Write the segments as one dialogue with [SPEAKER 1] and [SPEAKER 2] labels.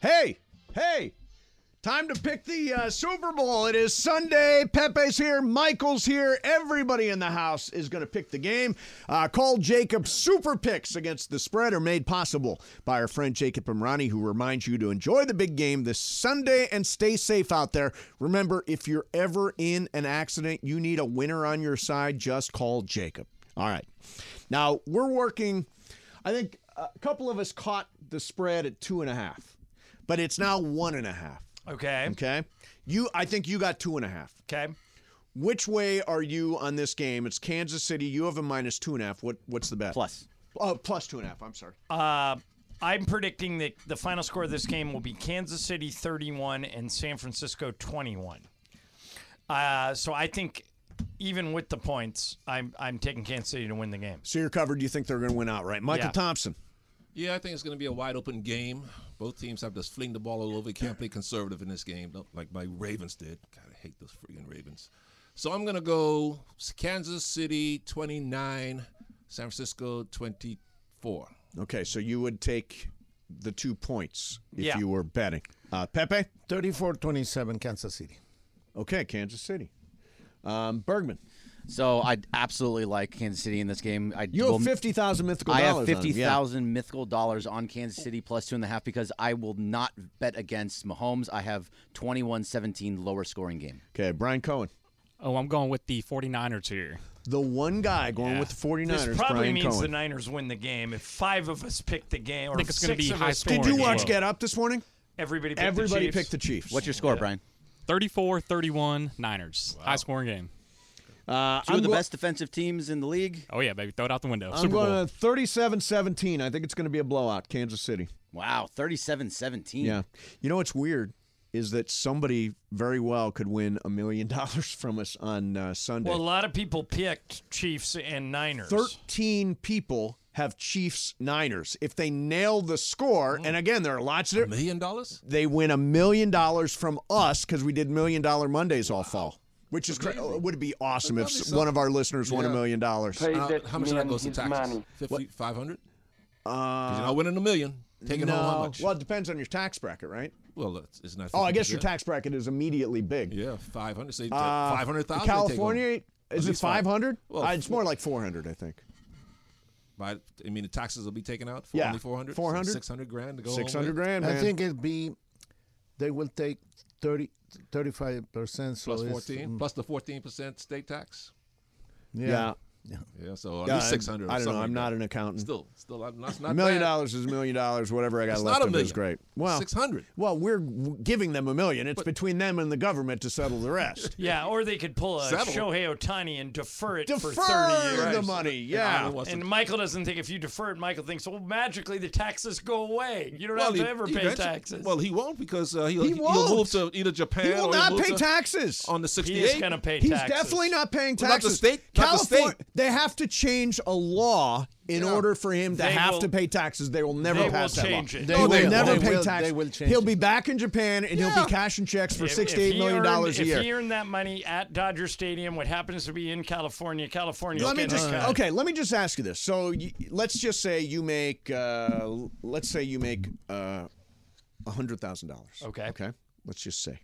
[SPEAKER 1] Hey, hey, time to pick the uh, Super Bowl. It is Sunday. Pepe's here. Michael's here. Everybody in the house is going to pick the game. Uh, call Jacob Super Picks against the spread are made possible by our friend Jacob Imrani, who reminds you to enjoy the big game this Sunday and stay safe out there. Remember, if you're ever in an accident, you need a winner on your side, just call Jacob. All right. Now, we're working. I think a couple of us caught the spread at two and a half, but it's now one and a half.
[SPEAKER 2] Okay.
[SPEAKER 1] Okay. You, I think you got two and a half.
[SPEAKER 2] Okay.
[SPEAKER 1] Which way are you on this game? It's Kansas City. You have a minus two and a half. What, what's the bet?
[SPEAKER 3] Plus.
[SPEAKER 1] Oh, plus two and a half. I'm sorry.
[SPEAKER 2] Uh, I'm predicting that the final score of this game will be Kansas City 31 and San Francisco 21. Uh, so I think even with the points, I'm I'm taking Kansas City to win the game.
[SPEAKER 1] so you're covered. You think they're going to win outright? Michael
[SPEAKER 2] Yeah.
[SPEAKER 1] Thompson.
[SPEAKER 4] Yeah, I think it's going to be a wide open game. Both teams have to fling the ball all over. You can't play conservative in this game, no, like my Ravens did. God, I hate those freaking Ravens. So I'm going to go Kansas City 29, San Francisco 24.
[SPEAKER 1] Okay. So you would take the two points if
[SPEAKER 2] Yeah.
[SPEAKER 1] you were betting. Uh, Pepe.
[SPEAKER 5] 34 27 Kansas City.
[SPEAKER 1] Okay. Kansas City. Um, Bergman.
[SPEAKER 3] So I absolutely like Kansas City in this game. I
[SPEAKER 1] You
[SPEAKER 3] will-
[SPEAKER 1] have 50,000 mythical
[SPEAKER 3] I
[SPEAKER 1] dollars.
[SPEAKER 3] have
[SPEAKER 1] on him,
[SPEAKER 3] fifty
[SPEAKER 1] yeah.
[SPEAKER 3] thousand mythical dollars on Kansas City plus two and a half because I will not bet against Mahomes. I have 21-17 lower scoring game.
[SPEAKER 1] Okay. Brian Cohen.
[SPEAKER 6] Oh, I'm going with the 49ers here.
[SPEAKER 1] The one guy going with the 49ers,
[SPEAKER 2] This probably
[SPEAKER 1] Brian
[SPEAKER 2] means
[SPEAKER 1] Cohen.
[SPEAKER 2] the Niners win the game if five of us pick the game or
[SPEAKER 6] I think it's
[SPEAKER 2] going to
[SPEAKER 6] be high
[SPEAKER 1] Did
[SPEAKER 6] scoring
[SPEAKER 1] you
[SPEAKER 6] as
[SPEAKER 1] watch
[SPEAKER 6] well.
[SPEAKER 1] Get Up this morning?
[SPEAKER 2] Everybody picked
[SPEAKER 1] Everybody
[SPEAKER 2] the Chiefs.
[SPEAKER 1] picked the Chiefs.
[SPEAKER 3] What's your score, Brian?
[SPEAKER 6] 34 31 Niners. High scoring game.
[SPEAKER 1] Uh,
[SPEAKER 3] 2
[SPEAKER 1] I'm
[SPEAKER 3] of the
[SPEAKER 1] go-
[SPEAKER 3] best defensive teams in the league.
[SPEAKER 6] Oh, yeah, baby. Throw it out the window.
[SPEAKER 1] I'm
[SPEAKER 6] Super Bowl.
[SPEAKER 1] going to 37-17. I think it's going to be a blowout, Kansas City.
[SPEAKER 3] Wow, 37-17.
[SPEAKER 1] Yeah. You know what's weird is that somebody very well could win a million dollars from us on uh, Sunday.
[SPEAKER 2] Well, a lot of people picked Chiefs and Niners.
[SPEAKER 1] 13 people have Chiefs Niners. If they nail the score, and again, there are lots of
[SPEAKER 4] Million dollars?
[SPEAKER 1] they win a million dollars from us because we did million dollar Mondays all fall, which is cra-
[SPEAKER 4] Amazing.
[SPEAKER 1] it would be awesome if
[SPEAKER 4] That'd
[SPEAKER 1] s-
[SPEAKER 4] be
[SPEAKER 1] one of our listeners won a
[SPEAKER 4] Yeah.
[SPEAKER 1] million dollars.
[SPEAKER 7] Pay
[SPEAKER 4] Uh,
[SPEAKER 7] that
[SPEAKER 4] how much of that
[SPEAKER 7] man
[SPEAKER 4] goes in
[SPEAKER 7] his
[SPEAKER 4] taxes?
[SPEAKER 7] money.
[SPEAKER 4] 50, 500? Uh, you're not winning a million. Taking home how
[SPEAKER 1] No,
[SPEAKER 4] much?
[SPEAKER 1] well, it depends on your tax bracket, right?
[SPEAKER 4] Well, it's, it's not.
[SPEAKER 1] Oh, I guess your
[SPEAKER 4] 50%.
[SPEAKER 1] tax bracket is immediately big.
[SPEAKER 4] Yeah, 500. Say
[SPEAKER 1] Uh,
[SPEAKER 4] 500,000. they take home.
[SPEAKER 1] California is it
[SPEAKER 4] least five.
[SPEAKER 1] 500?
[SPEAKER 4] Well,
[SPEAKER 1] Uh, it's
[SPEAKER 4] four-
[SPEAKER 1] more like 400, I think.
[SPEAKER 4] By, I mean, the taxes will be taken out for
[SPEAKER 1] Yeah.
[SPEAKER 4] only 400?
[SPEAKER 1] 400?
[SPEAKER 4] 600 grand to go home with?
[SPEAKER 1] 600 grand, man.
[SPEAKER 5] I think it'd be, they will take 30, 35%. So
[SPEAKER 4] plus
[SPEAKER 5] it's- mm.
[SPEAKER 4] 14 plus the 14% state tax
[SPEAKER 1] yeah.
[SPEAKER 4] yeah so at
[SPEAKER 1] Yeah,
[SPEAKER 4] least 600 or
[SPEAKER 1] I don't know.
[SPEAKER 4] something like
[SPEAKER 1] I'm not
[SPEAKER 4] that.
[SPEAKER 1] an accountant.
[SPEAKER 4] still still I'm not, not
[SPEAKER 1] a million
[SPEAKER 4] bad.
[SPEAKER 1] dollars is a million dollars. Whatever I got
[SPEAKER 4] It's
[SPEAKER 1] left
[SPEAKER 4] not a
[SPEAKER 1] of it is
[SPEAKER 4] million.
[SPEAKER 1] great. Well,
[SPEAKER 4] 600.
[SPEAKER 1] Well, we're w- giving them a million. It's between them and the government to settle the rest.
[SPEAKER 2] Yeah, or they could pull a
[SPEAKER 4] Settle.
[SPEAKER 2] Shohei Otani and defer it
[SPEAKER 1] Defer
[SPEAKER 2] for 30 years.
[SPEAKER 1] the money.
[SPEAKER 4] I
[SPEAKER 1] Yeah.
[SPEAKER 4] don't want to-
[SPEAKER 2] And Michael doesn't think if you defer it, Michael thinks, well, magically the taxes go away. You don't have
[SPEAKER 4] he-
[SPEAKER 2] to ever
[SPEAKER 4] he
[SPEAKER 2] pay
[SPEAKER 4] eventually-
[SPEAKER 2] taxes.
[SPEAKER 4] well he won't because uh, he'll,
[SPEAKER 1] He
[SPEAKER 4] he
[SPEAKER 1] won't.
[SPEAKER 4] will move to either japan
[SPEAKER 1] he
[SPEAKER 4] or
[SPEAKER 1] will
[SPEAKER 4] he'll
[SPEAKER 1] not
[SPEAKER 4] move
[SPEAKER 1] pay
[SPEAKER 4] to-
[SPEAKER 1] taxes.
[SPEAKER 4] on the 68
[SPEAKER 2] he is going to pay
[SPEAKER 1] He's
[SPEAKER 2] taxes.
[SPEAKER 1] definitely not paying
[SPEAKER 4] Well, not the
[SPEAKER 1] taxes.
[SPEAKER 4] state- not the state.
[SPEAKER 1] California, they have to change a law in order for him to
[SPEAKER 2] They
[SPEAKER 1] have
[SPEAKER 2] will-
[SPEAKER 1] to pay taxes. They will never
[SPEAKER 2] they will
[SPEAKER 1] pass that law.
[SPEAKER 2] change it.
[SPEAKER 5] They
[SPEAKER 1] He will
[SPEAKER 5] will.
[SPEAKER 1] never
[SPEAKER 5] They
[SPEAKER 1] pay
[SPEAKER 5] will-
[SPEAKER 1] tax.
[SPEAKER 5] they will change
[SPEAKER 1] he'll
[SPEAKER 5] it.
[SPEAKER 1] be back in Japan and he'll
[SPEAKER 4] Yeah.
[SPEAKER 1] be cashing checks for
[SPEAKER 2] If- if
[SPEAKER 1] sixty-eight
[SPEAKER 2] he
[SPEAKER 1] million
[SPEAKER 2] earned-
[SPEAKER 1] dollars a
[SPEAKER 2] If he
[SPEAKER 1] year.
[SPEAKER 2] earned that money at Dodger Stadium, what happens to be in California, California.
[SPEAKER 1] Let me just okay. Let me just ask you this. So y let's just say you make uh, l- let's say you make uh, hundred thousand dollars.
[SPEAKER 2] Okay.
[SPEAKER 1] Okay. Let's just say,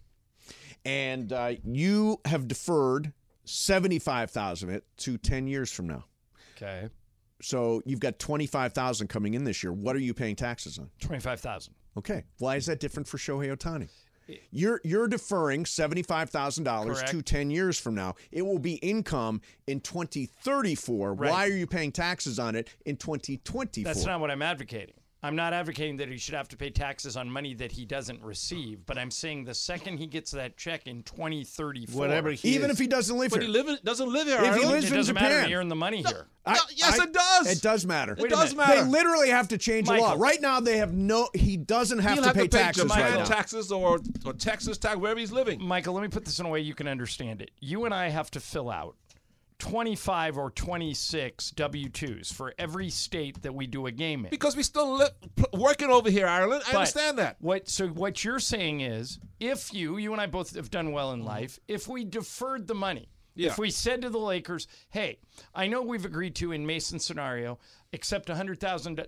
[SPEAKER 1] and uh, you have deferred seventy-five thousand of it to ten years from now.
[SPEAKER 2] Okay.
[SPEAKER 1] So you've got twenty-five thousand coming in this year. What are you paying taxes on?
[SPEAKER 2] Twenty-five thousand.
[SPEAKER 1] Okay. Why is that different for Shohei Otani? You're you're deferring seventy five thousand dollars to
[SPEAKER 2] Correct.
[SPEAKER 1] ten years from now. It will be income in twenty thirty four. Why
[SPEAKER 2] Right.
[SPEAKER 1] are you paying taxes on it in twenty twenty
[SPEAKER 2] That's
[SPEAKER 1] four?
[SPEAKER 2] not what I'm advocating. I'm not advocating that he should have to pay taxes on money that he doesn't receive, but I'm saying the second he gets that check in 2034,
[SPEAKER 5] Whatever he
[SPEAKER 1] Even
[SPEAKER 5] is.
[SPEAKER 1] if he doesn't live
[SPEAKER 4] but he
[SPEAKER 1] here.
[SPEAKER 4] live in, doesn't live here
[SPEAKER 1] If he
[SPEAKER 4] Ireland.
[SPEAKER 1] lives
[SPEAKER 2] it
[SPEAKER 1] in
[SPEAKER 2] doesn't matter. if
[SPEAKER 1] Japan.
[SPEAKER 2] He earned the money here.
[SPEAKER 4] No, yes, it does.
[SPEAKER 1] It does matter.
[SPEAKER 4] it does
[SPEAKER 2] minute.
[SPEAKER 4] matter
[SPEAKER 1] They literally have to change the law.
[SPEAKER 2] Michael.
[SPEAKER 1] Right now, they have no. He doesn't have
[SPEAKER 4] He'll
[SPEAKER 1] to pay taxes
[SPEAKER 4] japan
[SPEAKER 1] right now.
[SPEAKER 4] taxes or, or texas tax wherever he's living
[SPEAKER 2] Michael, let me put this in a way you can understand it. You and I have to fill out 25 or 26 W 2s for every state that we do a game in.
[SPEAKER 4] because we still li- pl- working over here ireland i
[SPEAKER 2] But
[SPEAKER 4] understand that
[SPEAKER 2] What so what you're saying is if you, you and I both have done well in life, if we deferred the money
[SPEAKER 4] Mm-hmm. Yeah.
[SPEAKER 2] If we said to the Lakers, "Hey, I know we've agreed to in Mason's scenario, accept hundred thousand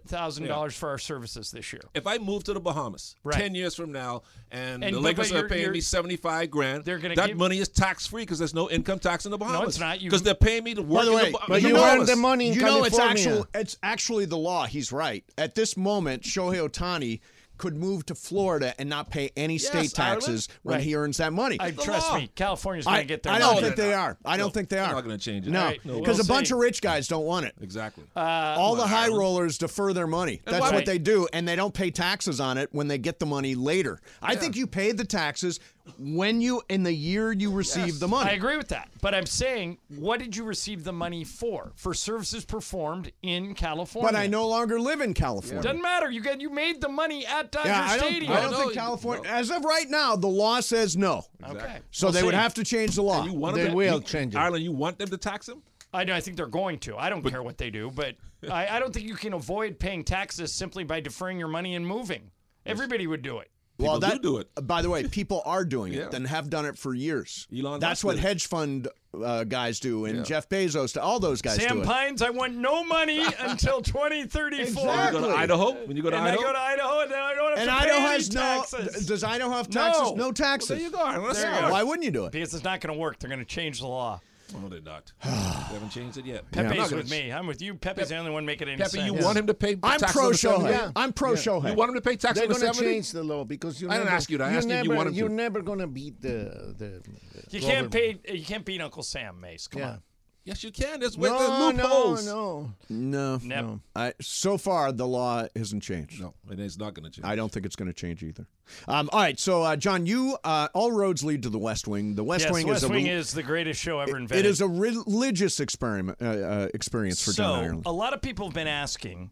[SPEAKER 2] dollars for our services this year,"
[SPEAKER 4] If I move to the Bahamas
[SPEAKER 2] Right.
[SPEAKER 4] ten years from now, and,
[SPEAKER 2] And-
[SPEAKER 4] the
[SPEAKER 2] but-
[SPEAKER 4] Lakers
[SPEAKER 2] but
[SPEAKER 4] are
[SPEAKER 2] you're-
[SPEAKER 4] paying
[SPEAKER 2] you're-
[SPEAKER 4] me seventy five grand,
[SPEAKER 2] They're gonna
[SPEAKER 4] that
[SPEAKER 2] give-
[SPEAKER 4] money is tax free because there's no income tax in the Bahamas.
[SPEAKER 2] it's not. You-
[SPEAKER 4] because they're paying me to work.
[SPEAKER 1] the way,
[SPEAKER 4] in the, Bah-
[SPEAKER 1] but
[SPEAKER 4] in
[SPEAKER 1] you
[SPEAKER 5] earn
[SPEAKER 4] Bahamas.
[SPEAKER 5] the money in
[SPEAKER 1] you know,
[SPEAKER 5] California.
[SPEAKER 1] it's actual. It's actually the law. He's right. At this moment, Shohei Otani could move to Florida and not pay any state
[SPEAKER 4] Ireland.
[SPEAKER 1] taxes when
[SPEAKER 2] Right.
[SPEAKER 1] he earns that money.
[SPEAKER 2] I trust
[SPEAKER 4] law.
[SPEAKER 2] me, California's going to get their
[SPEAKER 1] I
[SPEAKER 2] money.
[SPEAKER 1] don't think they are. I don't think they
[SPEAKER 4] they're
[SPEAKER 1] are.
[SPEAKER 4] not gonna change it.
[SPEAKER 1] No,
[SPEAKER 4] Right.
[SPEAKER 1] because
[SPEAKER 4] No,
[SPEAKER 2] we'll
[SPEAKER 1] a bunch
[SPEAKER 2] see.
[SPEAKER 1] of rich guys don't want it.
[SPEAKER 4] Exactly.
[SPEAKER 1] All the high
[SPEAKER 4] Ireland.
[SPEAKER 1] rollers defer their money. That's
[SPEAKER 4] why
[SPEAKER 1] what
[SPEAKER 4] would-
[SPEAKER 1] they do, and they don't pay taxes on it when they get the money later. I think you pay the taxes when you in the year you receive the money.
[SPEAKER 2] I agree with that. But I'm saying, what did you receive the money for? For services performed in California.
[SPEAKER 1] But I no longer live in California.
[SPEAKER 2] Doesn't matter. You got you made the money at Dodger
[SPEAKER 1] Yeah, I don't,
[SPEAKER 2] Stadium.
[SPEAKER 1] I don't
[SPEAKER 4] No,
[SPEAKER 1] think
[SPEAKER 4] you-
[SPEAKER 1] California.
[SPEAKER 4] no.
[SPEAKER 1] As of right now, the law says no.
[SPEAKER 2] okay.
[SPEAKER 1] So
[SPEAKER 2] We'll
[SPEAKER 1] they would
[SPEAKER 2] see.
[SPEAKER 1] have to change the law.
[SPEAKER 4] you want
[SPEAKER 5] They
[SPEAKER 4] them to,
[SPEAKER 5] will
[SPEAKER 4] you,
[SPEAKER 5] change it.
[SPEAKER 4] Ireland. You want them to tax him?
[SPEAKER 2] I know. I think they're going to. I don't care what they do, but I, I don't think you can avoid paying taxes simply by deferring your money and moving. Everybody would do it.
[SPEAKER 1] well,
[SPEAKER 4] People do do it.
[SPEAKER 1] By the way, people are doing it
[SPEAKER 4] Yeah.
[SPEAKER 1] and have done it for years.
[SPEAKER 4] Elon
[SPEAKER 1] That's
[SPEAKER 4] Musk
[SPEAKER 1] what
[SPEAKER 4] did it.
[SPEAKER 1] hedge fund uh, guys do, and Jeff Bezos. do- All those guys
[SPEAKER 2] Sam
[SPEAKER 1] do it.
[SPEAKER 2] Pines, I want no money until 2034.
[SPEAKER 4] When you go to
[SPEAKER 1] Exactly.
[SPEAKER 4] Idaho, when you go to
[SPEAKER 2] And I
[SPEAKER 4] Idaho,
[SPEAKER 2] go to Idaho, and then I don't have
[SPEAKER 1] and
[SPEAKER 2] to pay
[SPEAKER 1] Idaho
[SPEAKER 2] any
[SPEAKER 1] has no.
[SPEAKER 2] taxes.
[SPEAKER 1] Does Idaho have taxes?
[SPEAKER 2] No.
[SPEAKER 1] No taxes.
[SPEAKER 4] there you go. Ireland. Let's
[SPEAKER 1] Yeah,
[SPEAKER 4] go.
[SPEAKER 1] Why wouldn't you do it?
[SPEAKER 2] because it's not going to work. They're going to change the law.
[SPEAKER 4] No, they're not. they haven't changed it yet. I'm not
[SPEAKER 2] Pepe's
[SPEAKER 4] gonna
[SPEAKER 2] with
[SPEAKER 4] ch-
[SPEAKER 2] me. I'm with you. Pepe's the only one making any
[SPEAKER 4] Pepe,
[SPEAKER 2] sense.
[SPEAKER 4] you want him to pay
[SPEAKER 1] I'm
[SPEAKER 4] taxes
[SPEAKER 1] pro
[SPEAKER 4] on the 70?
[SPEAKER 1] Shohei.
[SPEAKER 5] Yeah.
[SPEAKER 1] I'm pro Shohei.
[SPEAKER 4] You want him to pay taxes
[SPEAKER 5] They're
[SPEAKER 4] on the
[SPEAKER 5] gonna
[SPEAKER 4] 70?
[SPEAKER 5] change the law because you.
[SPEAKER 4] I didn't
[SPEAKER 5] never,
[SPEAKER 4] ask you to. I asked you if
[SPEAKER 5] never,
[SPEAKER 4] you wanted to.
[SPEAKER 5] You're never gonna beat the. the, the
[SPEAKER 2] You can't
[SPEAKER 5] government.
[SPEAKER 2] pay. You can't beat Uncle Sam, Mace. Come
[SPEAKER 5] Yeah.
[SPEAKER 2] on.
[SPEAKER 4] Yes, you can. There's, no, there's
[SPEAKER 5] No, no,
[SPEAKER 4] loopholes.
[SPEAKER 5] no.
[SPEAKER 1] No.
[SPEAKER 2] Nep.
[SPEAKER 1] I, so far, the law hasn't changed.
[SPEAKER 4] no. no, it is not going to change.
[SPEAKER 1] I don't think it's going to change either. Um, all right, so uh, John, you uh, all roads lead to the West Wing. The West
[SPEAKER 2] Yes,
[SPEAKER 1] Wing
[SPEAKER 2] West
[SPEAKER 1] is a
[SPEAKER 2] Wing is the greatest show ever
[SPEAKER 1] it
[SPEAKER 2] invented.
[SPEAKER 1] is a religious experiment uh, uh, experience for John
[SPEAKER 2] so
[SPEAKER 1] Ireland.
[SPEAKER 2] a lot of people have been asking,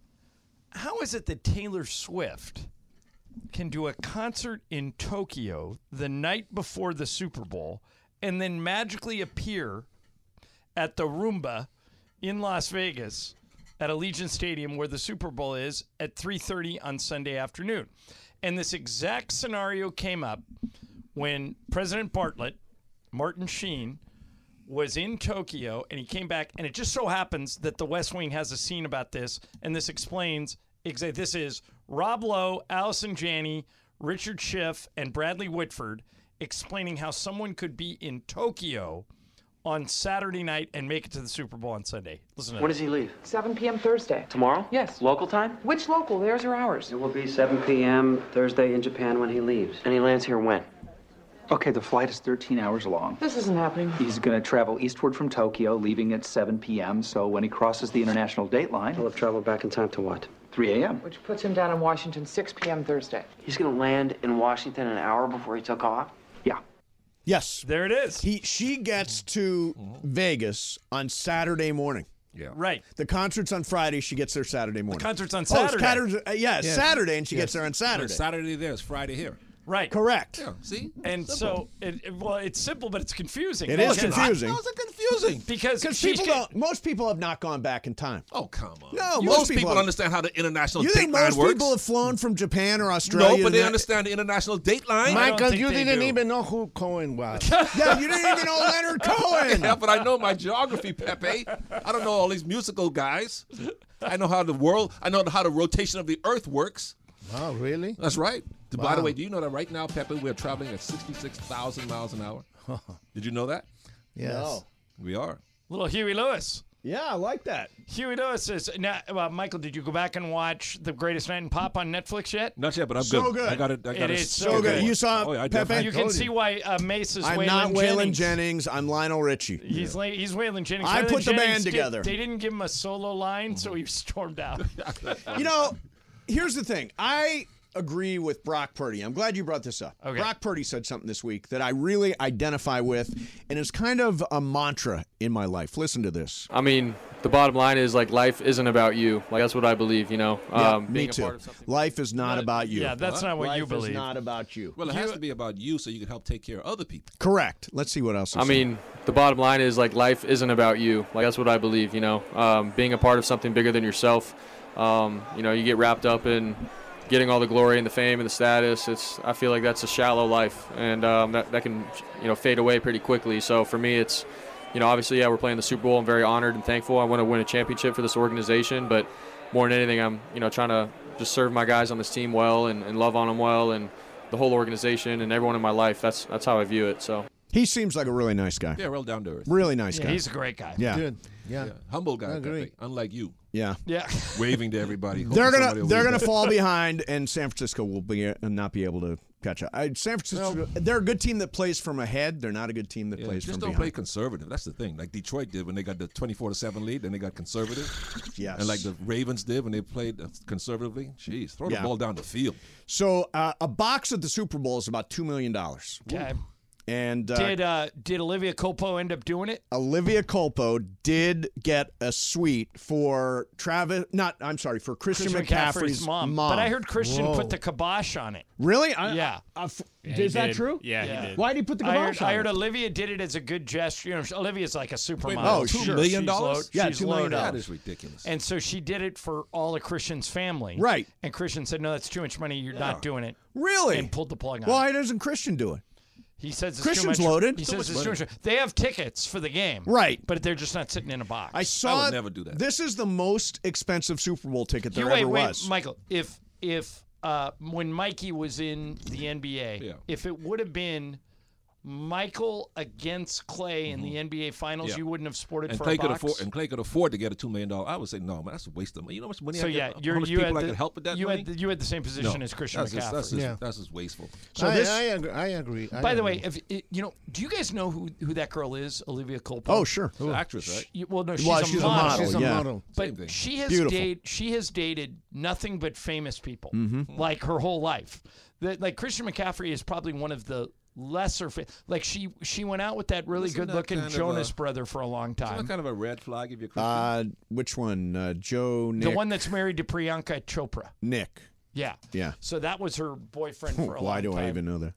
[SPEAKER 2] how is it that Taylor Swift can do a concert in Tokyo the night before the Super Bowl and then magically appear at the Roomba in Las Vegas at Allegiant Stadium where the Super Bowl is at 3:30 on Sunday afternoon. And this exact scenario came up when President Bartlett, Martin Sheen, was in Tokyo and he came back and it just so happens that the West Wing has a scene about this and this explains exactly this is Rob Lowe, Allison Janney, Richard Schiff, and Bradley Whitford explaining how someone could be in Tokyo on Saturday night and make it to the Super Bowl on Sunday. Listen to
[SPEAKER 7] When
[SPEAKER 2] this.
[SPEAKER 7] does he leave?
[SPEAKER 8] 7 p.m. Thursday.
[SPEAKER 7] Tomorrow?
[SPEAKER 8] Yes.
[SPEAKER 7] Local time?
[SPEAKER 8] Which local? There's your hours.
[SPEAKER 7] It will be 7 p.m. Thursday in Japan when he leaves. And he lands here when?
[SPEAKER 9] Okay, the flight is 13 hours long.
[SPEAKER 8] This isn't happening.
[SPEAKER 9] He's going to travel eastward from Tokyo, leaving at 7 p.m. So when he crosses the international date line,
[SPEAKER 7] He'll have traveled back in time to what?
[SPEAKER 9] 3 a.m.
[SPEAKER 8] Which puts him down in Washington 6 p.m. Thursday.
[SPEAKER 7] He's going to land in Washington an hour before he took off?
[SPEAKER 9] Yeah.
[SPEAKER 1] yes,
[SPEAKER 2] There it is.
[SPEAKER 1] he she gets to Vegas on Saturday morning.
[SPEAKER 4] Yeah.
[SPEAKER 2] right.
[SPEAKER 1] The concert's on Friday. She gets there Saturday morning.
[SPEAKER 2] concert's on
[SPEAKER 1] Oh, it's
[SPEAKER 2] Saturday.
[SPEAKER 1] Saturday- uh, yeah, Saturday, and she gets there on Saturday.
[SPEAKER 4] It's Saturday there. It's Friday here.
[SPEAKER 2] Right.
[SPEAKER 1] Correct.
[SPEAKER 4] Yeah. See?
[SPEAKER 2] And so it, it- well it's simple but it's confusing.
[SPEAKER 1] It
[SPEAKER 2] Well,
[SPEAKER 1] is
[SPEAKER 2] because-
[SPEAKER 1] confusing
[SPEAKER 4] How's it confusing?
[SPEAKER 2] Because
[SPEAKER 1] because
[SPEAKER 2] she's
[SPEAKER 1] people
[SPEAKER 2] ca-
[SPEAKER 1] don't. Most people have not gone back in time.
[SPEAKER 4] Oh, come on.
[SPEAKER 1] No,
[SPEAKER 4] most,
[SPEAKER 1] most people
[SPEAKER 4] people
[SPEAKER 1] have-
[SPEAKER 4] understand how the international
[SPEAKER 1] You
[SPEAKER 4] dateline
[SPEAKER 1] think most
[SPEAKER 4] works.
[SPEAKER 1] people have flown from Japan or
[SPEAKER 4] no,
[SPEAKER 1] Australia?
[SPEAKER 4] but
[SPEAKER 1] and
[SPEAKER 4] they
[SPEAKER 1] that-
[SPEAKER 4] understand the international dateline.
[SPEAKER 2] I don't
[SPEAKER 5] Michael,
[SPEAKER 2] think
[SPEAKER 5] you
[SPEAKER 2] they
[SPEAKER 5] didn't
[SPEAKER 2] do.
[SPEAKER 5] even know who Cohen was.
[SPEAKER 1] Yeah, you didn't even know Leonard Cohen.
[SPEAKER 4] yeah, but I know my geography, Pepe. I don't know all these musical guys. I know how the world. I know how the rotation of the Earth works.
[SPEAKER 5] wow, really?
[SPEAKER 4] That's right. By the way, do you know that right now, Pepe, we're traveling at 66,000 miles an hour? Did you know that?
[SPEAKER 5] Yes.
[SPEAKER 4] We are.
[SPEAKER 2] little Huey Lewis.
[SPEAKER 1] Yeah, I like that.
[SPEAKER 2] Huey Lewis is now. Uh, Michael, did you go back and watch The Greatest Night in Pop on Netflix yet?
[SPEAKER 4] Not yet, but I'm
[SPEAKER 1] So
[SPEAKER 4] good.
[SPEAKER 1] good.
[SPEAKER 4] I got it. I got
[SPEAKER 2] It is so
[SPEAKER 1] So good.
[SPEAKER 2] good.
[SPEAKER 1] You saw
[SPEAKER 4] oh, yeah, I
[SPEAKER 1] Pepe.
[SPEAKER 4] definitely-
[SPEAKER 2] You can see why uh, Mace is.
[SPEAKER 1] I'm
[SPEAKER 2] Waylon
[SPEAKER 1] not Waylon
[SPEAKER 2] Jennings.
[SPEAKER 1] Jennings. I'm Lionel Richie.
[SPEAKER 2] He's la- he's Waylon Jennings.
[SPEAKER 1] I
[SPEAKER 2] Waylon
[SPEAKER 1] put the band
[SPEAKER 2] Jennings did-
[SPEAKER 1] together.
[SPEAKER 2] they didn't give him a solo line, so he stormed out.
[SPEAKER 1] You know, here's the thing. I agree with Brock Purdy. I'm glad you brought this up.
[SPEAKER 2] Okay.
[SPEAKER 1] Brock Purdy said something this week that I really identify with and is kind of a mantra in my life. Listen to this.
[SPEAKER 10] I mean, the bottom line is like life isn't about you. Like that's what I believe, you know. Um,
[SPEAKER 1] yeah, me
[SPEAKER 10] being a
[SPEAKER 1] too.
[SPEAKER 10] part of something.
[SPEAKER 1] Life is not about you.
[SPEAKER 2] yeah, that's not what
[SPEAKER 1] Life
[SPEAKER 2] you believe.
[SPEAKER 1] is not about you.
[SPEAKER 4] Well, it has to be about you so you can help take care of other people.
[SPEAKER 1] Correct. Let's see what else. he
[SPEAKER 10] I
[SPEAKER 1] said.
[SPEAKER 10] mean, the bottom line is like life isn't about you. Like that's what I believe, you know. Um, being a part of something bigger than yourself. Um, you know, you get wrapped up in getting all the glory and the fame and the status. It's I feel like that's a shallow life, and um, that that can you know fade away pretty quickly. So for me, it's you know, obviously, yeah, we're playing the Super Bowl. I'm very honored and thankful. I want to win a championship for this organization, but more than anything, I'm you know trying to just serve my guys on this team well and, and love on them well and the whole organization and everyone in my life. That's that's how I view it. So.
[SPEAKER 1] He seems like a really nice guy.
[SPEAKER 4] Yeah, real down to earth.
[SPEAKER 1] Really nice
[SPEAKER 2] Yeah,
[SPEAKER 1] guy.
[SPEAKER 2] he's a great guy.
[SPEAKER 1] yeah.
[SPEAKER 5] Good. Yeah.
[SPEAKER 4] Yeah. Humble guy,
[SPEAKER 5] agree.
[SPEAKER 4] Pepe, unlike you,
[SPEAKER 1] Yeah.
[SPEAKER 2] Yeah.
[SPEAKER 4] waving to everybody. hoping
[SPEAKER 1] They're
[SPEAKER 4] somebody
[SPEAKER 1] gonna
[SPEAKER 4] will
[SPEAKER 1] they're
[SPEAKER 4] leave
[SPEAKER 1] gonna
[SPEAKER 4] us.
[SPEAKER 1] fall behind, and San Francisco will be uh, not be able to catch up. I, San Francisco, they're a good team that plays from ahead. They're not a good team that
[SPEAKER 4] Yeah,
[SPEAKER 1] plays
[SPEAKER 4] just
[SPEAKER 1] from
[SPEAKER 4] don't play
[SPEAKER 1] behind.
[SPEAKER 4] conservative. That's the thing. Like Detroit did when they got the twenty-four to seven lead, then they got conservative.
[SPEAKER 1] Yes.
[SPEAKER 4] And like the Ravens did when they played uh, conservatively. Jeez, throw
[SPEAKER 1] Yeah.
[SPEAKER 4] the ball down the field.
[SPEAKER 1] so uh, a box at the Super Bowl is about two million dollars,
[SPEAKER 2] Okay.
[SPEAKER 1] and uh,
[SPEAKER 2] Did uh, did Olivia Copo end up doing it?
[SPEAKER 1] Olivia Culpo did get a suite for Travis. Not I'm sorry for Christian, McCaffrey's,
[SPEAKER 2] mom. But I heard Christian put the kibosh on it.
[SPEAKER 1] really I,
[SPEAKER 2] Yeah.
[SPEAKER 1] I- I f-
[SPEAKER 6] He
[SPEAKER 1] is that
[SPEAKER 6] did.
[SPEAKER 1] true?
[SPEAKER 6] Yeah,
[SPEAKER 2] Yeah.
[SPEAKER 6] he did.
[SPEAKER 1] Why did he put the
[SPEAKER 2] I
[SPEAKER 1] kibosh
[SPEAKER 2] heard,
[SPEAKER 1] on
[SPEAKER 2] I heard
[SPEAKER 1] it?
[SPEAKER 2] Olivia did it as a good gesture. You know, she- Olivia's like a supermodel.
[SPEAKER 1] Oh,
[SPEAKER 4] two
[SPEAKER 1] sure.
[SPEAKER 4] million
[SPEAKER 2] She's
[SPEAKER 4] dollars?
[SPEAKER 2] low-
[SPEAKER 1] Yeah,
[SPEAKER 2] she's
[SPEAKER 1] two million
[SPEAKER 2] loaded up.
[SPEAKER 4] That is ridiculous.
[SPEAKER 2] And so she did it for all of Christian's family.
[SPEAKER 1] Right.
[SPEAKER 2] And Christian said, "No, that's too much money. You're not doing it."
[SPEAKER 1] Really?
[SPEAKER 2] And pulled the plug on.
[SPEAKER 1] Why
[SPEAKER 2] it.
[SPEAKER 1] doesn't Christian do it?
[SPEAKER 2] He says it's
[SPEAKER 1] Christian's
[SPEAKER 2] too much,
[SPEAKER 1] loaded.
[SPEAKER 2] He
[SPEAKER 1] Too
[SPEAKER 2] says
[SPEAKER 1] much
[SPEAKER 2] it's too much. They have tickets for the game.
[SPEAKER 1] Right.
[SPEAKER 2] But they're just not sitting in a box.
[SPEAKER 1] I saw.
[SPEAKER 4] would never do that.
[SPEAKER 1] This is the most expensive Super Bowl ticket there
[SPEAKER 2] you
[SPEAKER 1] ever
[SPEAKER 2] wait, wait,
[SPEAKER 1] was.
[SPEAKER 2] Michael. If if uh, when Mikey was in the NBA,
[SPEAKER 4] Yeah.
[SPEAKER 2] if it would have been Michael against Clay in the NBA Finals,
[SPEAKER 4] Mm-hmm. Yeah.
[SPEAKER 2] you wouldn't have sported
[SPEAKER 4] And
[SPEAKER 2] for
[SPEAKER 4] Clay
[SPEAKER 2] a
[SPEAKER 4] could
[SPEAKER 2] box.
[SPEAKER 4] afford and Clay could afford to get a two million dollar. I would say no, man, that's a waste of money. You know how much money
[SPEAKER 2] so
[SPEAKER 4] I
[SPEAKER 2] yeah,
[SPEAKER 4] get,
[SPEAKER 2] you're,
[SPEAKER 4] how much
[SPEAKER 2] you
[SPEAKER 4] people
[SPEAKER 2] had
[SPEAKER 4] I
[SPEAKER 2] the,
[SPEAKER 4] could help with that
[SPEAKER 2] you
[SPEAKER 4] money.
[SPEAKER 2] had the, you had the same
[SPEAKER 4] no,
[SPEAKER 2] position as Christian
[SPEAKER 4] that's just,
[SPEAKER 2] McCaffrey.
[SPEAKER 4] that's just,
[SPEAKER 5] Yeah.
[SPEAKER 4] that's just wasteful.
[SPEAKER 1] so
[SPEAKER 5] I,
[SPEAKER 1] this.
[SPEAKER 5] I agree. I agree. I
[SPEAKER 2] By the way,
[SPEAKER 5] agree.
[SPEAKER 2] if it, you know, do you guys know who, who that girl is, Olivia Culpo?
[SPEAKER 1] oh sure.
[SPEAKER 4] She's an actress, right?
[SPEAKER 2] You- well, no, she's,
[SPEAKER 1] Well,
[SPEAKER 2] a,
[SPEAKER 1] she's a
[SPEAKER 2] model.
[SPEAKER 1] model,
[SPEAKER 5] she's a
[SPEAKER 1] yeah.
[SPEAKER 5] model.
[SPEAKER 2] But
[SPEAKER 4] Same thing.
[SPEAKER 2] she has
[SPEAKER 1] Beautiful.
[SPEAKER 2] dated she has dated nothing but famous people
[SPEAKER 1] Mm-hmm.
[SPEAKER 2] like her whole life. That like Christian McCaffrey is probably one of the lesser fa- like she she went out with that really
[SPEAKER 4] Isn't that
[SPEAKER 2] good looking
[SPEAKER 4] kind of
[SPEAKER 2] Jonas
[SPEAKER 4] a-
[SPEAKER 2] brother for a long
[SPEAKER 4] Isn't
[SPEAKER 2] time.
[SPEAKER 4] that kind of a red flag if you're Christian?
[SPEAKER 1] Uh, which one? Uh, Joe. Nick.
[SPEAKER 2] the one that's married to Priyanka Chopra.
[SPEAKER 1] Nick.
[SPEAKER 2] Yeah.
[SPEAKER 1] Yeah.
[SPEAKER 2] So that was her boyfriend for a
[SPEAKER 1] Why
[SPEAKER 2] long
[SPEAKER 1] do I
[SPEAKER 2] time.
[SPEAKER 1] even know that?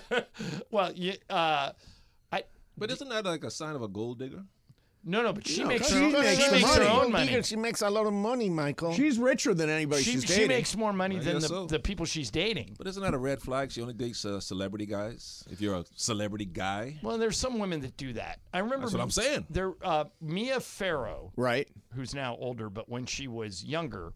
[SPEAKER 2] Yeah. well, you, uh I
[SPEAKER 4] but isn't that like a sign of a gold digger?
[SPEAKER 2] no no, but she makes
[SPEAKER 1] she
[SPEAKER 2] her own,
[SPEAKER 1] makes
[SPEAKER 2] she
[SPEAKER 1] the
[SPEAKER 2] makes her
[SPEAKER 1] money.
[SPEAKER 2] own money.
[SPEAKER 5] She makes a lot of money, Michael.
[SPEAKER 1] She's richer than anybody
[SPEAKER 2] She,
[SPEAKER 1] she's
[SPEAKER 2] she
[SPEAKER 1] dating.
[SPEAKER 2] makes more money than the,
[SPEAKER 4] guess so.
[SPEAKER 2] the people she's dating.
[SPEAKER 4] But isn't that a red flag? She only dates uh, celebrity guys. If you're a celebrity guy,
[SPEAKER 2] Well, there's some women that do that. I remember
[SPEAKER 4] That's what I'm saying.
[SPEAKER 2] There, uh, Mia Farrow,
[SPEAKER 1] right.
[SPEAKER 2] who's now older, but when she was younger,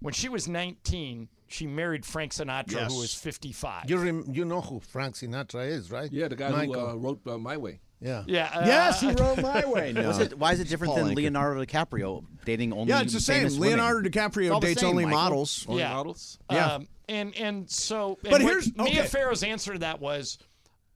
[SPEAKER 2] when she was 19, she married Frank Sinatra,
[SPEAKER 1] Yes.
[SPEAKER 2] who was 55.
[SPEAKER 5] You rem- you know who Frank Sinatra is, right?
[SPEAKER 4] yeah, the guy
[SPEAKER 5] Michael.
[SPEAKER 4] who uh, wrote uh, My Way.
[SPEAKER 5] yeah.
[SPEAKER 2] yeah. uh,
[SPEAKER 1] yes, he rode my way. No.
[SPEAKER 3] What's it, why is it different
[SPEAKER 1] Paul
[SPEAKER 3] than
[SPEAKER 1] Anka.
[SPEAKER 3] Leonardo DiCaprio dating only?
[SPEAKER 1] yeah, it's the same.
[SPEAKER 3] famous women?
[SPEAKER 1] Leonardo
[SPEAKER 3] It's
[SPEAKER 1] DiCaprio
[SPEAKER 3] all the
[SPEAKER 1] dates
[SPEAKER 3] same,
[SPEAKER 1] only
[SPEAKER 3] Michael.
[SPEAKER 1] models.
[SPEAKER 4] Only
[SPEAKER 2] Yeah.
[SPEAKER 4] models.
[SPEAKER 1] Yeah.
[SPEAKER 2] Um, and and so, and
[SPEAKER 1] But
[SPEAKER 2] what
[SPEAKER 1] here's-
[SPEAKER 2] Mia
[SPEAKER 1] okay.
[SPEAKER 2] Farrow's answer to that was,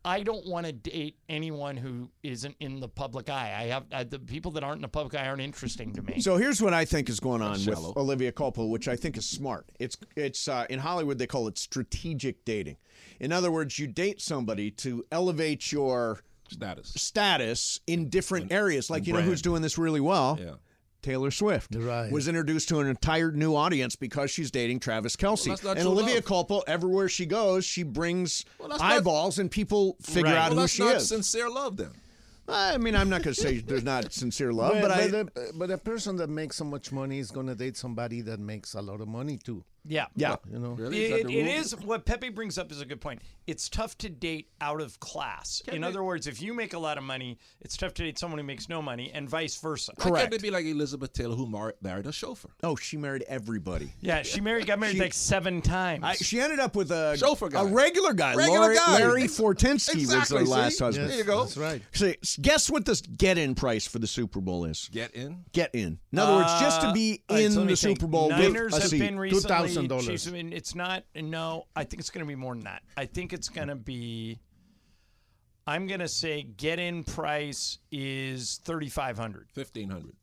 [SPEAKER 2] I don't want to date anyone who isn't in the public eye. I have uh, the people that aren't in the public eye aren't interesting to me.
[SPEAKER 1] So here's what I think is going on with
[SPEAKER 4] Shallow.
[SPEAKER 1] Olivia Culpo, which I think is smart. It's it's uh, in Hollywood they call it strategic dating. In other words, you date somebody to elevate your
[SPEAKER 4] Status.
[SPEAKER 1] status in different areas. Like you know
[SPEAKER 4] brand.
[SPEAKER 1] who's doing this really well?
[SPEAKER 4] Yeah.
[SPEAKER 1] Taylor Swift
[SPEAKER 5] Right.
[SPEAKER 1] was introduced to an entire new audience because she's dating Travis Kelsey.
[SPEAKER 4] that's not
[SPEAKER 1] and
[SPEAKER 4] true
[SPEAKER 1] Olivia
[SPEAKER 4] love.
[SPEAKER 1] Culpo, everywhere she goes, she brings
[SPEAKER 4] that's not-
[SPEAKER 1] eyeballs, and people figure
[SPEAKER 2] Right.
[SPEAKER 4] Well,
[SPEAKER 1] out who
[SPEAKER 4] that's
[SPEAKER 1] she
[SPEAKER 4] not
[SPEAKER 1] is.
[SPEAKER 4] sincere love then.
[SPEAKER 1] I mean, I'm not going to say there's not sincere love,
[SPEAKER 5] But,
[SPEAKER 1] but, I.
[SPEAKER 5] but, the, but the person that makes so much money is gonna date somebody that makes a lot of money too.
[SPEAKER 2] yeah.
[SPEAKER 1] yeah,
[SPEAKER 5] You know.
[SPEAKER 4] Really? Is that
[SPEAKER 2] It,
[SPEAKER 4] the
[SPEAKER 2] it
[SPEAKER 4] rule?
[SPEAKER 2] is what Pepe brings up is a good point. It's tough to date out of class. In other words, if you make a lot of money, it's tough to date someone who makes no money, and vice versa.
[SPEAKER 4] Why
[SPEAKER 1] correct.
[SPEAKER 4] Can't it be like Elizabeth Taylor who mar- married a chauffeur?
[SPEAKER 1] Oh, she married everybody.
[SPEAKER 2] Yeah, she married got married
[SPEAKER 1] She-
[SPEAKER 2] like seven times.
[SPEAKER 1] I, she ended up with a
[SPEAKER 4] Chauffeur guy.
[SPEAKER 1] a regular guy,
[SPEAKER 4] Regular
[SPEAKER 1] Larry,
[SPEAKER 4] guy.
[SPEAKER 1] Uh, Larry Fortinsky was
[SPEAKER 4] Exactly,
[SPEAKER 1] her
[SPEAKER 4] see?
[SPEAKER 1] last husband.
[SPEAKER 4] There you go.
[SPEAKER 5] That's right.
[SPEAKER 1] So, guess what this get-in price for the Super Bowl is?
[SPEAKER 4] Get in.
[SPEAKER 1] Get in. In other words, just to be
[SPEAKER 2] Uh, All right,
[SPEAKER 1] in
[SPEAKER 2] so let me
[SPEAKER 1] the
[SPEAKER 2] think.
[SPEAKER 1] Super Bowl
[SPEAKER 2] Niners
[SPEAKER 1] with a
[SPEAKER 2] have
[SPEAKER 1] seat.
[SPEAKER 2] been recently.
[SPEAKER 5] $2,000.
[SPEAKER 2] Chiefs have been- It's not. No, I think it's going to be more than that. I think it's going to be. I'm going to say get in price is thirty five hundred.
[SPEAKER 4] Fifteen hundred.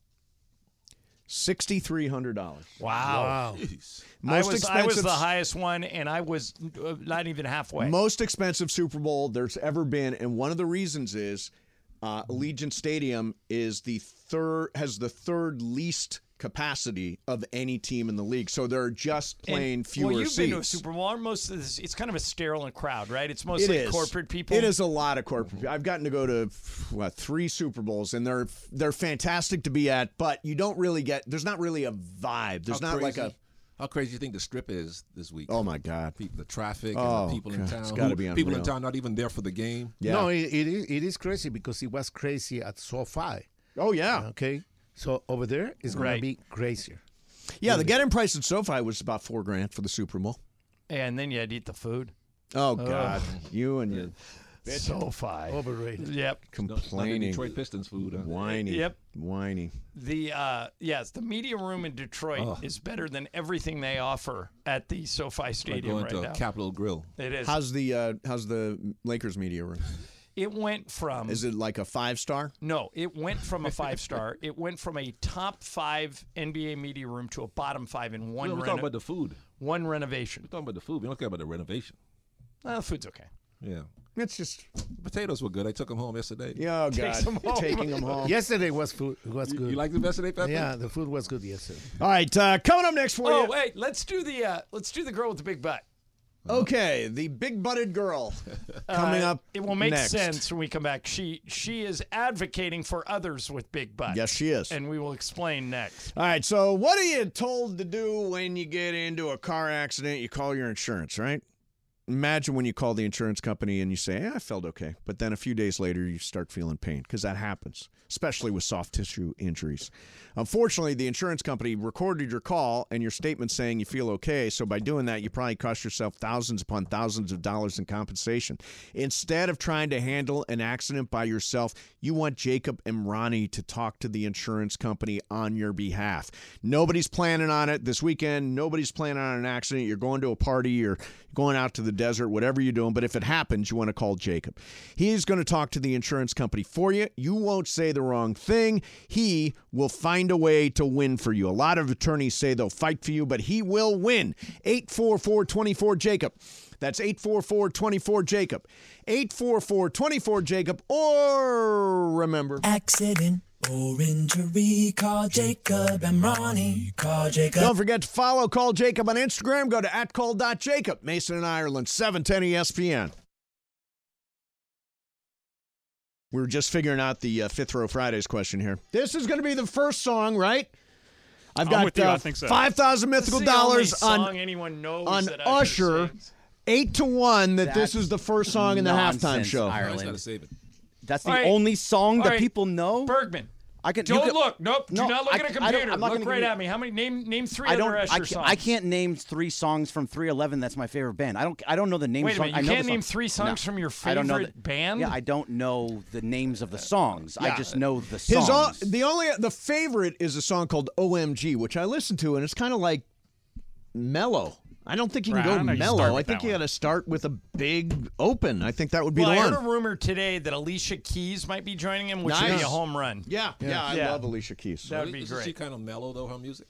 [SPEAKER 1] Sixty-three hundred dollars.
[SPEAKER 2] Wow.
[SPEAKER 4] Jeez.
[SPEAKER 2] I
[SPEAKER 1] Most
[SPEAKER 2] was
[SPEAKER 1] expensive.
[SPEAKER 2] I was the highest one, and I was uh, not even halfway.
[SPEAKER 1] Most expensive Super Bowl there's ever been, and one of the reasons is uh, Allegiant Stadium is the third has the third least capacity of any team in the league. So there are just plain
[SPEAKER 2] And-
[SPEAKER 1] fewer
[SPEAKER 2] Well, you've
[SPEAKER 1] seats.
[SPEAKER 2] been to a Super Bowl. aren't Most of this, it's kind of a sterile crowd, right? It's mostly corporate people.
[SPEAKER 1] It is a lot of corporate. people. I've gotten to go to what three Super Bowls, and they're they're fantastic to be at, but you don't really get. There's not really a vibe. There's
[SPEAKER 4] How
[SPEAKER 1] not like
[SPEAKER 4] crazy.
[SPEAKER 1] a
[SPEAKER 4] How crazy do you think the strip is this week?
[SPEAKER 1] Oh my God.
[SPEAKER 4] People, the traffic
[SPEAKER 1] Oh,
[SPEAKER 4] and the people in
[SPEAKER 1] God,
[SPEAKER 4] town.
[SPEAKER 1] it's gotta
[SPEAKER 4] who-
[SPEAKER 1] be
[SPEAKER 4] people in
[SPEAKER 1] unreal.
[SPEAKER 4] town not even there for the game.
[SPEAKER 1] Yeah.
[SPEAKER 5] No, it, it, is, it is crazy because it was crazy at SoFi.
[SPEAKER 1] Oh yeah.
[SPEAKER 5] Okay. So over there is going
[SPEAKER 2] Right.
[SPEAKER 5] to be crazier.
[SPEAKER 1] Yeah. The get-in price at SoFi was about four grand for the Super Bowl.
[SPEAKER 2] and then you had to eat the food.
[SPEAKER 1] Oh God, you and your
[SPEAKER 2] So fine.
[SPEAKER 5] Overrated.
[SPEAKER 2] Yep.
[SPEAKER 4] Not the
[SPEAKER 1] complaining,
[SPEAKER 4] Detroit Pistons food. Huh?
[SPEAKER 1] whiny,
[SPEAKER 2] Yep.
[SPEAKER 1] whiny.
[SPEAKER 2] The uh, yes, the media room in Detroit
[SPEAKER 4] Oh.
[SPEAKER 2] is better than everything they offer at the SoFi
[SPEAKER 4] Like
[SPEAKER 2] Stadium
[SPEAKER 4] going
[SPEAKER 2] right
[SPEAKER 4] to
[SPEAKER 2] now.
[SPEAKER 4] a Capitol Grill.
[SPEAKER 2] it is.
[SPEAKER 1] How's the uh, how's the Lakers media room?
[SPEAKER 2] it went from
[SPEAKER 1] Is it like a five star?
[SPEAKER 2] no, it went from a five star. it went from a top five NBA media room to a bottom five in one
[SPEAKER 4] No, we're
[SPEAKER 2] reno-
[SPEAKER 4] talking about the food.
[SPEAKER 2] one renovation.
[SPEAKER 4] We're talking about the food. We don't care about the renovation.
[SPEAKER 2] Uh, food's okay.
[SPEAKER 4] Yeah.
[SPEAKER 1] It's just
[SPEAKER 4] Potatoes were good. I took them home yesterday.
[SPEAKER 1] yeah, oh, God,
[SPEAKER 2] Takes 'em home.
[SPEAKER 1] taking them home.
[SPEAKER 5] Yesterday was food was
[SPEAKER 4] You,
[SPEAKER 5] good.
[SPEAKER 4] you like them yesterday, Pepe?
[SPEAKER 5] yeah, the food was good yesterday.
[SPEAKER 1] All right, uh, coming up next for
[SPEAKER 2] Oh
[SPEAKER 1] you.
[SPEAKER 2] wait, let's do the uh, let's do the girl with the big butt.
[SPEAKER 1] Okay, the big butted girl coming
[SPEAKER 2] Uh,
[SPEAKER 1] up.
[SPEAKER 2] It will make
[SPEAKER 1] next.
[SPEAKER 2] sense when we come back. She she is advocating for others with big butts.
[SPEAKER 1] Yes, she is.
[SPEAKER 2] And we will explain next.
[SPEAKER 1] All right, so what are you told to do when you get into a car accident? You call your insurance, right? Imagine when you call the insurance company and you say, hey, I felt okay. But then a few days later, you start feeling pain because that happens, especially with soft tissue injuries. Unfortunately, the insurance company recorded your call and your statement saying you feel okay. So by doing that, you probably cost yourself thousands upon thousands of dollars in compensation. Instead of trying to handle an accident by yourself, you want Jacob Imrani to talk to the insurance company on your behalf. Nobody's planning on it this weekend. Nobody's planning on an accident. You're going to a party or going out to the desert, whatever you're doing. But if it happens, you want to call Jacob. He's going to talk to the insurance company for you. You won't say the wrong thing. He will find a way to win for you. A lot of attorneys say they'll fight for you, but he will win. 844 24 Jacob. That's 844 24 Jacob. 844 24 Jacob. Or remember.
[SPEAKER 11] Accident or injury, call Jacob and Ronnie. Call Jacob.
[SPEAKER 1] Don't forget to follow Call Jacob on Instagram. Go to at call.jacob. Mason and Ireland, E 710 ESPN. We were just figuring out the uh, fifth row Fridays question here. This is going to be the first song, right? I've
[SPEAKER 6] I'm
[SPEAKER 1] got
[SPEAKER 6] with you. I
[SPEAKER 1] uh,
[SPEAKER 6] think so.
[SPEAKER 1] 5,000
[SPEAKER 2] This is
[SPEAKER 1] mythical
[SPEAKER 2] the
[SPEAKER 1] dollars
[SPEAKER 2] only
[SPEAKER 1] on
[SPEAKER 2] song anyone knows
[SPEAKER 1] on
[SPEAKER 2] that Usher
[SPEAKER 1] Usher,
[SPEAKER 2] sings.
[SPEAKER 1] eight to one. That
[SPEAKER 3] That's
[SPEAKER 1] this is the first song in the halftime
[SPEAKER 3] nonsense,
[SPEAKER 1] show.
[SPEAKER 4] I just gotta
[SPEAKER 3] Ireland.
[SPEAKER 4] save it.
[SPEAKER 3] That's the
[SPEAKER 2] All right.
[SPEAKER 3] only song
[SPEAKER 2] All
[SPEAKER 3] that
[SPEAKER 2] right.
[SPEAKER 3] people know.
[SPEAKER 2] Bergman.
[SPEAKER 3] Oh. I can. you
[SPEAKER 2] Don't
[SPEAKER 3] can-
[SPEAKER 2] look. Nope.
[SPEAKER 3] No,
[SPEAKER 2] do not look
[SPEAKER 3] I-
[SPEAKER 2] at a
[SPEAKER 3] I don't-
[SPEAKER 2] computer.
[SPEAKER 3] I'm not
[SPEAKER 2] look
[SPEAKER 3] gonna
[SPEAKER 2] right
[SPEAKER 3] give
[SPEAKER 2] at me. How many? Name name three
[SPEAKER 3] I don't.
[SPEAKER 2] other Usher
[SPEAKER 3] I, can't,
[SPEAKER 2] songs.
[SPEAKER 3] I can't name three songs from 311. That's my favorite band. I don't. I don't know the names.
[SPEAKER 2] Wait a
[SPEAKER 3] of song-
[SPEAKER 2] minute, you
[SPEAKER 3] I know the
[SPEAKER 2] can't
[SPEAKER 3] song.
[SPEAKER 2] name three songs from your
[SPEAKER 3] I don't know
[SPEAKER 2] favorite
[SPEAKER 3] the-
[SPEAKER 2] band? Uh,
[SPEAKER 3] Yeah, I don't know the names of the songs. I just know the
[SPEAKER 1] His
[SPEAKER 3] songs.
[SPEAKER 1] all, the only the favorite is a song called OMG, which I listened to, and it's kind of like mellow. I don't think you can
[SPEAKER 6] Right, I
[SPEAKER 1] go
[SPEAKER 6] don't know if you start
[SPEAKER 1] mellow. I
[SPEAKER 6] with
[SPEAKER 1] think
[SPEAKER 6] that
[SPEAKER 1] you got
[SPEAKER 6] one.
[SPEAKER 1] to start with a big open. I think that would be
[SPEAKER 2] well, I
[SPEAKER 1] the
[SPEAKER 2] heard
[SPEAKER 1] one.
[SPEAKER 2] a rumor today that Alicia Keys might be joining him, which would
[SPEAKER 1] Nice.
[SPEAKER 2] be a home run.
[SPEAKER 1] yeah, yeah, I
[SPEAKER 2] Yeah.
[SPEAKER 1] love Alicia Keys.
[SPEAKER 2] That would be
[SPEAKER 4] Isn't she
[SPEAKER 2] great.
[SPEAKER 4] kind of mellow though? Her music.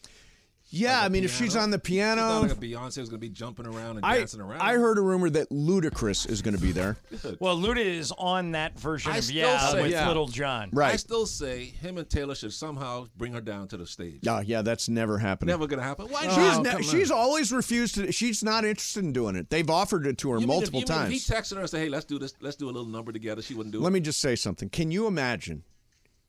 [SPEAKER 1] Yeah, I mean, if she's
[SPEAKER 4] piano.
[SPEAKER 1] on the
[SPEAKER 4] It's
[SPEAKER 1] piano,
[SPEAKER 4] not like a Beyonce was gonna be jumping around and
[SPEAKER 1] I
[SPEAKER 4] dancing around.
[SPEAKER 1] I heard a rumor that Ludacris is going to be there.
[SPEAKER 2] Well, Luda is on that version
[SPEAKER 4] I
[SPEAKER 2] of
[SPEAKER 4] still
[SPEAKER 2] Yeah
[SPEAKER 4] say-
[SPEAKER 2] with
[SPEAKER 1] Yeah.
[SPEAKER 2] Little John.
[SPEAKER 4] I
[SPEAKER 1] right?
[SPEAKER 4] still say him and Taylor should somehow bring her down to the stage.
[SPEAKER 1] Yeah, yeah, that's never happening.
[SPEAKER 4] Never gonna happen. Why?
[SPEAKER 1] She's
[SPEAKER 4] not?
[SPEAKER 1] ne- she's always refused to. She's not interested in doing it. They've offered it to her
[SPEAKER 4] You mean if-
[SPEAKER 1] multiple
[SPEAKER 4] you mean
[SPEAKER 1] times.
[SPEAKER 4] if he texted her and said, "Hey, let's do this. Let's do a little number together." She wouldn't do
[SPEAKER 1] Let
[SPEAKER 4] it.
[SPEAKER 1] me just say something. Can you imagine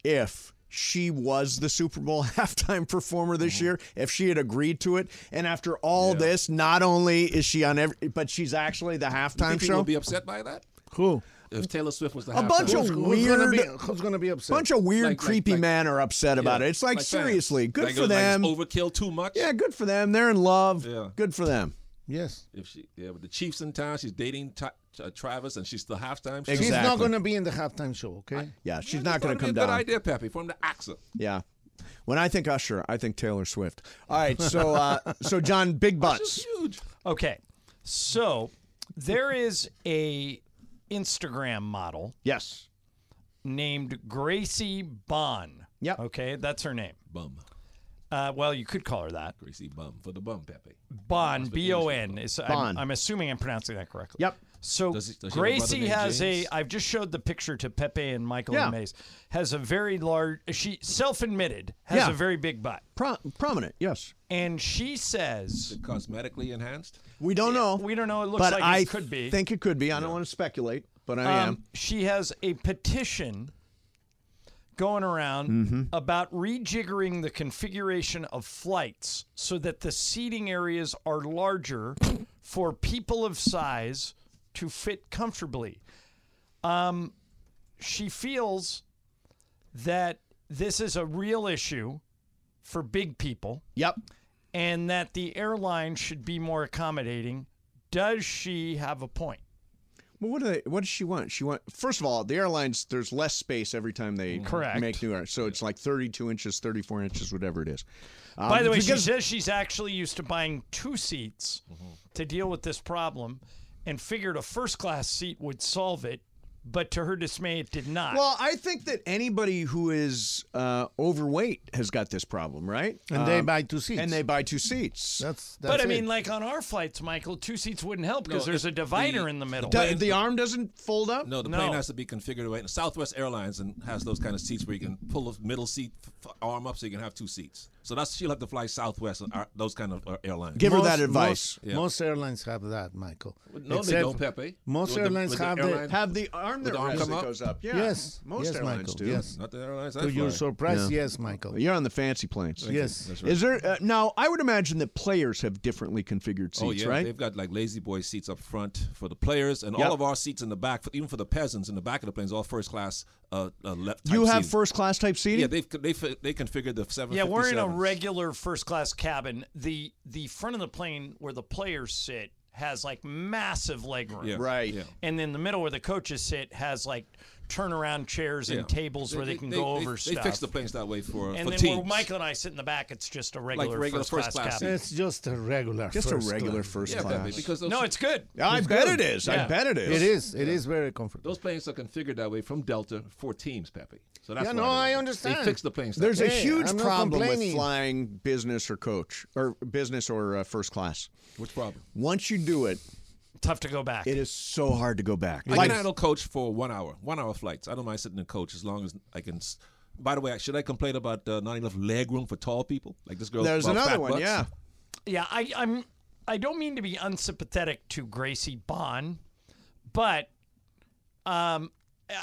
[SPEAKER 1] if she was the Super Bowl halftime performer
[SPEAKER 4] Mm-hmm.
[SPEAKER 1] this year, if she had agreed to it, and after all this, not only is she on every, but she's actually the halftime
[SPEAKER 4] Think people
[SPEAKER 1] show.
[SPEAKER 4] would be upset by that
[SPEAKER 5] Who?
[SPEAKER 4] if Taylor Swift was the
[SPEAKER 1] A bunch
[SPEAKER 4] halftime
[SPEAKER 5] Who's,
[SPEAKER 1] of
[SPEAKER 4] show.
[SPEAKER 5] who's gonna be?
[SPEAKER 1] Weird-
[SPEAKER 5] Who's gonna be upset?
[SPEAKER 1] bunch of weird,
[SPEAKER 4] Like- like-
[SPEAKER 1] creepy
[SPEAKER 4] like-
[SPEAKER 1] men are upset about
[SPEAKER 4] Yeah,
[SPEAKER 1] it. It's like,
[SPEAKER 4] fans.
[SPEAKER 1] seriously, good
[SPEAKER 4] Like,
[SPEAKER 1] for
[SPEAKER 4] like,
[SPEAKER 1] them.
[SPEAKER 4] it's overkill too much.
[SPEAKER 1] yeah, good for them. They're in love.
[SPEAKER 4] Yeah.
[SPEAKER 1] Good for them.
[SPEAKER 5] yes.
[SPEAKER 4] If she, yeah, with the Chiefs in town, she's dating Ti- uh, Travis, and she's the halftime. show.
[SPEAKER 5] She's
[SPEAKER 1] Exactly.
[SPEAKER 5] not gonna be in the halftime show. Okay.
[SPEAKER 1] Yeah, she's
[SPEAKER 4] I just
[SPEAKER 1] not going
[SPEAKER 4] thought
[SPEAKER 1] to come
[SPEAKER 4] it'd be a
[SPEAKER 1] down.
[SPEAKER 4] Good idea, Peppy, from the AXA.
[SPEAKER 1] Yeah. When I think Usher, I think Taylor Swift. All right, so uh, so John, big
[SPEAKER 4] It's
[SPEAKER 1] butts.
[SPEAKER 4] huge.
[SPEAKER 2] Okay. So there is a Instagram model
[SPEAKER 1] Yes.
[SPEAKER 2] named Gracie Bon.
[SPEAKER 1] Yep.
[SPEAKER 2] Okay, that's her name.
[SPEAKER 4] Bum,
[SPEAKER 2] Uh, well, you could call her that.
[SPEAKER 4] greasy bum for the bum, Peppy.
[SPEAKER 2] Bon, B O N. Is
[SPEAKER 1] Bon.
[SPEAKER 2] I'm, I'm assuming I'm pronouncing that correctly.
[SPEAKER 1] Yep.
[SPEAKER 2] So
[SPEAKER 4] Does it- does she have a brother
[SPEAKER 2] Gracie
[SPEAKER 4] named
[SPEAKER 2] has
[SPEAKER 4] James?
[SPEAKER 2] a. I've just showed the picture to Pepe and Michael
[SPEAKER 1] Yeah.
[SPEAKER 2] and Mace. Has a very large. She self-admitted has
[SPEAKER 1] Yeah.
[SPEAKER 2] a very big butt,
[SPEAKER 1] Pro- prominent. Yes.
[SPEAKER 2] and she says
[SPEAKER 4] Cosmetically enhanced.
[SPEAKER 1] We don't know.
[SPEAKER 2] we don't know. It looks
[SPEAKER 1] but
[SPEAKER 2] like
[SPEAKER 1] I
[SPEAKER 2] it could be.
[SPEAKER 1] think
[SPEAKER 4] Um,
[SPEAKER 1] it could be. I don't want to speculate, but I
[SPEAKER 2] Um,
[SPEAKER 1] am.
[SPEAKER 2] She has a petition going around
[SPEAKER 1] Mhm.
[SPEAKER 2] about rejiggering the configuration of flights so that the seating areas are larger for people of size to fit comfortably. Um, she feels that this is a real issue for big people.
[SPEAKER 1] Yep.
[SPEAKER 2] And that the airline should be more accommodating. Does she have a point?
[SPEAKER 1] Well, what do they? What does she want? She want first of all, the airlines. There's less space every time they
[SPEAKER 2] Mm-hmm. Correct.
[SPEAKER 1] make new airlines, so it's like 32 inches, 34 inches, whatever it is. Um,
[SPEAKER 2] By the way, she
[SPEAKER 1] because-
[SPEAKER 2] says she's actually used to buying two seats
[SPEAKER 4] Mm-hmm.
[SPEAKER 2] to deal with this problem and figured a first class seat would solve it, but to her dismay, it did not.
[SPEAKER 1] Well, I think that anybody who is uh, overweight has got this problem, right? Um,
[SPEAKER 5] And they buy two seats.
[SPEAKER 1] And they buy two seats.
[SPEAKER 5] That's,
[SPEAKER 2] but I mean, like on our flights, Michael, two seats wouldn't help because
[SPEAKER 4] No,
[SPEAKER 2] there's
[SPEAKER 4] if
[SPEAKER 2] a divider
[SPEAKER 4] the-
[SPEAKER 2] in the middle.
[SPEAKER 4] the- the
[SPEAKER 1] arm doesn't fold up.
[SPEAKER 4] No, the
[SPEAKER 2] No.
[SPEAKER 4] plane has to be configured right. Southwest Airlines and has those kind of seats where you can pull a middle seat f- arm up so you can have two seats. So that's she'll have to fly Southwest and uh, those kind of uh, airlines.
[SPEAKER 5] Most- Most,
[SPEAKER 4] Yeah.
[SPEAKER 5] most airlines have that, Michael.
[SPEAKER 4] No, they don't, Pepe.
[SPEAKER 5] Most
[SPEAKER 4] With the-
[SPEAKER 5] airlines
[SPEAKER 4] with the
[SPEAKER 5] have the,
[SPEAKER 4] airline-
[SPEAKER 1] Have the arm
[SPEAKER 4] With
[SPEAKER 1] that
[SPEAKER 4] the arm
[SPEAKER 1] rises
[SPEAKER 4] come
[SPEAKER 1] that
[SPEAKER 4] up?
[SPEAKER 1] goes up. Yeah.
[SPEAKER 5] Yes.
[SPEAKER 1] Most
[SPEAKER 5] Yes,
[SPEAKER 1] airlines
[SPEAKER 5] Michael.
[SPEAKER 1] do.
[SPEAKER 5] Yes.
[SPEAKER 4] Not the airlines. I
[SPEAKER 5] To your
[SPEAKER 4] fly.
[SPEAKER 5] surprise, yes, Michael.
[SPEAKER 1] You're on the fancy planes.
[SPEAKER 4] Thank you. Yes. That's right.
[SPEAKER 1] Is there uh, now? I would imagine that players have differently configured seats,
[SPEAKER 4] oh yeah,
[SPEAKER 1] right?
[SPEAKER 4] they've got like lazy boy seats up front for the players, and
[SPEAKER 1] Yep.
[SPEAKER 4] all of our seats in the back, for, even for the peasants in the back of the planes, all first class uh, uh, left.
[SPEAKER 1] you
[SPEAKER 4] type
[SPEAKER 1] have
[SPEAKER 4] seating.
[SPEAKER 1] first class type seating.
[SPEAKER 4] Yeah, they've they fi- they configured the seven.
[SPEAKER 2] yeah, we're in a regular first class cabin. The the front of the plane where the players sit has like massive legroom.
[SPEAKER 4] Yeah. Right. Yeah.
[SPEAKER 2] And then the middle where the coaches sit has like turnaround chairs
[SPEAKER 4] Yeah.
[SPEAKER 2] and tables where they, can go over
[SPEAKER 4] they,
[SPEAKER 2] stuff.
[SPEAKER 4] They fixed the planes that way for
[SPEAKER 2] and
[SPEAKER 4] for
[SPEAKER 2] then
[SPEAKER 4] teams.
[SPEAKER 2] where Michael and I sit in the back, it's just a regular,
[SPEAKER 4] regular
[SPEAKER 2] first,
[SPEAKER 4] first
[SPEAKER 2] class,
[SPEAKER 4] class
[SPEAKER 2] cabin.
[SPEAKER 5] It's just a regular
[SPEAKER 1] Just a
[SPEAKER 5] first
[SPEAKER 1] regular
[SPEAKER 5] class.
[SPEAKER 1] first
[SPEAKER 4] Yeah,
[SPEAKER 1] class.
[SPEAKER 4] Pepe, because those,
[SPEAKER 2] No, it's good.
[SPEAKER 1] I
[SPEAKER 5] It's
[SPEAKER 1] bet
[SPEAKER 5] good.
[SPEAKER 1] it is.
[SPEAKER 2] Yeah.
[SPEAKER 1] I bet it is.
[SPEAKER 5] It is. It is very comfortable.
[SPEAKER 4] Those planes are configured that way from Delta for teams, Pepe. So that's
[SPEAKER 5] Yeah,
[SPEAKER 4] why
[SPEAKER 5] no,
[SPEAKER 4] they-
[SPEAKER 5] I
[SPEAKER 4] They
[SPEAKER 5] understand.
[SPEAKER 4] fixed the planes. that
[SPEAKER 1] There's a
[SPEAKER 4] way.
[SPEAKER 5] Hey,
[SPEAKER 1] huge
[SPEAKER 5] I'm not
[SPEAKER 1] problem with
[SPEAKER 5] complaining.
[SPEAKER 1] flying business or coach or business or uh, first class.
[SPEAKER 4] Which problem?
[SPEAKER 1] Once you do it,
[SPEAKER 2] Tough to go back.
[SPEAKER 1] it is so hard to go back.
[SPEAKER 4] I
[SPEAKER 1] Like-
[SPEAKER 4] can handle coach for one hour, one hour flights. I don't mind sitting in coach as long as I can. s- By the way, should I complain about uh, not enough leg room for tall people? Like this girl.
[SPEAKER 1] there's
[SPEAKER 4] about
[SPEAKER 1] another
[SPEAKER 4] fat
[SPEAKER 1] one.
[SPEAKER 4] butts?
[SPEAKER 1] Yeah.
[SPEAKER 2] Yeah, I, I'm. I don't mean to be unsympathetic to Gracie Bond, but um, uh,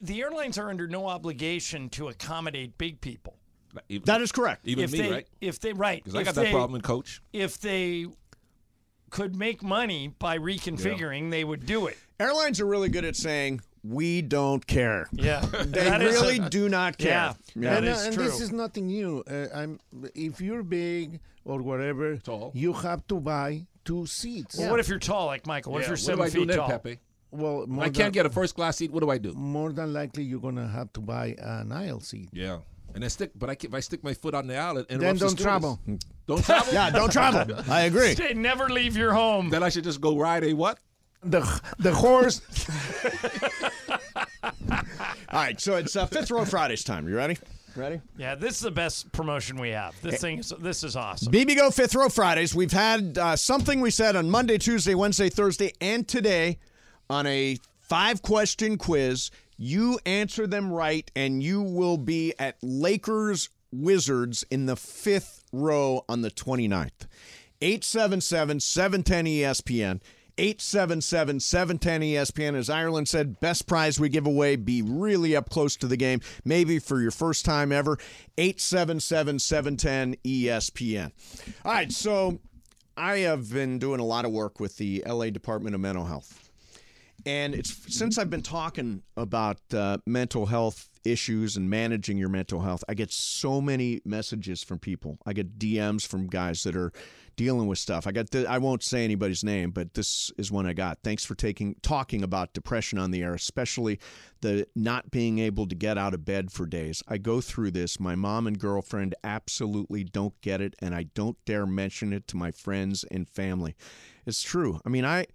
[SPEAKER 2] the airlines are under no obligation to accommodate big people.
[SPEAKER 4] Like, even-
[SPEAKER 1] That is correct.
[SPEAKER 4] even
[SPEAKER 2] if
[SPEAKER 4] me,
[SPEAKER 2] they,
[SPEAKER 4] right?
[SPEAKER 2] If they right,
[SPEAKER 4] Because I
[SPEAKER 2] if
[SPEAKER 4] got that
[SPEAKER 2] they-
[SPEAKER 4] problem in coach.
[SPEAKER 2] If they could make money by reconfiguring, they would do it.
[SPEAKER 1] Airlines are really good at saying, we don't care.
[SPEAKER 2] Yeah,
[SPEAKER 1] They really do not care.
[SPEAKER 2] Yeah, that
[SPEAKER 5] and,
[SPEAKER 2] is
[SPEAKER 5] uh, and
[SPEAKER 2] true.
[SPEAKER 5] this is nothing new. Uh, I'm, if you're big or whatever,
[SPEAKER 4] Tall.
[SPEAKER 5] you have to buy two seats.
[SPEAKER 2] well, what if you're tall, like Michael? What if
[SPEAKER 4] Yeah, what
[SPEAKER 2] you're seven
[SPEAKER 4] do I do
[SPEAKER 2] feet
[SPEAKER 4] then,
[SPEAKER 2] tall?
[SPEAKER 4] Pepe?
[SPEAKER 5] Well, more
[SPEAKER 4] I
[SPEAKER 5] than-
[SPEAKER 4] can't get a first class seat. What do I do?
[SPEAKER 5] More than likely, you're gonna have to buy an aisle seat.
[SPEAKER 4] Yeah. And I stick, but I can, if I stick my foot on the aisle, it interrupts
[SPEAKER 5] Then
[SPEAKER 4] the
[SPEAKER 5] don't
[SPEAKER 4] stewardess.
[SPEAKER 5] travel.
[SPEAKER 4] Don't travel.
[SPEAKER 1] Yeah, don't travel. I agree.
[SPEAKER 2] Stay, never leave your home.
[SPEAKER 4] Then I should just go ride a what?
[SPEAKER 5] The the horse.
[SPEAKER 1] All right, so it's uh, fifth row Fridays time. You ready? Ready?
[SPEAKER 2] Yeah, this is the best promotion we have.
[SPEAKER 4] Eh.
[SPEAKER 2] This thing is this is awesome.
[SPEAKER 1] BB Go Fifth Row Fridays. We've had uh, something we said on Monday, Tuesday, Wednesday, Thursday, and today on a five question quiz. You answer them right, and you will be at Lakers Wizards in the fifth row on the 29th. 877 710 ESPN. 877 710 ESPN. As Ireland said, best prize we give away. Be really up close to the game, maybe for your first time ever. 877 710 ESPN. All right, so I have been doing a lot of work with the LA Department of Mental Health. And it's since I've been talking about uh, mental health issues and managing your mental health, I get so many messages from people. I get DMs from guys that are dealing with stuff. I got the, I won't say anybody's name, but this is one I got. Thanks for taking talking about depression on the air, especially the not being able to get out of bed for days. I go through this. My mom and girlfriend absolutely don't get it, and I don't dare mention it to my friends and family. It's true. I mean, I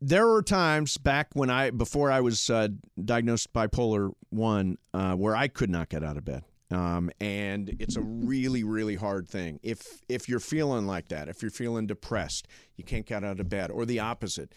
[SPEAKER 1] there were times back when I before I was uh, diagnosed bipolar one uh, where I could not get out of bed. Um, and it's a really, really hard thing. If if you're feeling like that, if you're feeling depressed, you can't get out of bed, or the opposite,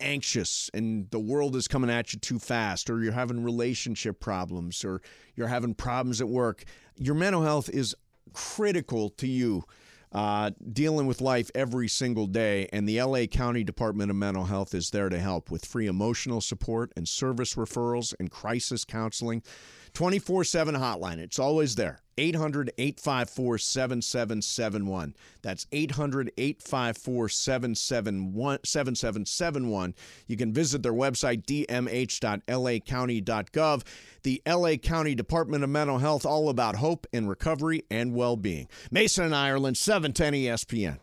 [SPEAKER 1] anxious and the world is coming at you too fast, or you're having relationship problems, or you're having problems at work, your mental health is critical to you uh, dealing with life every single day. And the LA County Department of Mental Health is there to help with free emotional support and service referrals and crisis counseling. 24 7 hotline. It's always there. 800 854 7771. That's 800 854 7771. You can visit their website, dmh.lacounty.gov. The LA County Department of Mental Health, all about hope and recovery and well being. Mason and Ireland, E 710 ESPN.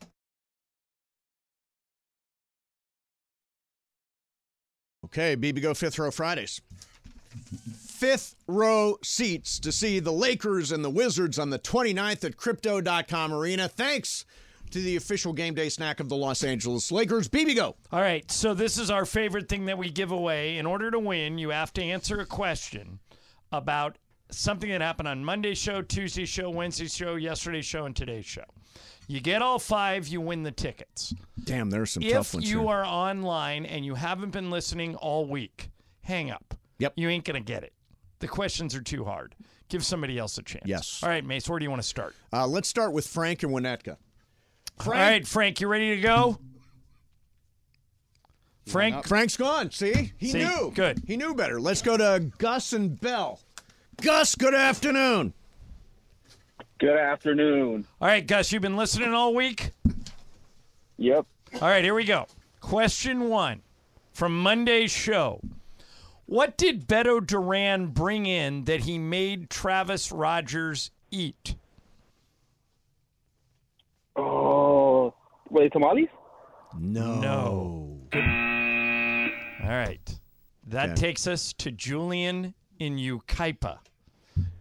[SPEAKER 1] Okay, BB Go Fifth Row Fridays. Fifth row seats to see the Lakers and the Wizards on the 29th at Crypto.com Arena. Thanks to the official game day snack of the Los Angeles Lakers. BB Go.
[SPEAKER 2] All right, so this is our favorite thing that we give away. In order to win, you have to answer a question about something that happened on Monday's show, Tuesday's show, Wednesday's show, yesterday's show, and today's show. You get all five, you win the tickets.
[SPEAKER 1] Damn, there's some tough
[SPEAKER 2] if
[SPEAKER 1] ones
[SPEAKER 2] you
[SPEAKER 1] here.
[SPEAKER 2] are online and you haven't been listening all week, hang up.
[SPEAKER 1] Yep.
[SPEAKER 2] You ain't going to get it. The questions are too hard. Give somebody else a chance.
[SPEAKER 1] Yes.
[SPEAKER 2] All right, Mace, where do you want to start?
[SPEAKER 1] Uh, let's start with Frank and Winnetka.
[SPEAKER 2] All right, Frank, you ready to go? Frank,
[SPEAKER 1] Frank's gone. See, he
[SPEAKER 2] See?
[SPEAKER 1] knew.
[SPEAKER 2] Good.
[SPEAKER 1] He knew better. Let's go to Gus and Bell. Gus, good afternoon.
[SPEAKER 12] Good afternoon.
[SPEAKER 2] All right, Gus, you've been listening all week?
[SPEAKER 12] Yep.
[SPEAKER 2] All right, here we go. Question one from Monday's show. What did Beto Duran bring in that he made Travis Rogers eat?
[SPEAKER 12] Oh, were they tamales?
[SPEAKER 1] No.
[SPEAKER 2] No. All right. That
[SPEAKER 12] Okay.
[SPEAKER 2] takes us to Julian in Ukaipa.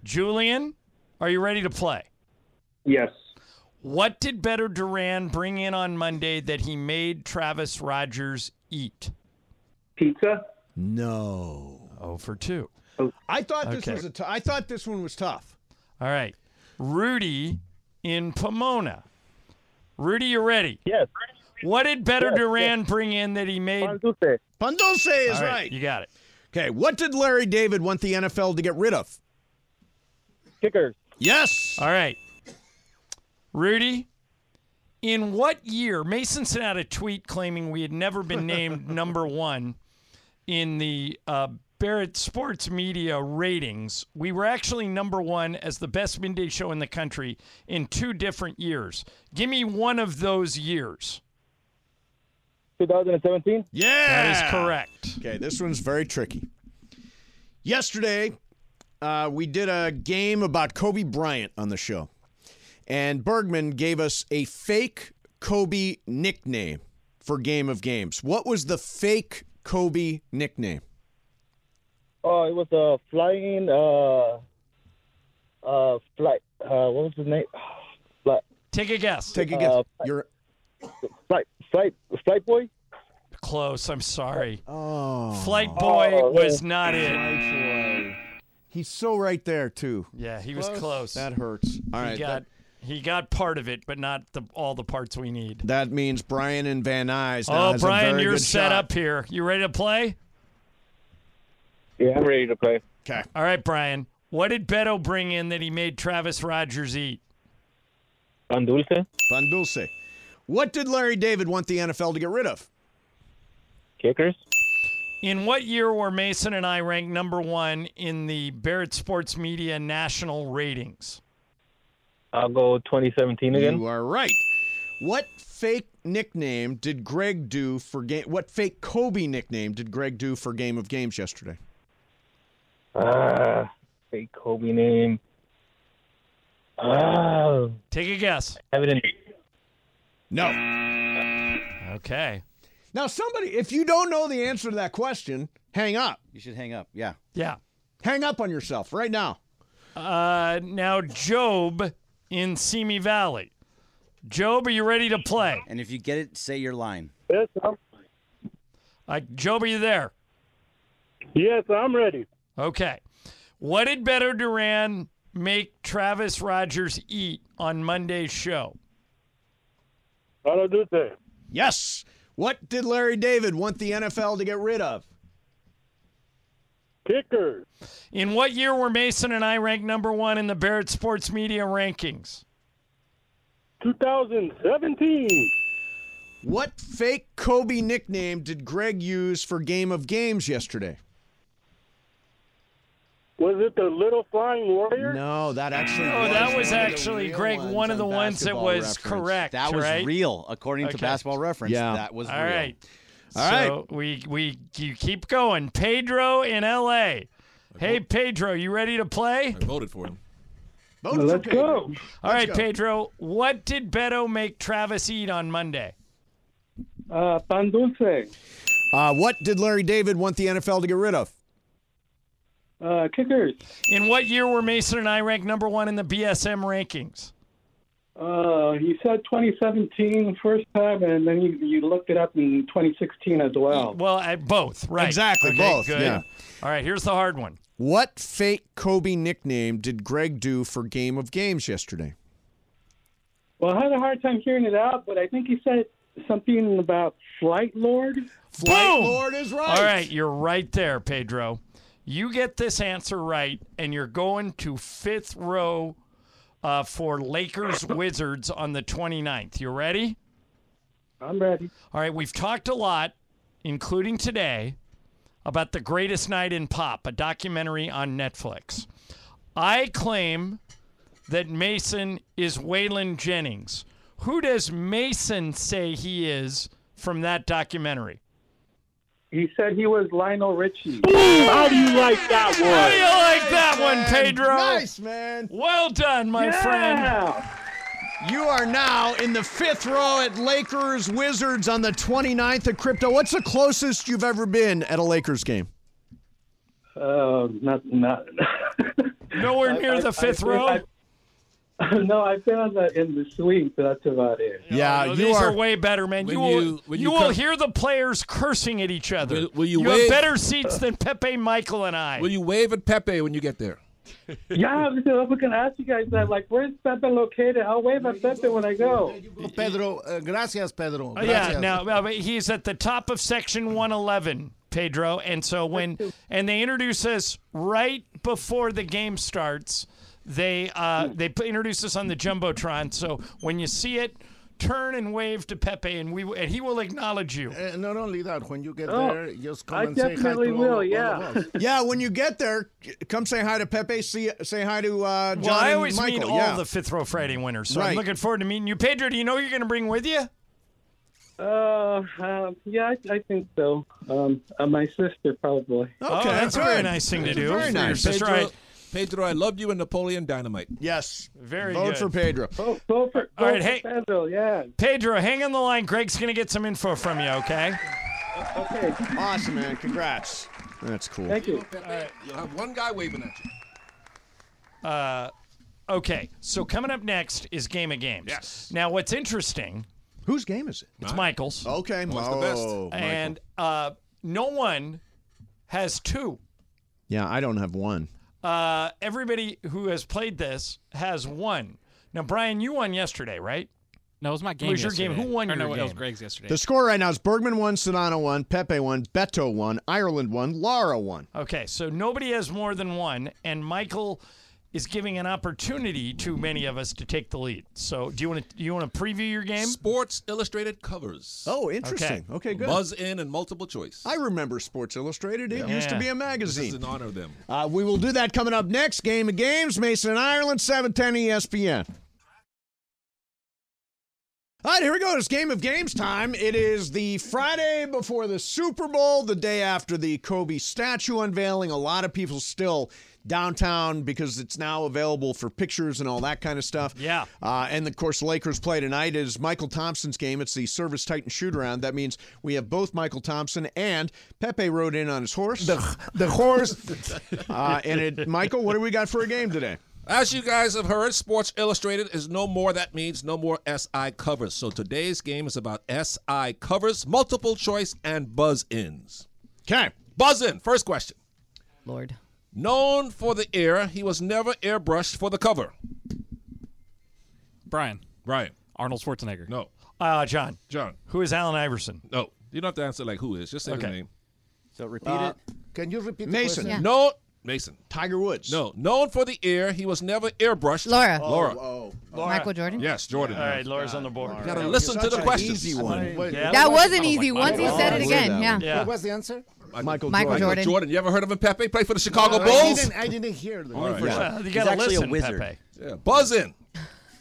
[SPEAKER 2] Julian, are you ready to play?
[SPEAKER 12] Yes.
[SPEAKER 2] What did Beto Duran bring in on Monday that he made Travis Rogers eat?
[SPEAKER 12] Pizza?
[SPEAKER 1] No.
[SPEAKER 2] Oh, for two.
[SPEAKER 1] I thought this
[SPEAKER 2] Okay.
[SPEAKER 1] was a. T- I thought this one was tough.
[SPEAKER 2] All right. Rudy in Pomona. Rudy, you ready?
[SPEAKER 12] Yes.
[SPEAKER 2] What did Better
[SPEAKER 1] Yes,
[SPEAKER 2] Duran
[SPEAKER 1] yes.
[SPEAKER 2] bring in that he made?
[SPEAKER 12] Pandulce.
[SPEAKER 1] Pandulce is
[SPEAKER 2] All
[SPEAKER 1] right.
[SPEAKER 2] right, You got it.
[SPEAKER 1] Okay. What did Larry David want the NFL to get rid of?
[SPEAKER 12] Kickers.
[SPEAKER 1] Yes.
[SPEAKER 2] All right. Rudy, in what year? Mason sent out a tweet claiming we had never been named number one in the uh, Barrett Sports Media ratings. We were actually number one as the best midday show in the country in two different years. Give me one of those years.
[SPEAKER 12] 2017?
[SPEAKER 1] Yeah.
[SPEAKER 2] That is correct.
[SPEAKER 1] Okay. This one's very tricky. Yesterday, uh, we did a game about Kobe Bryant on the show, and Bergman gave us a fake Kobe nickname for Game of Games. What was the fake Kobe nickname?
[SPEAKER 12] Oh, it was a flying, uh, uh, flight. Uh, what was his name? Flight. Uh,
[SPEAKER 2] Take a guess.
[SPEAKER 1] Take a guess. You're
[SPEAKER 12] flight, flight, flight boy.
[SPEAKER 2] Close. I'm sorry.
[SPEAKER 1] Oh.
[SPEAKER 2] Flight Boy
[SPEAKER 12] Oh,
[SPEAKER 2] was
[SPEAKER 12] yeah.
[SPEAKER 2] not it.
[SPEAKER 1] Boy. He's so right there too.
[SPEAKER 2] Yeah, he was close.
[SPEAKER 1] That hurts. All right.
[SPEAKER 2] he got he got part of it, but not the, all the parts we need.
[SPEAKER 1] that, that means Brian and Van Nuys. now
[SPEAKER 2] Oh,
[SPEAKER 1] has a
[SPEAKER 2] Brian,
[SPEAKER 1] very
[SPEAKER 2] you're
[SPEAKER 1] good
[SPEAKER 2] set
[SPEAKER 1] shot.
[SPEAKER 2] up here. You ready to play?
[SPEAKER 12] Yeah, I'm ready to play.
[SPEAKER 1] Okay.
[SPEAKER 2] All right, Brian. What did Beto bring in that he made Travis Rogers eat?
[SPEAKER 12] Pandulce?
[SPEAKER 1] Pandulce. What did Larry David want the NFL to get rid of?
[SPEAKER 12] Kickers?
[SPEAKER 2] In what year were Mason and I ranked number one in the Barrett Sports Media national ratings?
[SPEAKER 12] I'll go 2017 again.
[SPEAKER 1] You are right. What fake nickname did Greg do for game? What fake Kobe nickname did Greg do for Game of Games yesterday?
[SPEAKER 12] Ah, fake Kobe name. Ah,
[SPEAKER 2] Take a guess.
[SPEAKER 12] have it in.
[SPEAKER 1] No.
[SPEAKER 2] Okay.
[SPEAKER 1] Now, somebody, if you don't know the answer to that question, hang up.
[SPEAKER 3] You should hang up. Yeah.
[SPEAKER 2] Yeah.
[SPEAKER 1] Hang up on yourself right now.
[SPEAKER 2] Uh, now Job in Simi Valley. Job, are you ready to play?
[SPEAKER 3] And if you get it, say your line.
[SPEAKER 12] Yes, I'm,
[SPEAKER 2] Uh, Job, are you there?
[SPEAKER 12] yes, I'm ready.
[SPEAKER 2] Okay. What did Beto Duran make Travis Rogers eat on Monday's show?
[SPEAKER 12] Pandulce.
[SPEAKER 1] Yes. What did Larry David want the NFL to get rid of?
[SPEAKER 12] Kickers.
[SPEAKER 2] In what year were Mason and I ranked number one in the Barrett Sports Media rankings?
[SPEAKER 12] 2017.
[SPEAKER 1] What fake Kobe nickname did Greg use for Game of Games yesterday?
[SPEAKER 12] Was it the little flying warrior?
[SPEAKER 1] No, that actually.
[SPEAKER 3] Oh,
[SPEAKER 2] No, that was actually Greg. One of the ones that was correct.
[SPEAKER 3] That was
[SPEAKER 2] right?
[SPEAKER 3] real, according to
[SPEAKER 2] Okay.
[SPEAKER 3] Basketball Reference. That was
[SPEAKER 2] All
[SPEAKER 3] real.
[SPEAKER 2] right.
[SPEAKER 3] All
[SPEAKER 2] so we we you keep going. Pedro in L.A. Hey Pedro, you ready to play? I
[SPEAKER 4] voted for him.
[SPEAKER 1] Vote for Let's Pedro. go.
[SPEAKER 2] All
[SPEAKER 1] Let's
[SPEAKER 2] right,
[SPEAKER 1] go.
[SPEAKER 2] Pedro. What did Beto make Travis eat on Monday?
[SPEAKER 12] Uh, pan dulce.
[SPEAKER 1] Uh, what did Larry David want the NFL to get rid of?
[SPEAKER 12] Uh, kickers.
[SPEAKER 2] In what year were Mason and I ranked number one in the BSM rankings?
[SPEAKER 12] Uh, you said 2017 first time, and then you, you looked it up in 2016 as well.
[SPEAKER 2] Well, uh, both, right?
[SPEAKER 1] Exactly,
[SPEAKER 2] Okay,
[SPEAKER 1] both,
[SPEAKER 2] Good.
[SPEAKER 1] yeah.
[SPEAKER 2] All right, here's the hard one.
[SPEAKER 1] What fake Kobe nickname did Greg do for Game of Games yesterday?
[SPEAKER 12] Well, I had a hard time hearing it out, but I think he said something about Flight Lord.
[SPEAKER 2] Boom! All right, you're right there, Pedro. You get this answer right, and you're going to fifth row uh, for Lakers Wizards on the 29th. You ready?
[SPEAKER 12] I'm ready.
[SPEAKER 2] All right, we've talked a lot, including today, about The Greatest Night in Pop, a documentary on Netflix. I claim that Mason is Waylon Jennings. Who does Mason say he is from that documentary?
[SPEAKER 12] He said he was Lionel Richie. Boom! How do you like that one?
[SPEAKER 2] How do you like that one, Pedro?
[SPEAKER 1] man.
[SPEAKER 2] Well done, my friend.
[SPEAKER 1] You are now in the fifth row at Lakers Wizards on the 29th of crypto. What's the closest you've ever been at a Lakers game?
[SPEAKER 12] Uh, not not.
[SPEAKER 2] Nowhere near the fifth row?
[SPEAKER 12] no, I've been on the, in the suite, but that's about it.
[SPEAKER 1] Yeah,
[SPEAKER 2] No, Oh, these are, way better, man. You,
[SPEAKER 12] When
[SPEAKER 2] will,
[SPEAKER 12] you-
[SPEAKER 2] you,
[SPEAKER 12] when you
[SPEAKER 2] will
[SPEAKER 12] come-
[SPEAKER 2] hear the players cursing at each other.
[SPEAKER 4] Will- will you
[SPEAKER 2] have
[SPEAKER 4] wave-
[SPEAKER 2] better seats than Pepe, Michael, and I.
[SPEAKER 4] Will you wave at Pepe when you get there?
[SPEAKER 12] yeah, I was I was gonna ask you guys that. Like, where's Pepe located? I'll wave at Pepe when I go.
[SPEAKER 5] Pedro, uh, gracias, Pedro.
[SPEAKER 2] Oh, yeah,
[SPEAKER 5] gracias.
[SPEAKER 2] now uh, but he's at the top of section 111, Pedro. And so when and they introduce us right before the game starts, they uh, they p- introduce us on the jumbotron. So when you see it, turn and wave to Pepe, and we w- and he will acknowledge you.
[SPEAKER 5] Uh, not only that, when you get
[SPEAKER 1] Oh,
[SPEAKER 5] there, just come
[SPEAKER 1] I
[SPEAKER 5] and say hi to
[SPEAKER 1] definitely
[SPEAKER 5] all-
[SPEAKER 1] will,
[SPEAKER 5] all of
[SPEAKER 1] yeah.
[SPEAKER 5] us.
[SPEAKER 1] yeah, when you get there, c- come say hi to Pepe. See, say hi to uh, John
[SPEAKER 2] well, I
[SPEAKER 1] and
[SPEAKER 2] always
[SPEAKER 1] Michael.
[SPEAKER 2] meet all
[SPEAKER 1] yeah.
[SPEAKER 2] the fifth row Friday winners, so I'm
[SPEAKER 1] Right.
[SPEAKER 2] looking forward to meeting you, Pedro. Do you know who you're going to bring with you?
[SPEAKER 12] Uh, um, yeah, I, I think so. Um, uh, my sister probably.
[SPEAKER 2] Oh, that's a very nice thing to do. for Your sister,
[SPEAKER 4] Pedro,
[SPEAKER 2] All
[SPEAKER 4] Pedro, I love you and Napoleon Dynamite.
[SPEAKER 1] Yes.
[SPEAKER 2] Very
[SPEAKER 4] Vote
[SPEAKER 2] good.
[SPEAKER 4] for
[SPEAKER 1] Pedro.
[SPEAKER 12] Vote, vote for,
[SPEAKER 2] All
[SPEAKER 12] vote
[SPEAKER 2] right, hey,
[SPEAKER 12] for Pedro. Yeah.
[SPEAKER 2] Pedro, hang on the line. Greg's going to get some info from you, okay?
[SPEAKER 12] Okay.
[SPEAKER 1] Awesome, man. Congrats. That's cool.
[SPEAKER 4] Pepe, You'll have one guy waving at you.
[SPEAKER 2] Uh, okay, so coming up next is Game of Games. Yes. Now, what's interesting,
[SPEAKER 1] Whose game is it?
[SPEAKER 2] it's Michael's.
[SPEAKER 1] Okay,
[SPEAKER 2] Michael's
[SPEAKER 1] Michael. Oh, Michael.
[SPEAKER 2] And uh, no one has two.
[SPEAKER 1] Yeah, I don't have one.
[SPEAKER 2] Uh, everybody who has played this has one. Now, Brian, you won yesterday, right?
[SPEAKER 6] No, it was my
[SPEAKER 2] It
[SPEAKER 6] game
[SPEAKER 2] was your game.
[SPEAKER 6] yesterday.
[SPEAKER 2] Who won
[SPEAKER 6] Or
[SPEAKER 2] your
[SPEAKER 6] no, it
[SPEAKER 2] game?
[SPEAKER 6] was Greg's yesterday.
[SPEAKER 1] The score right now is Bergman one, Sedano one, Pepe one, Beto one, Ireland one, Lara one.
[SPEAKER 2] Okay, so nobody has more than one, and Michael is giving an opportunity to many of us to take the lead. So, do you want to do you want to preview your game?
[SPEAKER 4] Sports Illustrated covers.
[SPEAKER 1] Oh, interesting. Okay, good.
[SPEAKER 4] Buzz in and multiple choice.
[SPEAKER 1] I remember Sports Illustrated. It
[SPEAKER 4] Yeah.
[SPEAKER 1] used to be a
[SPEAKER 4] This
[SPEAKER 1] magazine.
[SPEAKER 4] is in honor of them.
[SPEAKER 1] Uh, we will do that coming up next. Game of Games, Mason and Ireland, E 710 ESPN. All right, here we go. It's Game of Games time. It is the Friday before the Super Bowl, the day after the Kobe statue unveiling. A lot of people still downtown because it's now available for pictures and all that kind of stuff.
[SPEAKER 2] Yeah.
[SPEAKER 1] Uh, and of course, the Lakers play tonight is Michael Thompson's game. It's the Service Titan shoot around. That means we have both Michael Thompson and Pepe rode in on his horse. The, the horse. uh, and it, Michael, what do we got for a game today?
[SPEAKER 4] As you guys have heard, Sports Illustrated is no more. That means no more SI covers. So today's game is about SI covers, multiple choice, and buzz ins.
[SPEAKER 1] Okay.
[SPEAKER 4] Buzz in. First question.
[SPEAKER 13] Lord.
[SPEAKER 4] Known for the air, he was never airbrushed for the cover.
[SPEAKER 6] Brian.
[SPEAKER 4] Brian.
[SPEAKER 6] Arnold Schwarzenegger.
[SPEAKER 4] No.
[SPEAKER 2] Uh, John.
[SPEAKER 4] John.
[SPEAKER 2] Who is Allen Iverson?
[SPEAKER 4] No. You don't have to answer like who is. Just say
[SPEAKER 2] Okay.
[SPEAKER 4] the name.
[SPEAKER 3] So
[SPEAKER 4] repeat
[SPEAKER 5] Uh, Can you repeat the
[SPEAKER 4] Mason.
[SPEAKER 5] question?
[SPEAKER 4] No. Mason.
[SPEAKER 1] Tiger Woods.
[SPEAKER 4] No. Known for the air, he was never airbrushed.
[SPEAKER 13] Laura.
[SPEAKER 4] Oh,
[SPEAKER 5] Oh,
[SPEAKER 4] Laura.
[SPEAKER 13] Laura. Michael Jordan?
[SPEAKER 4] Yes, Jordan.
[SPEAKER 2] All right, Laura's on the board.
[SPEAKER 4] You gotta listen to the questions.
[SPEAKER 1] easy one.
[SPEAKER 5] Oh,
[SPEAKER 13] That was an easy. Once he said it again, yeah.
[SPEAKER 5] What was the answer?
[SPEAKER 1] Michael
[SPEAKER 13] Michael
[SPEAKER 1] Jordan.
[SPEAKER 13] Jordan.
[SPEAKER 4] Jordan. You ever heard of him, Pepe? Play for the Chicago
[SPEAKER 5] No, I
[SPEAKER 4] Bulls?
[SPEAKER 5] didn't- I didn't hear them.
[SPEAKER 4] All
[SPEAKER 5] Only for
[SPEAKER 4] yeah.
[SPEAKER 5] Chicago. You He's gotta actually a listen, wizard. Pepe.
[SPEAKER 4] Yeah, buzz in.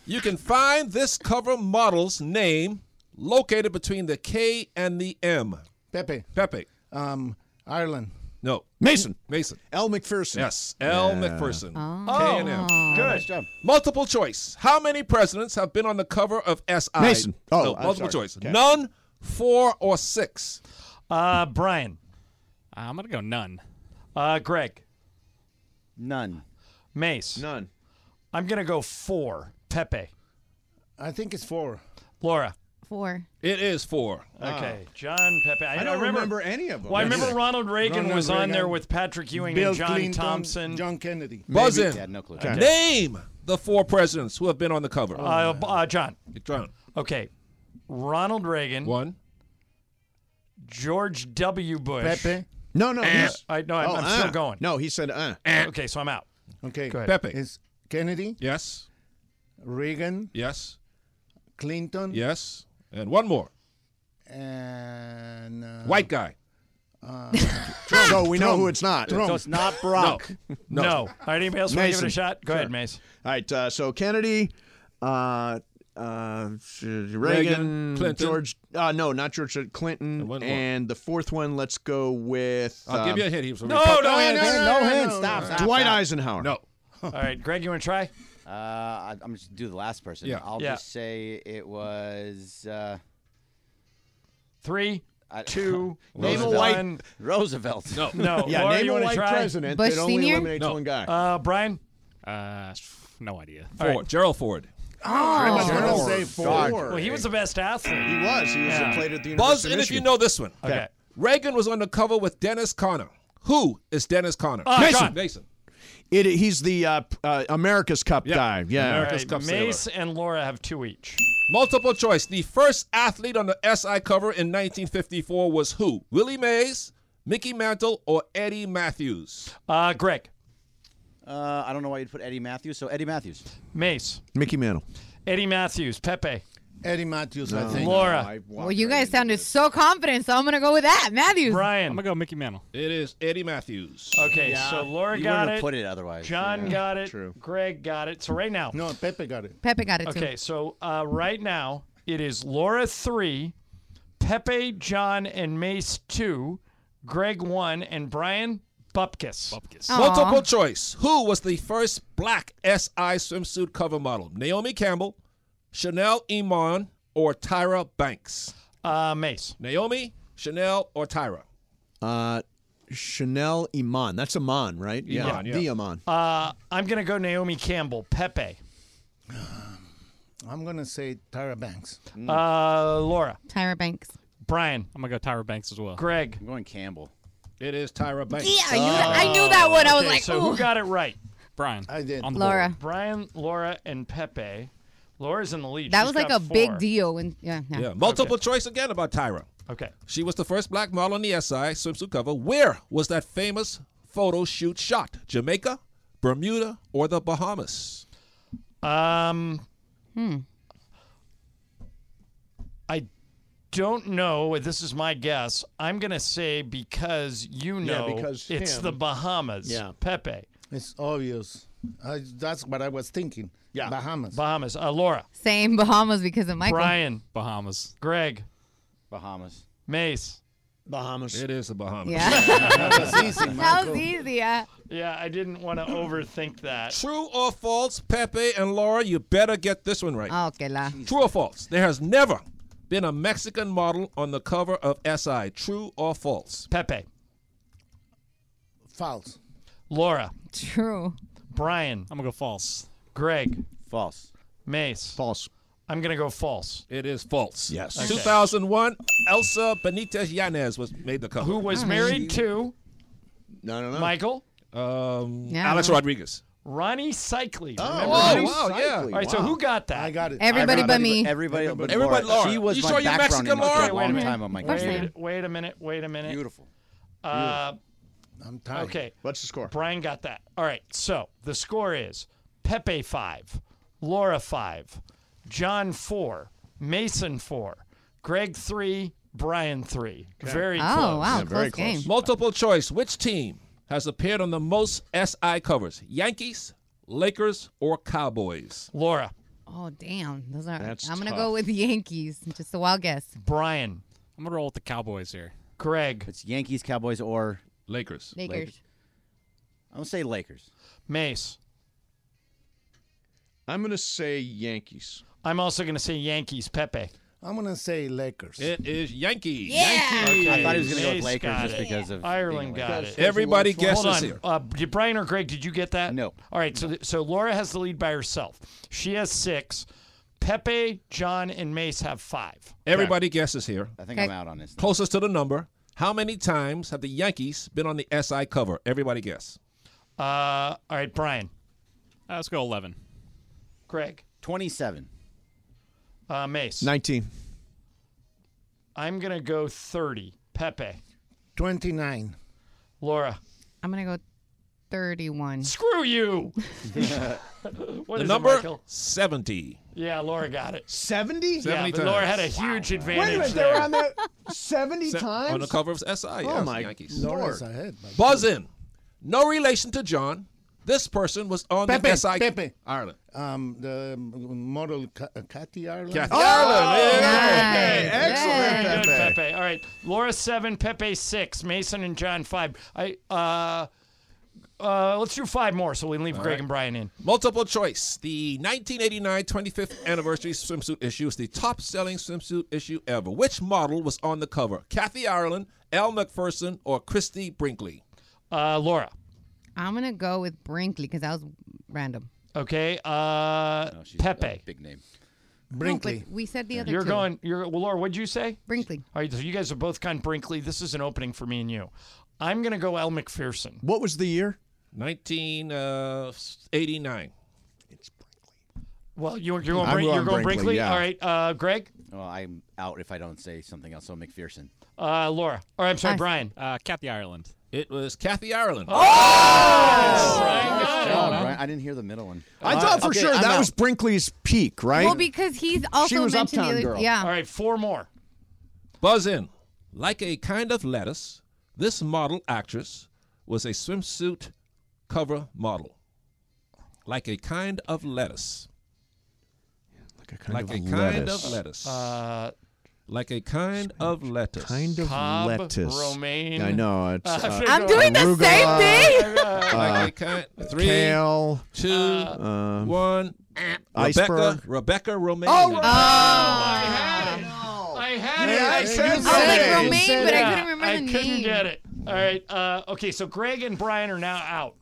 [SPEAKER 4] You can find this cover model's name located between the K and the M.
[SPEAKER 5] Pepe.
[SPEAKER 4] Pepe.
[SPEAKER 5] Um, Ireland.
[SPEAKER 4] No.
[SPEAKER 1] Mason.
[SPEAKER 4] Mason.
[SPEAKER 1] L. McPherson.
[SPEAKER 4] Yes. L.
[SPEAKER 5] Yeah.
[SPEAKER 4] McPherson.
[SPEAKER 5] Oh.
[SPEAKER 4] K and M.
[SPEAKER 5] Oh. Good. Nice job.
[SPEAKER 4] Multiple choice. How many presidents have been on the cover of SI?
[SPEAKER 1] Mason. Oh,
[SPEAKER 4] no,
[SPEAKER 1] I'm
[SPEAKER 4] multiple
[SPEAKER 1] sorry.
[SPEAKER 4] choice.
[SPEAKER 1] Okay.
[SPEAKER 4] None, four, or six.
[SPEAKER 2] Uh, Brian.
[SPEAKER 6] I'm gonna go none.
[SPEAKER 2] Uh, Greg.
[SPEAKER 3] None.
[SPEAKER 2] Mace.
[SPEAKER 1] None.
[SPEAKER 2] I'm gonna go four. Pepe.
[SPEAKER 5] I think it's four.
[SPEAKER 2] Laura.
[SPEAKER 13] Four.
[SPEAKER 4] It is four. Ah.
[SPEAKER 2] Okay, John Pepe. I,
[SPEAKER 1] I don't remember any of them.
[SPEAKER 2] Well, I remember
[SPEAKER 1] Yeah.
[SPEAKER 2] Ronald Reagan
[SPEAKER 1] Ronald
[SPEAKER 2] was on
[SPEAKER 1] Reagan.
[SPEAKER 2] there with Patrick Ewing
[SPEAKER 5] Bill
[SPEAKER 2] and John
[SPEAKER 5] Clinton,
[SPEAKER 2] Thompson.
[SPEAKER 5] John Kennedy.
[SPEAKER 4] Buzz
[SPEAKER 2] Maybe.
[SPEAKER 4] in.
[SPEAKER 2] Yeah, no clue.
[SPEAKER 4] Okay.
[SPEAKER 2] Okay.
[SPEAKER 4] Name the four presidents who have been on the cover.
[SPEAKER 2] Uh, b- uh, John.
[SPEAKER 4] John.
[SPEAKER 2] Okay. Ronald Reagan.
[SPEAKER 4] One.
[SPEAKER 2] George W. Bush.
[SPEAKER 5] Pepe.
[SPEAKER 1] No, no.
[SPEAKER 2] Eh.
[SPEAKER 1] he's-
[SPEAKER 2] I, no I'm,
[SPEAKER 1] Oh,
[SPEAKER 2] I'm
[SPEAKER 1] uh.
[SPEAKER 2] still going. Eh.
[SPEAKER 1] No, he said, uh.
[SPEAKER 2] Okay, so I'm out.
[SPEAKER 5] Okay.
[SPEAKER 2] Go ahead.
[SPEAKER 4] Pepe.
[SPEAKER 5] It's Kennedy.
[SPEAKER 4] Yes.
[SPEAKER 5] Reagan.
[SPEAKER 4] Yes.
[SPEAKER 5] Clinton.
[SPEAKER 4] Yes. And one more.
[SPEAKER 5] And uh,
[SPEAKER 4] White guy.
[SPEAKER 5] Uh,
[SPEAKER 1] So we know who it's not.
[SPEAKER 5] Trump.
[SPEAKER 2] No. No. All right, anybody else wanna give it a
[SPEAKER 1] Mason.
[SPEAKER 2] shot? Go ahead, Mace.
[SPEAKER 1] All right, uh, so Kennedy, uh, uh, Reagan,
[SPEAKER 4] Reagan, Clinton.
[SPEAKER 1] George. Uh, no, not George uh, Clinton.
[SPEAKER 4] one more.
[SPEAKER 1] and the fourth one, let's go with.
[SPEAKER 4] I'll give
[SPEAKER 1] um,
[SPEAKER 4] you a hint. He was a
[SPEAKER 2] No,
[SPEAKER 4] Republican.
[SPEAKER 2] no hints.
[SPEAKER 3] No hints. Stop, stop,
[SPEAKER 1] Dwight
[SPEAKER 3] stop.
[SPEAKER 1] Eisenhower.
[SPEAKER 4] No.
[SPEAKER 2] All right, Greg, you want to try?
[SPEAKER 3] Uh, I- I'm just do the last person.
[SPEAKER 4] Yeah.
[SPEAKER 3] I'll
[SPEAKER 2] Yeah.
[SPEAKER 3] just say it was uh,
[SPEAKER 2] Three,
[SPEAKER 3] I-
[SPEAKER 2] two,
[SPEAKER 3] Name a
[SPEAKER 2] white-
[SPEAKER 3] one. Roosevelt.
[SPEAKER 4] No.
[SPEAKER 2] no.
[SPEAKER 1] Yeah,
[SPEAKER 2] Laura,
[SPEAKER 1] name
[SPEAKER 2] you
[SPEAKER 1] a
[SPEAKER 2] wanna
[SPEAKER 1] white
[SPEAKER 2] try?
[SPEAKER 1] president
[SPEAKER 13] Bush
[SPEAKER 1] that only
[SPEAKER 13] Senior?
[SPEAKER 1] eliminates
[SPEAKER 4] No.
[SPEAKER 1] one guy.
[SPEAKER 2] Uh, Brian.
[SPEAKER 6] Uh, f- no idea.
[SPEAKER 4] Ford.
[SPEAKER 2] All right.
[SPEAKER 4] Gerald Ford.
[SPEAKER 1] Oh,
[SPEAKER 5] I was gonna
[SPEAKER 1] Four.
[SPEAKER 5] say
[SPEAKER 1] God.
[SPEAKER 5] four.
[SPEAKER 2] Oh, Well, he was the best athlete.
[SPEAKER 1] He was. He was
[SPEAKER 2] Yeah.
[SPEAKER 1] played at the
[SPEAKER 4] Buzz
[SPEAKER 1] University
[SPEAKER 4] in
[SPEAKER 1] of
[SPEAKER 4] if you
[SPEAKER 1] Michigan.
[SPEAKER 4] know this one.
[SPEAKER 2] Okay.
[SPEAKER 4] Reagan was on the cover with Dennis Connor. Who is Dennis Connor?
[SPEAKER 2] Uh,
[SPEAKER 4] Mason.
[SPEAKER 2] John.
[SPEAKER 4] Mason.
[SPEAKER 1] It, he's the uh, p- uh, America's Cup
[SPEAKER 4] Yeah.
[SPEAKER 1] guy. Yeah.
[SPEAKER 2] All
[SPEAKER 4] America-
[SPEAKER 2] right,
[SPEAKER 4] America's Cup sailor.
[SPEAKER 2] Mace and Laura have two each.
[SPEAKER 4] Multiple choice. The first athlete on the SI cover in 1954 was who? Willie Mays, Mickey Mantle, or Eddie Matthews?
[SPEAKER 2] Uh, Greg,
[SPEAKER 3] Uh, I don't know why you'd put Eddie Matthews. So Eddie Matthews.
[SPEAKER 2] Mace,
[SPEAKER 1] Mickey Mantle.
[SPEAKER 2] Eddie Matthews, Pepe,
[SPEAKER 5] Eddie Matthews, I think.
[SPEAKER 2] Laura,
[SPEAKER 13] Well, you guys sounded so confident, so I'm gonna go with that, Matthews.
[SPEAKER 6] I'm
[SPEAKER 2] Brian.
[SPEAKER 6] gonna go Mickey Mantle.
[SPEAKER 4] It is Eddie Matthews.
[SPEAKER 2] Okay, so Laura
[SPEAKER 3] you
[SPEAKER 2] got
[SPEAKER 3] wouldn't
[SPEAKER 2] it.
[SPEAKER 3] have put it otherwise.
[SPEAKER 2] John
[SPEAKER 3] Yeah.
[SPEAKER 2] got it.
[SPEAKER 1] true.
[SPEAKER 2] Greg got it. So right now,
[SPEAKER 5] No, Pepe got it.
[SPEAKER 13] Pepe got it too.
[SPEAKER 2] okay, so uh, right now it is Laura three, Pepe, John, and Mace two, Greg one, and Brian Bupkis.
[SPEAKER 6] Bupkis.
[SPEAKER 13] Aw.
[SPEAKER 4] Multiple choice. Who was the first black SI swimsuit cover model? Naomi Campbell, Chanel Iman, or Tyra Banks?
[SPEAKER 2] Uh, Mace.
[SPEAKER 4] Naomi, Chanel, or Tyra?
[SPEAKER 1] Uh, Chanel Iman. That's Iman, right?
[SPEAKER 4] Iman, yeah.
[SPEAKER 1] The Iman.
[SPEAKER 2] Uh, I'm gonna go Naomi Campbell. Pepe.
[SPEAKER 5] I'm gonna say Tyra Banks.
[SPEAKER 2] Uh, Laura.
[SPEAKER 13] Tyra Banks.
[SPEAKER 2] Brian.
[SPEAKER 6] Mm. I'm gonna go Tyra Banks as well.
[SPEAKER 2] Greg.
[SPEAKER 3] I'm going Campbell.
[SPEAKER 4] It is Tyra Banks.
[SPEAKER 13] Yeah, I knew, that, I knew that one. I was
[SPEAKER 2] Oh. Okay,
[SPEAKER 13] like,
[SPEAKER 2] so who
[SPEAKER 13] ooh.
[SPEAKER 2] got it right?
[SPEAKER 6] Brian.
[SPEAKER 5] I did.
[SPEAKER 6] On the
[SPEAKER 13] Laura.
[SPEAKER 6] board.
[SPEAKER 2] Brian, Laura, and Pepe. Laura's in the lead.
[SPEAKER 13] That
[SPEAKER 2] She's
[SPEAKER 13] was like a
[SPEAKER 2] got four.
[SPEAKER 13] big deal. When yeah, yeah.
[SPEAKER 4] Yeah. Multiple choice again about Tyra.
[SPEAKER 2] Okay.
[SPEAKER 4] She was the first black model on the SI swimsuit cover. Where was that famous photo shoot shot? Jamaica, Bermuda, or the Bahamas?
[SPEAKER 2] Um.
[SPEAKER 13] Hmm.
[SPEAKER 2] I don't know. This is my guess. I'm gonna say because you
[SPEAKER 1] Yeah,
[SPEAKER 2] know
[SPEAKER 1] because
[SPEAKER 2] it's
[SPEAKER 1] him.
[SPEAKER 2] the Bahamas.
[SPEAKER 1] Yeah.
[SPEAKER 2] Pepe.
[SPEAKER 5] It's obvious. I, that's what I was thinking.
[SPEAKER 1] Yeah.
[SPEAKER 5] Bahamas.
[SPEAKER 2] Bahamas. Uh, Laura.
[SPEAKER 13] Same Bahamas because of Michael.
[SPEAKER 2] Brian.
[SPEAKER 6] Bahamas.
[SPEAKER 2] Greg.
[SPEAKER 3] Bahamas.
[SPEAKER 2] Mace.
[SPEAKER 1] Bahamas.
[SPEAKER 4] It is the Bahamas.
[SPEAKER 13] Yeah.
[SPEAKER 5] that was easy,
[SPEAKER 13] that
[SPEAKER 5] Michael.
[SPEAKER 13] was easy. Yeah.
[SPEAKER 2] Yeah, I didn't want to overthink that.
[SPEAKER 4] True or false, Pepe and Laura, you better get this one right.
[SPEAKER 13] Oh, que la.
[SPEAKER 4] True or false? There has never been a Mexican model on the cover of SI. True or false?
[SPEAKER 2] Pepe.
[SPEAKER 5] False.
[SPEAKER 2] Laura.
[SPEAKER 13] True.
[SPEAKER 2] Brian.
[SPEAKER 6] I'm gonna go false.
[SPEAKER 2] Greg.
[SPEAKER 3] False.
[SPEAKER 2] Mace.
[SPEAKER 1] False.
[SPEAKER 2] I'm gonna go false.
[SPEAKER 4] It is false.
[SPEAKER 1] Yes.
[SPEAKER 4] Okay. 2001, Elsa Benitez Yanez was made the cover.
[SPEAKER 2] Who was married to
[SPEAKER 1] No, no, no.
[SPEAKER 2] Michael
[SPEAKER 4] Um,
[SPEAKER 13] Yeah.
[SPEAKER 4] Alex Rodriguez.
[SPEAKER 2] Ronnie Cycli?
[SPEAKER 1] Oh,
[SPEAKER 2] Remember
[SPEAKER 4] wow,
[SPEAKER 2] him?
[SPEAKER 4] wow, yeah.
[SPEAKER 2] All right, so who got that?
[SPEAKER 5] I got it.
[SPEAKER 13] Everybody but me.
[SPEAKER 3] Everybody, but
[SPEAKER 4] Everybody
[SPEAKER 3] Laura.
[SPEAKER 4] Laura.
[SPEAKER 3] She was
[SPEAKER 4] You
[SPEAKER 3] my
[SPEAKER 4] sure you're
[SPEAKER 3] background
[SPEAKER 4] Mexican,
[SPEAKER 3] in this for
[SPEAKER 4] Laura?
[SPEAKER 3] a
[SPEAKER 2] Wait a
[SPEAKER 3] long
[SPEAKER 2] minute.
[SPEAKER 3] time on my
[SPEAKER 13] First
[SPEAKER 3] computer.
[SPEAKER 13] name.
[SPEAKER 2] Wait, wait a minute. Wait a minute.
[SPEAKER 3] Beautiful.
[SPEAKER 2] Uh,
[SPEAKER 5] I'm tired.
[SPEAKER 2] okay,
[SPEAKER 1] What's the score?
[SPEAKER 2] Brian got that. All right, so the score is Pepe five, Laura five, John four, Mason four, Greg three, Brian three. Very
[SPEAKER 13] Oh,
[SPEAKER 2] close.
[SPEAKER 13] wow, Yeah, very close close. game.
[SPEAKER 4] Multiple choice. Which team has appeared on the most SI covers? Yankees, Lakers, or Cowboys?
[SPEAKER 2] Laura.
[SPEAKER 13] Oh damn, those are.
[SPEAKER 4] That's
[SPEAKER 13] I'm gonna
[SPEAKER 4] tough.
[SPEAKER 13] go with the Yankees. Just a wild guess.
[SPEAKER 2] Brian.
[SPEAKER 3] I'm gonna roll with the Cowboys here.
[SPEAKER 2] Greg.
[SPEAKER 3] It's Yankees, Cowboys, or
[SPEAKER 4] Lakers.
[SPEAKER 13] Lakers.
[SPEAKER 3] I'm gonna say Lakers.
[SPEAKER 2] Mace.
[SPEAKER 1] I'm going to say Yankees.
[SPEAKER 2] I'm also going to say Yankees. Pepe.
[SPEAKER 5] I'm gonna say Lakers.
[SPEAKER 4] It is Yankees.
[SPEAKER 3] I thought he was gonna go with
[SPEAKER 2] Mace
[SPEAKER 3] Lakers
[SPEAKER 2] got
[SPEAKER 3] just
[SPEAKER 2] it.
[SPEAKER 3] because of
[SPEAKER 2] Ireland
[SPEAKER 3] being
[SPEAKER 2] got
[SPEAKER 3] Lakers.
[SPEAKER 2] it.
[SPEAKER 4] Everybody guesses
[SPEAKER 2] Hold on.
[SPEAKER 4] here.
[SPEAKER 2] Uh, did Brian or Greg? Did you get that?
[SPEAKER 3] No.
[SPEAKER 2] All right. So th- so Laura has the lead by herself. She has six. Pepe, John, and Mace have five.
[SPEAKER 4] Everybody guesses here.
[SPEAKER 3] I think I'm out on this.
[SPEAKER 4] Closest to the number. How many times have the Yankees been on the SI cover? Everybody guess.
[SPEAKER 2] Uh, all right, Brian.
[SPEAKER 6] Uh, let's go 11.
[SPEAKER 2] Greg.
[SPEAKER 3] 27.
[SPEAKER 2] Uh, Mace.
[SPEAKER 1] 19.
[SPEAKER 2] I'm gonna go 30. Pepe.
[SPEAKER 5] 29.
[SPEAKER 2] Laura.
[SPEAKER 13] I'm gonna go 31.
[SPEAKER 2] Screw you. What
[SPEAKER 4] the
[SPEAKER 2] is it,
[SPEAKER 4] number
[SPEAKER 2] Michael?
[SPEAKER 4] 70.
[SPEAKER 2] Yeah, Laura got it.
[SPEAKER 1] 70?
[SPEAKER 2] Yeah,
[SPEAKER 4] 70
[SPEAKER 2] but Laura had a
[SPEAKER 4] times.
[SPEAKER 2] huge
[SPEAKER 1] Wait a
[SPEAKER 2] advantage.
[SPEAKER 1] minute, they
[SPEAKER 2] there.
[SPEAKER 1] were on there 70
[SPEAKER 4] Se-
[SPEAKER 1] times?
[SPEAKER 4] On the cover of SI.
[SPEAKER 1] Oh,
[SPEAKER 4] yes,
[SPEAKER 1] my
[SPEAKER 4] Yankees.
[SPEAKER 1] Lord.
[SPEAKER 4] Buzz in. No relation to John. This person was on
[SPEAKER 5] Pepe,
[SPEAKER 4] the SI
[SPEAKER 5] Pepe.
[SPEAKER 4] Ireland.
[SPEAKER 5] Um, the model Ka- Kathy Ireland.
[SPEAKER 4] Kathy Ireland,
[SPEAKER 5] Oh,
[SPEAKER 4] yeah.
[SPEAKER 2] Very
[SPEAKER 5] Excellent,
[SPEAKER 2] good,
[SPEAKER 5] Pepe.
[SPEAKER 2] Pepe. All right, Laura seven, Pepe six, Mason and John five. I uh, uh, let's do five more so we leave Greg
[SPEAKER 4] right.
[SPEAKER 2] and Brian in.
[SPEAKER 4] Multiple choice. The 1989 25th anniversary swimsuit issue is the top selling swimsuit issue ever. Which model was on the cover? Kathy Ireland, Al McPherson, or Christy Brinkley?
[SPEAKER 2] Uh, Laura.
[SPEAKER 13] I'm gonna go with Brinkley because that was random.
[SPEAKER 2] Okay. Uh, Pepe.
[SPEAKER 3] Big name.
[SPEAKER 13] No, but we said the other
[SPEAKER 2] You're
[SPEAKER 13] two.
[SPEAKER 2] going. You're well, Laura. What'd you say?
[SPEAKER 13] Brinkley.
[SPEAKER 2] All right. So you guys have both gone Brinkley. This is an opening for me and you. I'm gonna go Al McPherson.
[SPEAKER 1] What was the year?
[SPEAKER 4] 1989.
[SPEAKER 2] Well, you're, you're going.
[SPEAKER 3] I'm
[SPEAKER 2] Brin- you're
[SPEAKER 3] going
[SPEAKER 2] going
[SPEAKER 3] Brinkley,
[SPEAKER 2] Brinkley.
[SPEAKER 3] yeah.
[SPEAKER 2] All right. Uh, Greg.
[SPEAKER 3] Well, I'm out if I don't say something else. So McPherson.
[SPEAKER 2] Uh, Laura. Or I'm sorry,
[SPEAKER 6] I-
[SPEAKER 2] Brian.
[SPEAKER 6] Uh, Kathy Ireland.
[SPEAKER 4] It was Kathy Ireland.
[SPEAKER 2] Oh!
[SPEAKER 3] Nice
[SPEAKER 2] Brian.
[SPEAKER 3] job, Oh, Brian. I didn't hear the middle one.
[SPEAKER 1] I
[SPEAKER 4] Uh,
[SPEAKER 1] thought for
[SPEAKER 3] okay,
[SPEAKER 1] sure
[SPEAKER 3] I'm
[SPEAKER 1] that
[SPEAKER 3] out.
[SPEAKER 1] was Brinkley's peak, right?
[SPEAKER 13] Well, because he's also
[SPEAKER 1] was
[SPEAKER 13] mentioned
[SPEAKER 1] Uptown
[SPEAKER 13] the other.
[SPEAKER 1] Girl.
[SPEAKER 13] Yeah.
[SPEAKER 2] All right. Four more.
[SPEAKER 4] Buzz in. Like a kind of lettuce, this model actress was a swimsuit cover model. Like a kind of lettuce.
[SPEAKER 1] like a kind,
[SPEAKER 4] Like
[SPEAKER 1] of,
[SPEAKER 4] a kind
[SPEAKER 1] lettuce.
[SPEAKER 4] of lettuce.
[SPEAKER 2] Uh,
[SPEAKER 4] like a kind of lettuce.
[SPEAKER 1] Kind of
[SPEAKER 2] Cobb,
[SPEAKER 1] lettuce.
[SPEAKER 2] romaine.
[SPEAKER 1] I know. It's,
[SPEAKER 2] Uh,
[SPEAKER 1] uh,
[SPEAKER 13] I'm doing the
[SPEAKER 1] Arugula.
[SPEAKER 13] same thing.
[SPEAKER 4] like a kind. Three,
[SPEAKER 1] kale.
[SPEAKER 4] two,
[SPEAKER 2] Uh,
[SPEAKER 1] um,
[SPEAKER 4] one. Eh. Rebecca,
[SPEAKER 1] iceberg. Oh,
[SPEAKER 4] Rebecca Romaine.
[SPEAKER 2] I had it. I had
[SPEAKER 1] Ah. Yeah, I
[SPEAKER 2] it.
[SPEAKER 1] said
[SPEAKER 2] couldn't
[SPEAKER 1] I was
[SPEAKER 2] get
[SPEAKER 1] like,
[SPEAKER 2] it.
[SPEAKER 13] romaine, but I
[SPEAKER 2] Yeah,
[SPEAKER 13] couldn't remember
[SPEAKER 2] I
[SPEAKER 13] the
[SPEAKER 2] couldn't
[SPEAKER 13] name.
[SPEAKER 2] get it. All right. Uh, okay, so Greg and Brian are now out,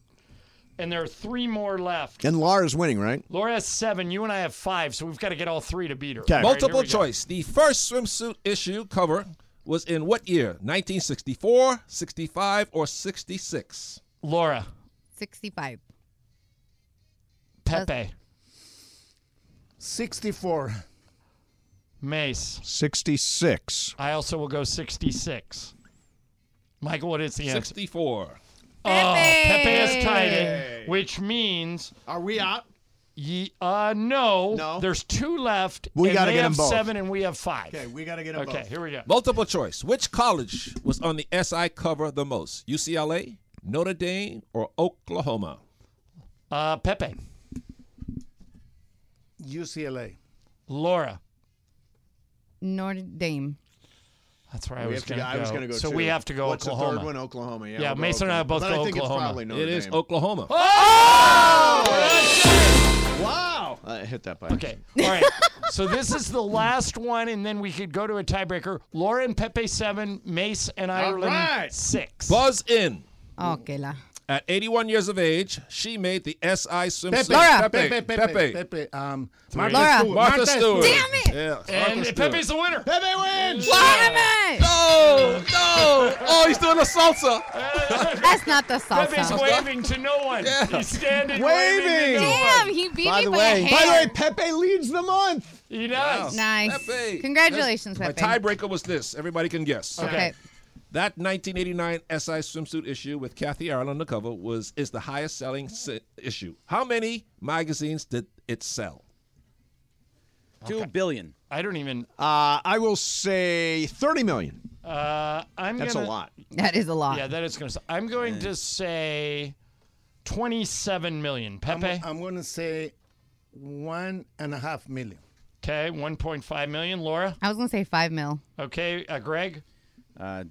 [SPEAKER 2] and there are three more left.
[SPEAKER 1] And Lara's winning, right?
[SPEAKER 2] Laura has seven. You and I have five, so we've got to get all three to beat her.
[SPEAKER 1] Okay.
[SPEAKER 2] All right, here
[SPEAKER 4] Multiple
[SPEAKER 2] we go.
[SPEAKER 4] choice. The first swimsuit issue cover was in what year? 1964, 65, or 66?
[SPEAKER 2] Laura,
[SPEAKER 13] 65.
[SPEAKER 2] Pepe,
[SPEAKER 5] 64.
[SPEAKER 2] Mace.
[SPEAKER 1] 66.
[SPEAKER 2] I also will go 66. Michael, what is the answer?
[SPEAKER 4] 64.
[SPEAKER 2] Oh, Pepe has tied it, which means
[SPEAKER 1] Are we out?
[SPEAKER 2] Ye, uh, no.
[SPEAKER 1] No.
[SPEAKER 2] There's two left.
[SPEAKER 1] We
[SPEAKER 2] and
[SPEAKER 1] gotta
[SPEAKER 2] they
[SPEAKER 1] get 'em
[SPEAKER 2] have
[SPEAKER 1] both.
[SPEAKER 2] seven, and we have five.
[SPEAKER 1] Okay, we got to get them
[SPEAKER 2] Okay,
[SPEAKER 1] both.
[SPEAKER 2] here we go.
[SPEAKER 4] Multiple choice. Which college was on the SI cover the most? UCLA, Notre Dame, or Oklahoma?
[SPEAKER 2] Uh, Pepe,
[SPEAKER 5] UCLA.
[SPEAKER 2] Laura.
[SPEAKER 13] Notre Dame.
[SPEAKER 2] That's where I
[SPEAKER 1] We
[SPEAKER 2] was
[SPEAKER 1] have to
[SPEAKER 2] going
[SPEAKER 1] go- I was gonna go
[SPEAKER 2] So
[SPEAKER 1] two.
[SPEAKER 2] we have to go
[SPEAKER 1] What's
[SPEAKER 2] Oklahoma.
[SPEAKER 1] The third one, Oklahoma. Yeah,
[SPEAKER 2] Yeah,
[SPEAKER 1] we'll go
[SPEAKER 2] Mason and I
[SPEAKER 1] Oklahoma.
[SPEAKER 2] both
[SPEAKER 1] But
[SPEAKER 2] go
[SPEAKER 1] I think
[SPEAKER 2] Oklahoma. Oh!
[SPEAKER 1] It's probably Notre
[SPEAKER 4] It is
[SPEAKER 1] Dame. Oh!
[SPEAKER 4] Oklahoma.
[SPEAKER 1] Wow. I hit that by
[SPEAKER 2] Okay. All right. so this is the last one, and then we could go to a tiebreaker. Laura and Pepe seven, Mace and Ireland
[SPEAKER 1] right.
[SPEAKER 2] six.
[SPEAKER 4] Buzz in.
[SPEAKER 13] Oh, que la.
[SPEAKER 4] At 81 years of age, she made the SI swimsuit.
[SPEAKER 5] Pepe,
[SPEAKER 13] Laura.
[SPEAKER 5] Pepe, Pepe, Pepe,
[SPEAKER 4] Pepe.
[SPEAKER 5] Pepe, Um,
[SPEAKER 2] Laura.
[SPEAKER 5] Martha Stewart.
[SPEAKER 4] Martha Stewart.
[SPEAKER 13] Damn it!
[SPEAKER 4] Yeah,
[SPEAKER 2] and
[SPEAKER 4] Martha Stewart.
[SPEAKER 2] Pepe's the winner.
[SPEAKER 1] Pepe wins.
[SPEAKER 13] What am I?
[SPEAKER 4] No, no. Oh, he's doing a salsa.
[SPEAKER 13] That's not the
[SPEAKER 2] Pepe's
[SPEAKER 13] salsa.
[SPEAKER 2] waving to no one. He's standing
[SPEAKER 1] Waving.
[SPEAKER 2] waving. to no
[SPEAKER 13] Damn, he beat
[SPEAKER 3] By
[SPEAKER 13] me
[SPEAKER 3] the
[SPEAKER 13] by
[SPEAKER 3] way-
[SPEAKER 13] a
[SPEAKER 1] By the way,
[SPEAKER 13] hair.
[SPEAKER 1] Pepe leads the month.
[SPEAKER 2] one. He does.
[SPEAKER 13] Nice.
[SPEAKER 4] Pepe.
[SPEAKER 13] Congratulations,
[SPEAKER 4] My
[SPEAKER 13] Pepe.
[SPEAKER 4] tiebreaker was this. Everybody can guess.
[SPEAKER 13] Okay.
[SPEAKER 4] That 1989 SI swimsuit issue with Kathy Ireland on the cover was is the highest selling si- issue. How many magazines did it sell?
[SPEAKER 3] Two billion.
[SPEAKER 2] I don't even.
[SPEAKER 1] Uh, I will say thirty million.
[SPEAKER 2] Uh, I'm.
[SPEAKER 1] That's a
[SPEAKER 2] gonna-
[SPEAKER 1] lot.
[SPEAKER 13] That is a lot.
[SPEAKER 2] Yeah, that is going to. I'm going to say twenty-seven million.
[SPEAKER 5] I'm,
[SPEAKER 2] Pepe.
[SPEAKER 5] I'm going to say one and a half million.
[SPEAKER 2] Okay, one point five million. Laura.
[SPEAKER 13] I was gonna say five mil.
[SPEAKER 2] Okay, uh, Greg.
[SPEAKER 3] Uh,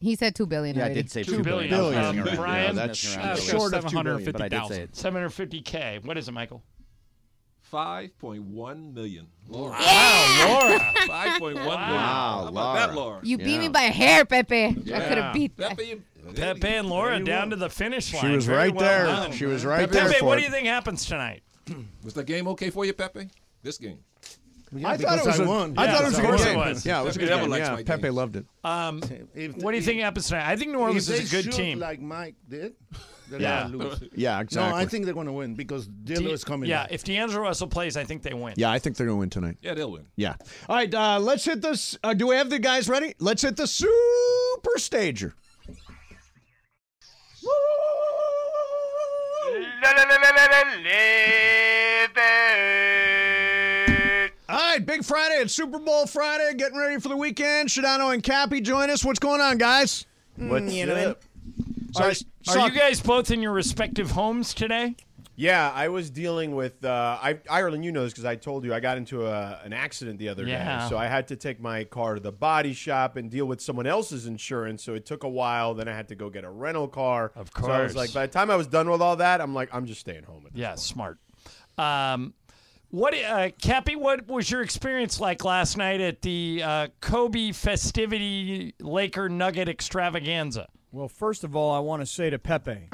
[SPEAKER 13] He said two billion. already.
[SPEAKER 2] two billion. Um, Brian,
[SPEAKER 6] uh, short of 750,000.
[SPEAKER 2] Seven hundred fifty k. What is it, Michael?
[SPEAKER 4] Five point one million. Laura.
[SPEAKER 13] Yeah!
[SPEAKER 2] Wow, Laura.
[SPEAKER 4] Five point one million.
[SPEAKER 2] Wow,
[SPEAKER 4] How about that,
[SPEAKER 2] Laura.
[SPEAKER 4] Laura?
[SPEAKER 13] You beat me by a hair, Pepe. I
[SPEAKER 2] Yeah.
[SPEAKER 13] could have beat that.
[SPEAKER 2] Pepe and Laura
[SPEAKER 4] you
[SPEAKER 2] down to the finish
[SPEAKER 1] She
[SPEAKER 2] line.
[SPEAKER 1] was
[SPEAKER 2] Very
[SPEAKER 1] right
[SPEAKER 2] well
[SPEAKER 1] there.
[SPEAKER 2] done.
[SPEAKER 1] She was right
[SPEAKER 2] Pepe,
[SPEAKER 1] there for
[SPEAKER 2] what
[SPEAKER 1] it.
[SPEAKER 2] do you think happens tonight?
[SPEAKER 4] Was the game okay for you, Pepe? This game.
[SPEAKER 1] I thought it was.
[SPEAKER 5] I
[SPEAKER 1] a-
[SPEAKER 5] won.
[SPEAKER 1] I
[SPEAKER 2] Yeah,
[SPEAKER 1] thought it was a
[SPEAKER 2] of
[SPEAKER 1] good
[SPEAKER 2] course it
[SPEAKER 1] game.
[SPEAKER 2] was.
[SPEAKER 1] Yeah, it was a
[SPEAKER 4] Pepe
[SPEAKER 1] good
[SPEAKER 4] never
[SPEAKER 1] game.
[SPEAKER 4] likes
[SPEAKER 1] Yeah,
[SPEAKER 4] my
[SPEAKER 1] Pepe loved it.
[SPEAKER 2] Um,
[SPEAKER 5] If-
[SPEAKER 2] what do you
[SPEAKER 5] if-
[SPEAKER 2] think happens tonight? I think New Orleans
[SPEAKER 5] if
[SPEAKER 2] is a
[SPEAKER 5] they
[SPEAKER 2] good
[SPEAKER 5] shoot
[SPEAKER 2] team.
[SPEAKER 5] Like Mike did. They're
[SPEAKER 2] Yeah.
[SPEAKER 5] gonna lose.
[SPEAKER 1] Yeah,
[SPEAKER 5] No,
[SPEAKER 1] exactly.
[SPEAKER 5] I think they're going to win because Dillo is coming.
[SPEAKER 2] yeah,
[SPEAKER 5] back.
[SPEAKER 2] if D'Angelo Russell plays, I think they win.
[SPEAKER 1] Yeah, I think they're going to win tonight.
[SPEAKER 4] Yeah, they'll win.
[SPEAKER 1] Yeah. All right, uh, let's hit this. Uh, do we have the guys ready? Let's hit the super stager. All right, Big Friday. It's Super Bowl Friday. Getting ready for the weekend. Shadano and Cappy join us. What's going on, guys?
[SPEAKER 14] What's up?
[SPEAKER 1] So I
[SPEAKER 2] Are,
[SPEAKER 1] s-
[SPEAKER 2] are
[SPEAKER 1] saw-
[SPEAKER 2] you guys both in your respective homes today?
[SPEAKER 14] Yeah, I was dealing with uh, I, Ireland. You know this because I told you I got into a, an accident the other
[SPEAKER 2] Yeah.
[SPEAKER 14] day, so I had to take my car to the body shop and deal with someone else's insurance. So it took a while. Then I had to go get a rental car. Of so I
[SPEAKER 2] course.
[SPEAKER 14] was like, by the time I was done with all that, I'm like, I'm just staying home.
[SPEAKER 2] Yeah, smart. Um, what, uh, Cappy? What was your experience like last night at the uh, Kobe festivity Laker Nugget extravaganza?
[SPEAKER 15] Well, first of all, I want to say to Pepe,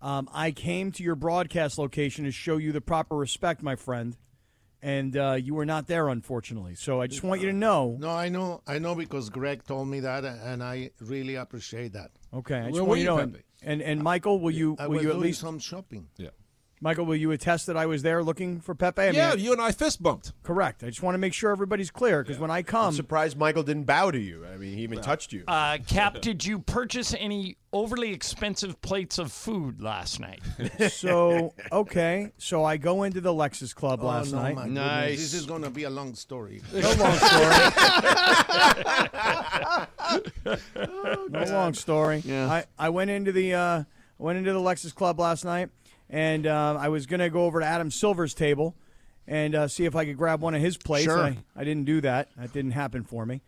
[SPEAKER 15] um, I came to your broadcast location to show you the proper respect, my friend, and uh, you were not there, unfortunately. So I just want you to know.
[SPEAKER 5] No, I know, I know, because Greg told me that, and I really appreciate that.
[SPEAKER 15] Okay, I just
[SPEAKER 5] Where
[SPEAKER 15] want
[SPEAKER 5] were
[SPEAKER 15] you
[SPEAKER 5] you,
[SPEAKER 15] to know.
[SPEAKER 5] Pepe?
[SPEAKER 15] And, and and Michael, will you
[SPEAKER 5] I
[SPEAKER 15] will
[SPEAKER 5] was
[SPEAKER 15] you at
[SPEAKER 5] doing
[SPEAKER 15] least
[SPEAKER 5] some shopping.
[SPEAKER 4] Yeah.
[SPEAKER 15] Michael, will you attest that I was there looking for Pepe? I
[SPEAKER 4] Yeah,
[SPEAKER 15] mean,
[SPEAKER 4] you and I fist bumped.
[SPEAKER 15] Correct. I just want to make sure everybody's clear because when I come,
[SPEAKER 14] surprised Michael didn't bow to you. I mean, he even touched you.
[SPEAKER 2] Uh, Cap, did you purchase any overly expensive plates of food last night?
[SPEAKER 15] so okay, so I go into the Lexus Club
[SPEAKER 5] Oh,
[SPEAKER 15] last
[SPEAKER 5] no,
[SPEAKER 15] night.
[SPEAKER 5] my goodness, This is going to be a long story.
[SPEAKER 15] No long story. no long story. I, I went into the uh, went into the Lexus Club last night, and uh, I was gonna go over to Adam Silver's table and uh, see if I could grab one of his plates.
[SPEAKER 14] Sure.
[SPEAKER 15] And I, I didn't do that. That didn't happen for me.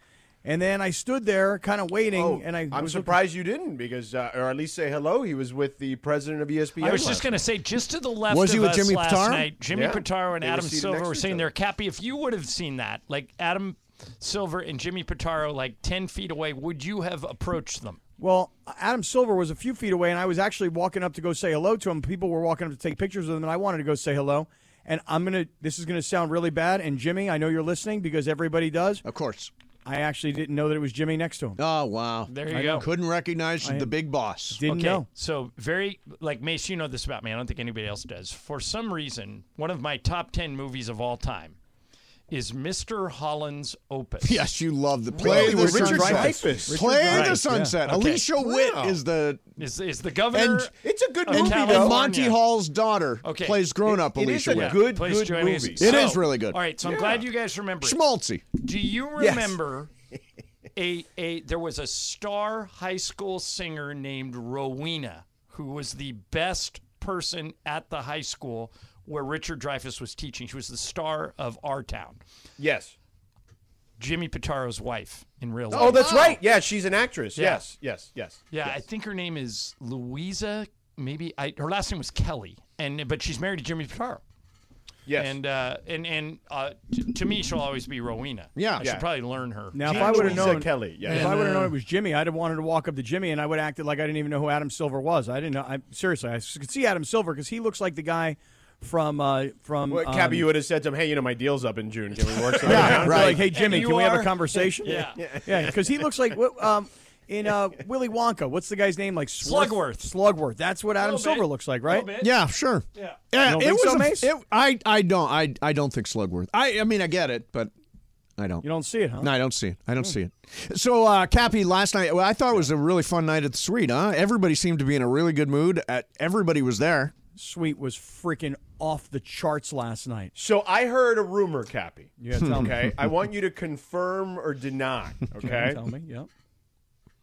[SPEAKER 15] And then I stood there, kind of waiting,
[SPEAKER 14] Oh,
[SPEAKER 15] and I
[SPEAKER 14] I'm
[SPEAKER 15] was looking-
[SPEAKER 14] surprised you didn't because, uh, or at least say hello. He was with the president of E ESPN.
[SPEAKER 2] I was just
[SPEAKER 14] last
[SPEAKER 2] going to say, just to the left
[SPEAKER 14] Was
[SPEAKER 2] of
[SPEAKER 14] he with
[SPEAKER 2] us
[SPEAKER 14] Jimmy
[SPEAKER 2] last
[SPEAKER 14] Pitaro?
[SPEAKER 2] night, Jimmy
[SPEAKER 14] Yeah.
[SPEAKER 2] Pitaro and
[SPEAKER 14] They were
[SPEAKER 2] Adam
[SPEAKER 14] seated
[SPEAKER 2] Silver
[SPEAKER 14] next
[SPEAKER 2] were
[SPEAKER 14] to each
[SPEAKER 2] sitting there. Cappy, if you would have seen that, like Adam Silver and Jimmy Pitaro, like 10 feet away, would you have approached them?
[SPEAKER 15] Well, Adam Silver was a few feet away, and I was actually walking up to go say hello to him. People were walking up to take pictures of him, and I wanted to go say hello. And I'm gonna. This is gonna sound really bad. And Jimmy, I know you're listening because everybody does. Of
[SPEAKER 1] course.
[SPEAKER 15] I actually didn't know that it was Jimmy next to him.
[SPEAKER 1] Oh wow!
[SPEAKER 2] There you go.
[SPEAKER 1] Couldn't recognize
[SPEAKER 15] I
[SPEAKER 1] the
[SPEAKER 15] am-
[SPEAKER 1] big boss.
[SPEAKER 15] Didn't
[SPEAKER 2] okay,
[SPEAKER 15] know.
[SPEAKER 2] So very like Mace, you know this about me. I don't think anybody else does. For some reason, one of my top ten movies of all time is Mr. Holland's Opus.
[SPEAKER 1] Yes, you love the play.
[SPEAKER 2] Really?
[SPEAKER 1] the
[SPEAKER 2] Richard
[SPEAKER 1] sunset.
[SPEAKER 2] Dreyfuss.
[SPEAKER 1] Play
[SPEAKER 2] Richard Dreyfuss,
[SPEAKER 1] the
[SPEAKER 2] yeah.
[SPEAKER 1] sunset.
[SPEAKER 2] Okay.
[SPEAKER 1] Alicia Witt
[SPEAKER 2] Wow.
[SPEAKER 1] is the
[SPEAKER 2] Is, is the governor?
[SPEAKER 1] And-
[SPEAKER 14] It's a good
[SPEAKER 1] and,
[SPEAKER 2] movie,
[SPEAKER 1] and
[SPEAKER 2] though.
[SPEAKER 1] Monty Hall's daughter
[SPEAKER 2] Okay.
[SPEAKER 1] plays grown up
[SPEAKER 2] It- it
[SPEAKER 1] Alicia
[SPEAKER 2] is a
[SPEAKER 1] Witt.
[SPEAKER 2] good, Plays good Joanna movie.
[SPEAKER 1] It is
[SPEAKER 2] Aces. So-
[SPEAKER 1] really good.
[SPEAKER 2] all right, so I'm glad you guys remember it.
[SPEAKER 1] Schmaltzy.
[SPEAKER 2] Do you
[SPEAKER 1] Yes.
[SPEAKER 2] remember a a there was a star high school singer named Rowena who was the best person at the high school where Richard Dreyfuss was teaching. She was the star of Our Town.
[SPEAKER 14] Yes.
[SPEAKER 2] Jimmy Pitaro's wife in real life.
[SPEAKER 14] Oh, that's right. Yeah, she's an actress.
[SPEAKER 2] Yeah.
[SPEAKER 14] Yes, yes, yes.
[SPEAKER 2] Yeah, I think her name is Louisa. Maybe I, her last name was Kelly, and but she's married to Jimmy Pitaro.
[SPEAKER 14] Yes.
[SPEAKER 2] And uh, and and uh, t- to me, she'll always be Rowena.
[SPEAKER 15] Yeah.
[SPEAKER 2] I
[SPEAKER 15] Yeah.
[SPEAKER 2] should probably learn her. uh,
[SPEAKER 15] Now, if
[SPEAKER 2] Gene
[SPEAKER 15] I would have
[SPEAKER 2] Louisa
[SPEAKER 15] known if I would have known it was Jimmy, I'd have wanted to walk up to Jimmy, and I would have acted like I didn't even know who Adam Silver was. I didn't know. I seriously, I s- could see Adam Silver because he looks like the guy from uh, from.
[SPEAKER 14] Well,
[SPEAKER 15] um,
[SPEAKER 14] Cappy, you would have said to him, "Hey, you know, my deal's up in June. Can we work something
[SPEAKER 15] Yeah,
[SPEAKER 14] out?"
[SPEAKER 15] right. Like, hey Jimmy,
[SPEAKER 14] You
[SPEAKER 15] can we have
[SPEAKER 14] are-
[SPEAKER 15] a conversation?
[SPEAKER 14] Yeah.
[SPEAKER 15] yeah, because he looks like what, um, in uh, Willy Wonka. What's the guy's name? Like Swarth-
[SPEAKER 1] Slugworth.
[SPEAKER 15] Slugworth. That's what Adam
[SPEAKER 1] Little
[SPEAKER 15] Silver
[SPEAKER 1] bit.
[SPEAKER 15] looks like, right?
[SPEAKER 1] Yeah, sure.
[SPEAKER 2] Yeah.
[SPEAKER 15] You don't
[SPEAKER 1] it
[SPEAKER 15] think
[SPEAKER 1] was.
[SPEAKER 15] so,
[SPEAKER 1] a-
[SPEAKER 15] Mace?
[SPEAKER 1] it- I I don't I I don't think Slugworth. I I mean I get it, but I don't. You
[SPEAKER 15] don't see it, huh? Hmm.
[SPEAKER 1] No, I don't see it. I don't see it. So, uh, Cappy, last night well, I thought it was a really fun night at the suite. Huh? Everybody seemed to be in a really good mood. Uh everybody was there.
[SPEAKER 15] Sweet was freaking off the charts last night.
[SPEAKER 14] So I heard a rumor, Cappy.
[SPEAKER 15] Yeah, tell me.
[SPEAKER 14] okay. I want you to confirm or deny. Okay.
[SPEAKER 15] Tell me. Yep.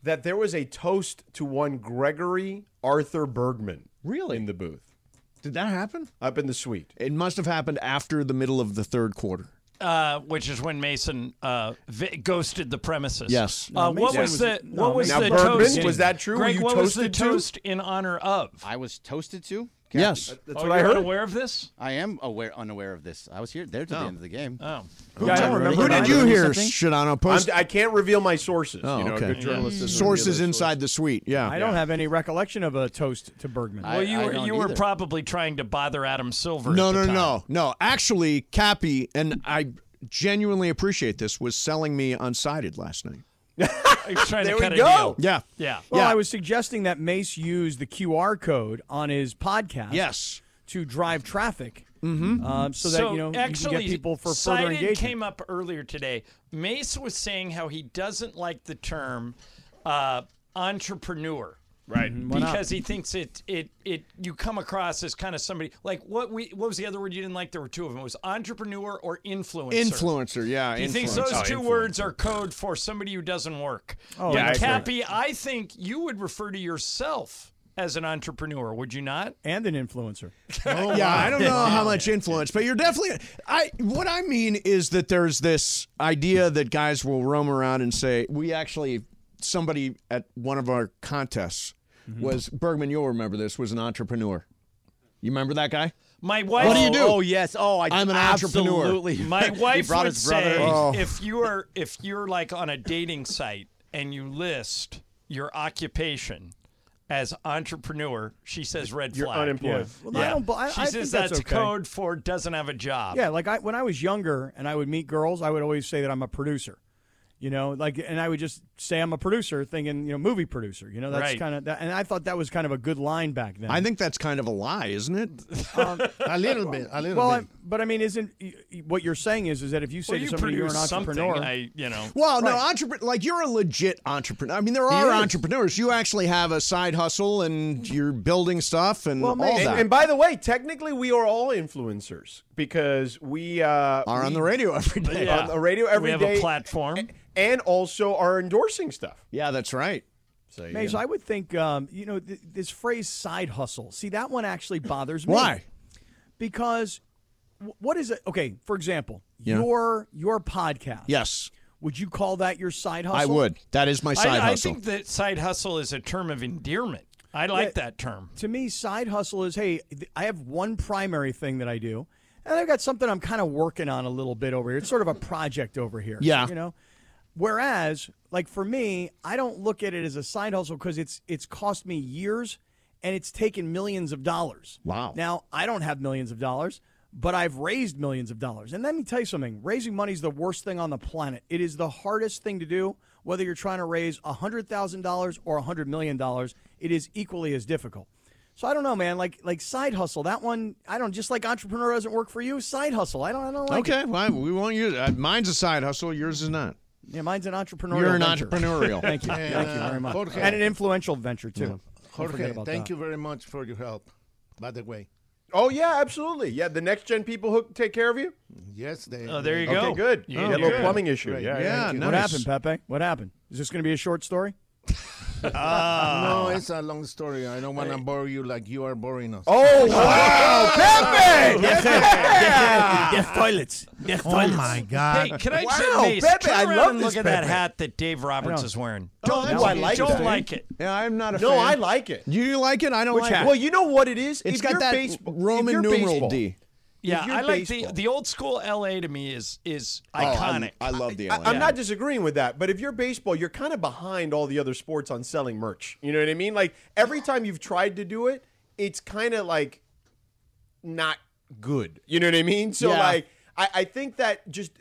[SPEAKER 14] That there was a toast to one Gregory Arthur Bergman. Really? In the booth.
[SPEAKER 1] Did that happen?
[SPEAKER 14] Up in the suite.
[SPEAKER 1] It must have happened after the middle of the third quarter.
[SPEAKER 2] Uh, which is when Mason uh, vi- ghosted the premises.
[SPEAKER 1] Yes.
[SPEAKER 2] Uh,
[SPEAKER 1] No,
[SPEAKER 2] what
[SPEAKER 1] Mason
[SPEAKER 2] was
[SPEAKER 1] was-
[SPEAKER 2] the
[SPEAKER 1] no,
[SPEAKER 2] what was
[SPEAKER 1] Mason-
[SPEAKER 2] the
[SPEAKER 1] Now, Bergman,
[SPEAKER 2] toast?
[SPEAKER 1] was that true? Were
[SPEAKER 2] Greg,
[SPEAKER 1] you
[SPEAKER 2] what was the
[SPEAKER 1] toasted to?
[SPEAKER 2] toast in honor of?
[SPEAKER 3] I was toasted to.
[SPEAKER 1] Yes.
[SPEAKER 3] Kathy.
[SPEAKER 2] That's Oh, what I you're heard. unaware of this.
[SPEAKER 3] I am aware, unaware of this. I was here there to the
[SPEAKER 14] Oh.
[SPEAKER 3] end of the game.
[SPEAKER 2] Oh,
[SPEAKER 1] Who did- Who did you hear, Shadano? Post.
[SPEAKER 14] I'm, I can not reveal my sources.
[SPEAKER 1] oh,
[SPEAKER 14] you know, a
[SPEAKER 1] okay.
[SPEAKER 14] good journalist doesn't
[SPEAKER 1] Sources
[SPEAKER 14] reveal
[SPEAKER 1] inside the suite. Yeah.
[SPEAKER 15] I don't have any recollection of a toast to Bergman.
[SPEAKER 2] well, you were you were probably trying to bother Adam Silver.
[SPEAKER 1] No,
[SPEAKER 2] at the
[SPEAKER 1] no, no,
[SPEAKER 2] time.
[SPEAKER 1] no, no. Actually, Cappy and I genuinely appreciate this was selling me unsided last night.
[SPEAKER 2] He was trying
[SPEAKER 15] There
[SPEAKER 2] to
[SPEAKER 15] we
[SPEAKER 2] cut
[SPEAKER 15] go.
[SPEAKER 2] a deal.
[SPEAKER 1] Yeah.
[SPEAKER 2] yeah.
[SPEAKER 15] Well, I was suggesting that Mace use the QR code on his podcast.
[SPEAKER 1] Yes.
[SPEAKER 15] To drive traffic.
[SPEAKER 1] Mhm.
[SPEAKER 15] Um, so that you know
[SPEAKER 2] actually,
[SPEAKER 15] you can get people for further
[SPEAKER 2] Sidon
[SPEAKER 15] engagement.
[SPEAKER 2] came up earlier today. Mace was saying how he doesn't like the term uh, entrepreneur.
[SPEAKER 14] Right.
[SPEAKER 15] Mm-hmm. why not?
[SPEAKER 2] because he thinks it it it you come across as kind of somebody like what we what was the other word you didn't like? There were two of them. It was entrepreneur or influencer.
[SPEAKER 1] Influencer, yeah.
[SPEAKER 2] He thinks
[SPEAKER 1] influencer.
[SPEAKER 2] those
[SPEAKER 15] Oh,
[SPEAKER 2] two words are code for somebody who doesn't work.
[SPEAKER 1] Oh,
[SPEAKER 2] but
[SPEAKER 1] yeah, I agree.
[SPEAKER 2] Cappy, I think you would refer to yourself as an entrepreneur, would you not?
[SPEAKER 15] And an influencer. Oh,
[SPEAKER 2] Oh
[SPEAKER 1] yeah, I don't know how much influence, but you're definitely. I what I mean is that there's this idea that guys will roam around and say, "We actually somebody at one of our contests was Bergman. You'll remember this was an entrepreneur. You remember that guy?
[SPEAKER 2] My wife.
[SPEAKER 1] What do you do?
[SPEAKER 3] Oh yes. Oh, I,
[SPEAKER 1] I'm an
[SPEAKER 3] absolutely.
[SPEAKER 1] entrepreneur.
[SPEAKER 2] My wife
[SPEAKER 3] brought
[SPEAKER 2] would
[SPEAKER 3] his brother.
[SPEAKER 2] say
[SPEAKER 1] Oh.
[SPEAKER 2] if you are if you're like on a dating site and you list your occupation as entrepreneur, she says red
[SPEAKER 14] You're
[SPEAKER 2] flag.
[SPEAKER 14] unemployed.
[SPEAKER 2] Yeah.
[SPEAKER 15] Well, I don't bu- I-
[SPEAKER 2] she
[SPEAKER 15] I
[SPEAKER 2] says
[SPEAKER 15] think that's
[SPEAKER 2] that's,
[SPEAKER 15] okay.
[SPEAKER 2] code for doesn't have a job.
[SPEAKER 15] Yeah, like I when I was younger and I would meet girls, I would always say that I'm a producer. You know, like and I would just say I'm a producer thinking, you know, movie producer. You know, that's
[SPEAKER 1] Right.
[SPEAKER 15] kind of that and I thought that was kind of a good line back then. Um,
[SPEAKER 1] I think that's kind of a lie, isn't it?
[SPEAKER 5] a little bit, a little
[SPEAKER 15] well,
[SPEAKER 5] bit.
[SPEAKER 15] I, but I mean, isn't y- y- what you're saying is is that if you say
[SPEAKER 2] Well,
[SPEAKER 15] to
[SPEAKER 2] you
[SPEAKER 15] somebody you're an
[SPEAKER 2] produce something,
[SPEAKER 15] entrepreneur,
[SPEAKER 2] I- you know.
[SPEAKER 1] Well, no, entrepreneur. Like you're a legit entrepreneur. I mean, there are entrepreneurs. You actually have a side hustle and you're building stuff and all
[SPEAKER 14] and,
[SPEAKER 1] that.
[SPEAKER 14] and by the way, technically, we are all influencers because we uh, are
[SPEAKER 1] on the radio every day. Yeah.
[SPEAKER 14] On the radio
[SPEAKER 1] We
[SPEAKER 14] every day,
[SPEAKER 1] have a
[SPEAKER 2] platform,
[SPEAKER 14] and also are endorsing stuff.
[SPEAKER 1] Yeah, that's right.
[SPEAKER 14] So,
[SPEAKER 15] Maze, I would think um, you know th- this phrase "side hustle." See, that one actually bothers me.
[SPEAKER 1] Why?
[SPEAKER 15] Because w- what is it? Okay, for example,
[SPEAKER 1] Yeah.
[SPEAKER 15] your your podcast.
[SPEAKER 1] Yes.
[SPEAKER 15] Would you call that your side hustle?
[SPEAKER 1] I would. That is my
[SPEAKER 2] I-
[SPEAKER 1] side
[SPEAKER 2] I,
[SPEAKER 1] hustle.
[SPEAKER 2] think that side hustle is a term of endearment. I like
[SPEAKER 15] Yeah.
[SPEAKER 2] that term.
[SPEAKER 15] To me, side hustle is hey, th- I have one primary thing that I do, and I've got something I'm kind of working on a little bit over here. It's sort of a project over here.
[SPEAKER 1] Yeah.
[SPEAKER 15] You know? Whereas, like for me, I don't look at it as a side hustle because it's it's cost me years and it's taken millions of dollars.
[SPEAKER 1] Wow.
[SPEAKER 15] Now I don't have millions of dollars, but I've raised millions of dollars. And let me tell you something: raising money is the worst thing on the planet. It is the hardest thing to do. Whether you're trying to raise hundred thousand dollars or hundred million dollars, it is equally as difficult. So I don't know, man. Like like side hustle, that one I don't. Just like entrepreneur doesn't work for you, side hustle. I don't. I don't like.
[SPEAKER 1] okay,
[SPEAKER 15] It.
[SPEAKER 1] well, we won't use it. Uh, Mine's a side hustle. Yours is not.
[SPEAKER 15] Yeah, mine's an entrepreneurial.
[SPEAKER 1] You're an
[SPEAKER 15] venture.
[SPEAKER 1] entrepreneurial.
[SPEAKER 15] thank you,
[SPEAKER 1] Yeah,
[SPEAKER 15] thank you
[SPEAKER 5] uh,
[SPEAKER 15] very much,
[SPEAKER 5] Jorge.
[SPEAKER 15] and an influential venture too. Don't forget
[SPEAKER 5] Jorge,
[SPEAKER 15] about
[SPEAKER 5] thank
[SPEAKER 15] that.
[SPEAKER 5] you very much for your help. By the way,
[SPEAKER 14] oh yeah, absolutely. Yeah, the next gen people who take care of you.
[SPEAKER 5] yes, they.
[SPEAKER 14] Oh, there
[SPEAKER 5] they-
[SPEAKER 14] you go. Okay, good. You Oh, had a little good. plumbing issue.
[SPEAKER 5] Right.
[SPEAKER 14] Yeah, yeah.
[SPEAKER 5] Thank you.
[SPEAKER 15] What happened, Pepe? What happened? Is this going to be a short story?
[SPEAKER 14] Ah.
[SPEAKER 5] No, it's a long story. I don't want to bore you like you are boring us.
[SPEAKER 14] Oh wow, Pepe!
[SPEAKER 15] Death toilets. Death
[SPEAKER 5] Oh,
[SPEAKER 15] toilets.
[SPEAKER 5] my
[SPEAKER 2] Hey, can I just
[SPEAKER 14] Wow,
[SPEAKER 2] Mace,
[SPEAKER 14] Pepe,
[SPEAKER 2] turn
[SPEAKER 14] I
[SPEAKER 2] around
[SPEAKER 14] love
[SPEAKER 2] and
[SPEAKER 14] this
[SPEAKER 2] look at that
[SPEAKER 14] Pepe.
[SPEAKER 2] hat that Dave Roberts
[SPEAKER 14] know.
[SPEAKER 2] is wearing?
[SPEAKER 1] Oh,
[SPEAKER 14] Oh, Don't-
[SPEAKER 2] Don't,
[SPEAKER 14] no, I like
[SPEAKER 2] don't
[SPEAKER 14] it.
[SPEAKER 2] like it.
[SPEAKER 1] Yeah, I'm not a
[SPEAKER 14] No,
[SPEAKER 1] fan.
[SPEAKER 14] I like it.
[SPEAKER 1] You like it? I don't like it.
[SPEAKER 14] Well, you know what it is?
[SPEAKER 1] It's
[SPEAKER 14] If
[SPEAKER 1] got
[SPEAKER 14] you're
[SPEAKER 1] that
[SPEAKER 14] baseball- if
[SPEAKER 1] Roman
[SPEAKER 14] you're
[SPEAKER 1] numeral
[SPEAKER 14] baseball-
[SPEAKER 1] D.
[SPEAKER 2] Yeah,
[SPEAKER 14] if you're
[SPEAKER 2] I like
[SPEAKER 14] baseball-
[SPEAKER 2] the the old school LA to me is is
[SPEAKER 1] Oh, I-
[SPEAKER 2] iconic.
[SPEAKER 1] I love the
[SPEAKER 14] I,
[SPEAKER 1] LA.
[SPEAKER 14] I'm not disagreeing with that, but if you're baseball, you're kind of behind all the other sports on selling merch. You know what I mean? Like every time you've tried to do it, it's kind of like not good. You know what I mean? So
[SPEAKER 1] Yeah.
[SPEAKER 14] like, I, I think that just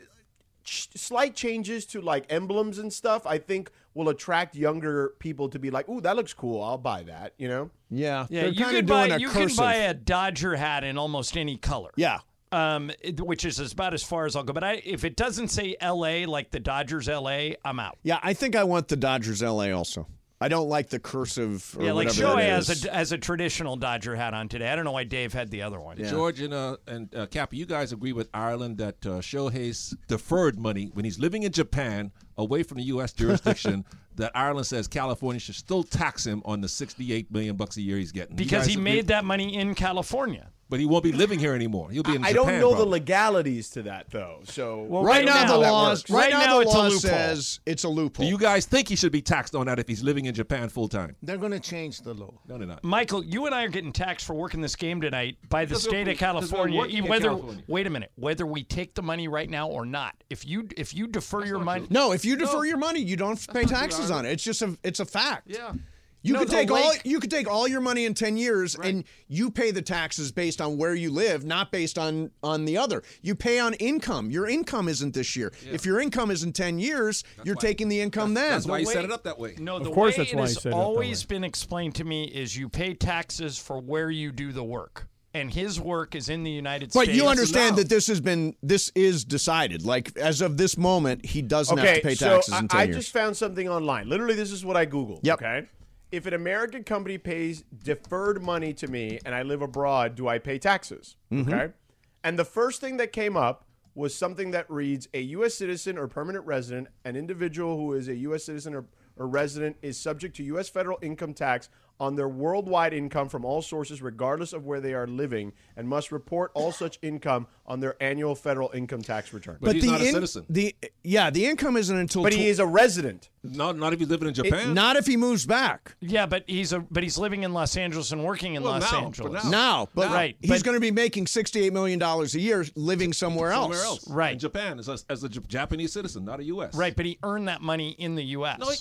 [SPEAKER 14] ch- slight changes to like emblems and stuff, I think will attract younger people to be like, "Ooh, that looks cool. I'll buy that." You know?
[SPEAKER 1] Yeah,
[SPEAKER 2] yeah,
[SPEAKER 1] they're
[SPEAKER 2] you
[SPEAKER 1] kind
[SPEAKER 2] can
[SPEAKER 1] of
[SPEAKER 2] buy
[SPEAKER 1] doing a
[SPEAKER 2] you
[SPEAKER 1] cursive.
[SPEAKER 2] can buy a Dodger hat in almost any color.
[SPEAKER 1] Yeah.
[SPEAKER 2] Um, it- which is about as far as I'll go. But I, if it doesn't say LA like the Dodgers LA, I'm out.
[SPEAKER 1] yeah, I think I want the Dodgers LA also. I I don't like the cursive. Or
[SPEAKER 2] yeah, like
[SPEAKER 1] whatever
[SPEAKER 2] Shohei
[SPEAKER 1] that is.
[SPEAKER 2] has a, has a traditional Dodger hat on today. I don't know why Dave had the other one.
[SPEAKER 4] George and uh, and uh, Cap, you guys agree with Ireland that uh, Shohei's deferred money when he's living in Japan, away from the U.S. jurisdiction, that Ireland says California should still tax him on the sixty-eight million bucks a year he's getting You
[SPEAKER 2] Because
[SPEAKER 4] guys
[SPEAKER 2] he
[SPEAKER 4] agree?
[SPEAKER 2] made that money in California.
[SPEAKER 4] but he won't be living here anymore. He'll be in.
[SPEAKER 14] I
[SPEAKER 4] Japan,
[SPEAKER 14] don't know
[SPEAKER 4] probably.
[SPEAKER 14] the legalities to that though. So
[SPEAKER 1] right now the law
[SPEAKER 14] laws.
[SPEAKER 1] is- right, now, the law says it's a loophole.
[SPEAKER 4] Do you guys think he should be taxed on that if he's living in Japan full time?
[SPEAKER 5] They're going to change the law.
[SPEAKER 4] No, they're not.
[SPEAKER 2] Michael, you and I are getting taxed for working this game tonight by the
[SPEAKER 4] Because
[SPEAKER 2] state
[SPEAKER 4] we're-
[SPEAKER 2] of
[SPEAKER 4] because we're
[SPEAKER 2] California.
[SPEAKER 4] working in
[SPEAKER 2] Whether
[SPEAKER 4] California.
[SPEAKER 2] wait a minute, whether we take the money right now or not. If you if you defer your money,
[SPEAKER 1] No, if you
[SPEAKER 15] Oh.
[SPEAKER 1] defer your money, you don't pay taxes on it. It's just a it's a fact. Yeah. You
[SPEAKER 2] No,
[SPEAKER 1] could
[SPEAKER 2] the
[SPEAKER 1] take all
[SPEAKER 2] lake-
[SPEAKER 1] you could take all your money in ten years, and you pay the taxes based on where you live, not based on on the other. You pay on income. Your income isn't this year. If your income is in ten years, you're taking the income then.
[SPEAKER 4] That's why he set it up that way.
[SPEAKER 2] No, the way it
[SPEAKER 1] why
[SPEAKER 2] has always been explained to me is you pay taxes for where you do the work, and his work is in the United
[SPEAKER 1] But
[SPEAKER 2] States.
[SPEAKER 1] you understand that this has been this is decided. Like as of this moment, he doesn't
[SPEAKER 14] okay,
[SPEAKER 1] have to pay
[SPEAKER 14] so
[SPEAKER 1] taxes
[SPEAKER 14] I,
[SPEAKER 1] in ten
[SPEAKER 14] I
[SPEAKER 1] years.
[SPEAKER 14] just found something online. Literally, this is what I googled.
[SPEAKER 1] Yep.
[SPEAKER 14] Okay. If an American company pays deferred money to me and I live abroad, do I pay taxes?
[SPEAKER 1] Mm-hmm.
[SPEAKER 16] Mhm.
[SPEAKER 14] Okay. And the first thing that came up was something that reads a U.S. citizen or permanent resident, an individual who is a U.S. citizen or, or resident is subject to U.S. federal income tax on their worldwide income from all sources, regardless of where they are living, and must report all such income on their annual federal income tax return.
[SPEAKER 1] in- The yeah, the income isn't until.
[SPEAKER 14] But he is a resident.
[SPEAKER 4] No, not if he's living in
[SPEAKER 1] Japan. not if he moves back.
[SPEAKER 2] Yeah, but he's a but he's living in Los Angeles and working in
[SPEAKER 1] Well,
[SPEAKER 2] Los
[SPEAKER 1] now, but
[SPEAKER 2] Angeles
[SPEAKER 1] now. Now, but
[SPEAKER 2] right,
[SPEAKER 1] he's going to be making sixty-eight million dollars a year living somewhere else.
[SPEAKER 4] Somewhere else. Right. In Japan, as a, as a J- Japanese citizen, not a U.S.
[SPEAKER 2] right, but he earned that money in the U.S.
[SPEAKER 4] No, he-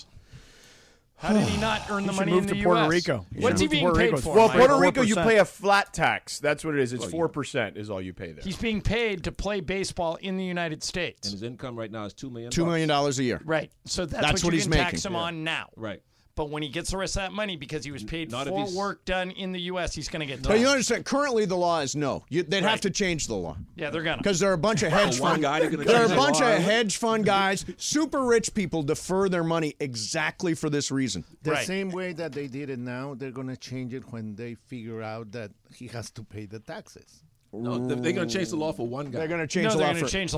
[SPEAKER 2] How did he not earn the
[SPEAKER 4] He should
[SPEAKER 2] money
[SPEAKER 4] move
[SPEAKER 2] in
[SPEAKER 4] to
[SPEAKER 2] the
[SPEAKER 4] Puerto
[SPEAKER 2] US?
[SPEAKER 4] Rico. He
[SPEAKER 2] What's he
[SPEAKER 4] should move to
[SPEAKER 2] being
[SPEAKER 4] Puerto
[SPEAKER 2] paid
[SPEAKER 4] Rico.
[SPEAKER 2] for?
[SPEAKER 14] Well,
[SPEAKER 2] Mike?
[SPEAKER 14] Puerto Rico, you pay a flat tax. That's what it is. It's four percent is all you pay there.
[SPEAKER 2] He's being paid to play baseball in the United States. And
[SPEAKER 4] his income right now is two million.
[SPEAKER 1] Two million dollars a year.
[SPEAKER 2] Right. So that's,
[SPEAKER 1] That's
[SPEAKER 2] what,
[SPEAKER 1] what
[SPEAKER 2] you
[SPEAKER 1] he's
[SPEAKER 2] can tax
[SPEAKER 1] making.
[SPEAKER 2] him
[SPEAKER 1] Yeah.
[SPEAKER 2] on now.
[SPEAKER 4] Right.
[SPEAKER 2] But when he gets the rest of that money because he was paid
[SPEAKER 4] Not if
[SPEAKER 2] for
[SPEAKER 4] he's-
[SPEAKER 2] work done in the U.S., he's going to get
[SPEAKER 1] But you
[SPEAKER 2] taxed.
[SPEAKER 1] understand? Currently, the law is no. You, they'd have to change the law.
[SPEAKER 2] Yeah, they're gonna.
[SPEAKER 1] Because there are a bunch of hedge
[SPEAKER 4] Oh, one
[SPEAKER 1] fund
[SPEAKER 4] guy, they're gonna
[SPEAKER 1] There are a
[SPEAKER 4] change the
[SPEAKER 1] bunch
[SPEAKER 4] law.
[SPEAKER 1] of hedge fund guys, super rich people defer their money exactly for this reason.
[SPEAKER 5] The same way that they did it now, they're going to change it when they figure out that he has to pay the taxes.
[SPEAKER 4] No, they- they're gonna change the law for one guy.
[SPEAKER 1] They're going to change the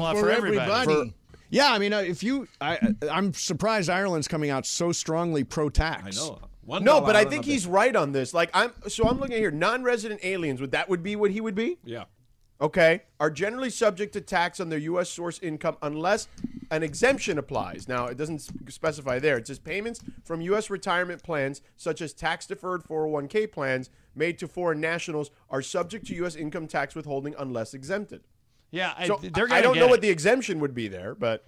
[SPEAKER 1] law. for,
[SPEAKER 5] for everybody.
[SPEAKER 1] For- yeah, I mean, uh, if you, I, I'm surprised Ireland's coming out so strongly pro-tax.
[SPEAKER 14] no, but I think he's right on this. Like I'm, so I'm looking here. Non-resident aliens would that would be what he would be?
[SPEAKER 4] Yeah.
[SPEAKER 14] Okay, are generally subject to tax on their U.S. source income unless an exemption applies. Now it doesn't s- specify there. It says payments from U.S. retirement plans, such as tax-deferred 401k plans made to foreign nationals, are subject to U.S. income tax withholding unless exempted.
[SPEAKER 2] yeah, I,
[SPEAKER 14] So
[SPEAKER 2] they're
[SPEAKER 14] I
[SPEAKER 2] gonna
[SPEAKER 14] don't
[SPEAKER 2] get
[SPEAKER 14] know
[SPEAKER 2] it.
[SPEAKER 14] what the exemption would be there, but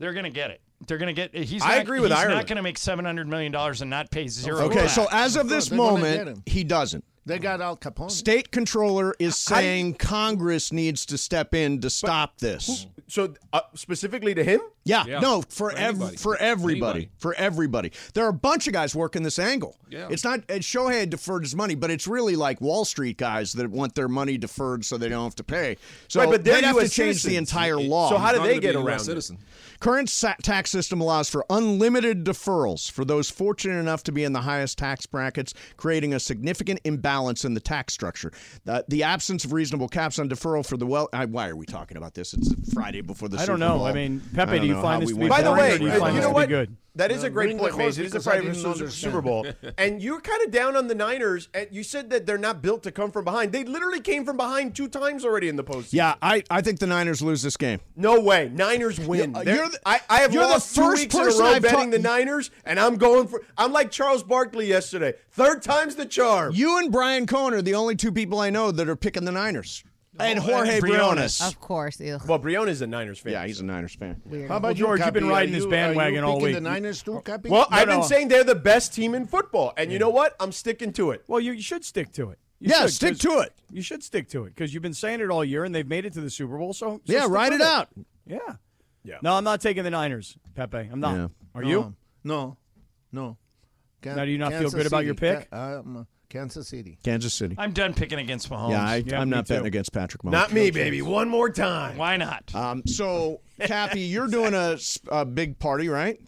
[SPEAKER 2] They're going to get it. They're going to get. He's.
[SPEAKER 14] I
[SPEAKER 2] not-
[SPEAKER 14] agree with
[SPEAKER 2] he's
[SPEAKER 14] Ireland.
[SPEAKER 2] not going to make seven hundred million dollars and not pay zero.
[SPEAKER 1] Okay,
[SPEAKER 2] tax.
[SPEAKER 1] so as of this
[SPEAKER 5] They're gonna get
[SPEAKER 1] moment,
[SPEAKER 5] him.
[SPEAKER 1] he doesn't.
[SPEAKER 5] They got Al Capone.
[SPEAKER 1] State controller is saying Congress needs to step in to stop this.
[SPEAKER 14] So uh, specifically to him?
[SPEAKER 1] Yeah,
[SPEAKER 14] Yeah.
[SPEAKER 1] no, for
[SPEAKER 14] For
[SPEAKER 1] ev-
[SPEAKER 14] anybody.
[SPEAKER 1] for everybody,
[SPEAKER 14] Anybody.
[SPEAKER 1] for everybody. There are a bunch of guys working this angle.
[SPEAKER 14] Yeah.
[SPEAKER 1] It's not and Shohei had deferred his money, but it's really like Wall Street guys that want their money deferred so they don't have to pay. So
[SPEAKER 14] Right, but they're
[SPEAKER 1] they'd have to
[SPEAKER 14] US
[SPEAKER 1] change the
[SPEAKER 14] citizens.
[SPEAKER 1] entire
[SPEAKER 14] So
[SPEAKER 1] law.
[SPEAKER 14] how do He's not they gonna get be a US around it?
[SPEAKER 4] citizen.
[SPEAKER 1] Current sa- tax system allows for unlimited deferrals for those fortunate enough to be in the highest tax brackets, creating a significant imbalance in the tax structure. The, the absence of reasonable caps on deferral for the well. I, why are we talking about this? It's Friday before the
[SPEAKER 15] I
[SPEAKER 1] Super
[SPEAKER 15] don't know.
[SPEAKER 1] Bowl.
[SPEAKER 15] I mean,
[SPEAKER 1] I
[SPEAKER 15] Pepe,
[SPEAKER 1] don't
[SPEAKER 15] do you
[SPEAKER 1] know
[SPEAKER 15] find
[SPEAKER 1] how
[SPEAKER 15] this
[SPEAKER 1] we
[SPEAKER 15] to be
[SPEAKER 1] went
[SPEAKER 14] By the
[SPEAKER 1] there.
[SPEAKER 14] way,
[SPEAKER 1] Or do
[SPEAKER 14] uh,
[SPEAKER 1] find
[SPEAKER 14] you know
[SPEAKER 1] this to
[SPEAKER 14] what?
[SPEAKER 1] be good?
[SPEAKER 14] That is a great
[SPEAKER 5] bring the
[SPEAKER 14] point,
[SPEAKER 5] horse
[SPEAKER 14] Maze. It is a
[SPEAKER 5] because I
[SPEAKER 14] Friday
[SPEAKER 5] didn't
[SPEAKER 14] versus Super
[SPEAKER 5] understand.
[SPEAKER 14] Bowl. and you were kind of down on the Niners. And you said that they're not built to come from behind. They literally came from behind two times already in the postseason.
[SPEAKER 1] Yeah, I, I think the Niners lose this game.
[SPEAKER 14] No way. Niners win.
[SPEAKER 15] uh,
[SPEAKER 1] You're-
[SPEAKER 14] They're-
[SPEAKER 1] you're the-
[SPEAKER 14] I, I have
[SPEAKER 1] you're the
[SPEAKER 14] lost two
[SPEAKER 1] first
[SPEAKER 14] weeks in a
[SPEAKER 1] person
[SPEAKER 14] row
[SPEAKER 1] I've
[SPEAKER 14] betting
[SPEAKER 1] ta-
[SPEAKER 14] the Niners, and I'm going for. I'm like Charles Barkley yesterday. Third time's the charm.
[SPEAKER 1] You and Brian Cohen are the only two people I know that are picking the Niners. And Jorge Briones.
[SPEAKER 13] Of course. Ugh.
[SPEAKER 14] Well, Briones is a Niners fan.
[SPEAKER 1] Yeah, he's a Niners fan.
[SPEAKER 13] Weird.
[SPEAKER 15] How about George? You've been
[SPEAKER 14] Cappy?
[SPEAKER 15] riding
[SPEAKER 14] Are
[SPEAKER 15] his
[SPEAKER 14] you-
[SPEAKER 15] bandwagon
[SPEAKER 14] are you
[SPEAKER 15] all
[SPEAKER 14] picking
[SPEAKER 15] week.
[SPEAKER 14] the Niners
[SPEAKER 5] too, Cappy?
[SPEAKER 14] Oh, Well,
[SPEAKER 15] No,
[SPEAKER 14] I've
[SPEAKER 15] no.
[SPEAKER 14] been saying they're the best team in football, and you know what? I'm sticking to it.
[SPEAKER 15] Well, you, you should stick to it. You
[SPEAKER 1] Yeah,
[SPEAKER 15] should,
[SPEAKER 1] stick
[SPEAKER 15] 'cause-
[SPEAKER 1] to it.
[SPEAKER 15] You should stick to it because you've been saying it all year, and they've made it to the Super Bowl. So, so
[SPEAKER 1] Yeah,
[SPEAKER 15] stick
[SPEAKER 1] ride
[SPEAKER 15] with
[SPEAKER 1] it out.
[SPEAKER 15] Yeah.
[SPEAKER 14] Yeah.
[SPEAKER 15] No, I'm not taking the Niners, Pepe. I'm not.
[SPEAKER 1] Yeah.
[SPEAKER 15] Are you?
[SPEAKER 5] No, no. Can-
[SPEAKER 15] Now, do you not feel
[SPEAKER 5] Kansas
[SPEAKER 15] good about your
[SPEAKER 5] City.
[SPEAKER 15] pick?
[SPEAKER 5] Ca- um, Kansas City.
[SPEAKER 1] Kansas City.
[SPEAKER 2] I'm done picking against Mahomes.
[SPEAKER 1] Yeah, I, I'm not betting against Patrick Mahomes.
[SPEAKER 14] more time.
[SPEAKER 2] Why not?
[SPEAKER 1] Um, so, Cappy, you're doing a, s- a big party, right?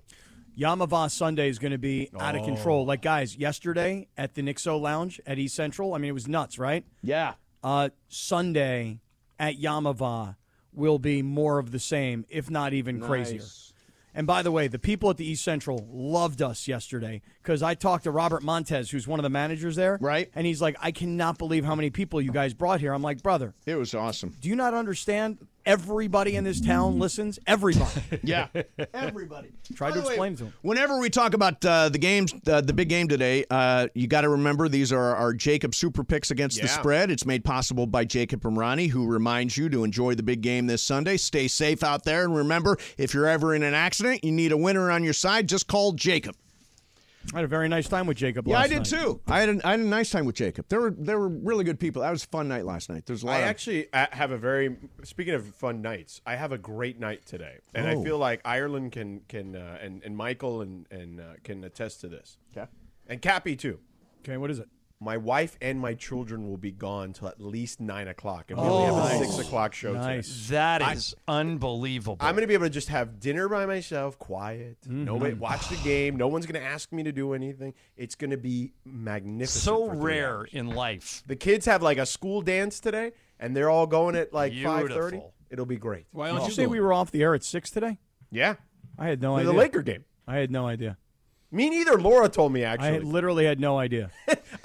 [SPEAKER 15] Yamava Sunday is going to be out of
[SPEAKER 1] Oh.
[SPEAKER 15] control. Like guys, yesterday at the Nixo Lounge at East Central, I mean it was nuts, right?
[SPEAKER 1] Yeah.
[SPEAKER 15] Uh, Sunday at Yamava will be more of the same, if not even crazier.
[SPEAKER 1] Nice.
[SPEAKER 15] And by the way, the people at the East Central loved us yesterday because I talked to Robert Montez, who's one of the managers there. Right. And he's like, I cannot believe how many people you guys brought here. I'm like, brother.
[SPEAKER 1] It was awesome.
[SPEAKER 15] Do you not understand? Everybody in this town listens. Everybody.
[SPEAKER 1] Yeah.
[SPEAKER 15] Everybody. Tried
[SPEAKER 1] By
[SPEAKER 15] to
[SPEAKER 1] the way,
[SPEAKER 15] explain to him.
[SPEAKER 1] Whenever we talk about uh, the games, uh, the big game today, uh, you got to remember these are our Jacob Super Picks against the
[SPEAKER 16] Yeah.
[SPEAKER 1] spread. It's made possible by Jacob Imrani, who reminds you to enjoy the big game this Sunday. Stay safe out there, and remember, if you're ever in an accident, you need a winner on your side. Just call Jacob.
[SPEAKER 15] I had a very nice time with Jacob.
[SPEAKER 1] Yeah, I
[SPEAKER 15] last
[SPEAKER 1] did
[SPEAKER 15] night.
[SPEAKER 1] too. I had, an, I had a nice time with Jacob. There were there were really good people. That was a fun night last night. There's a lot.
[SPEAKER 14] I
[SPEAKER 1] of-
[SPEAKER 14] actually uh, have a very speaking of fun nights. I have a great night today, and
[SPEAKER 1] Oh.
[SPEAKER 14] I feel like Ireland can can uh, and and Michael and and uh, can attest to this. Okay, and Cappy too.
[SPEAKER 15] Okay, what is it?
[SPEAKER 14] My wife and my children will be gone till at least nine o'clock, and we only have a
[SPEAKER 2] Nice.
[SPEAKER 14] six o'clock show. today.
[SPEAKER 2] That
[SPEAKER 14] I-
[SPEAKER 2] is unbelievable.
[SPEAKER 14] I'm going to be able to just have dinner by myself, quiet.
[SPEAKER 15] Mm-hmm.
[SPEAKER 14] No way, watch the game. No one's going to ask me to do anything. It's going to be magnificent.
[SPEAKER 2] So
[SPEAKER 14] for three
[SPEAKER 2] rare
[SPEAKER 14] hours.
[SPEAKER 2] in life.
[SPEAKER 14] The kids have like a school dance today, and they're all going at like five thirty.
[SPEAKER 2] Beautiful.
[SPEAKER 14] It'll be great.
[SPEAKER 2] Why
[SPEAKER 15] Did you say we were off the air at six today?
[SPEAKER 14] Yeah,
[SPEAKER 15] I had no
[SPEAKER 14] The
[SPEAKER 15] idea.
[SPEAKER 14] Laker game.
[SPEAKER 15] I had no idea.
[SPEAKER 14] Me neither. Laura told me actually.
[SPEAKER 15] I literally had no idea.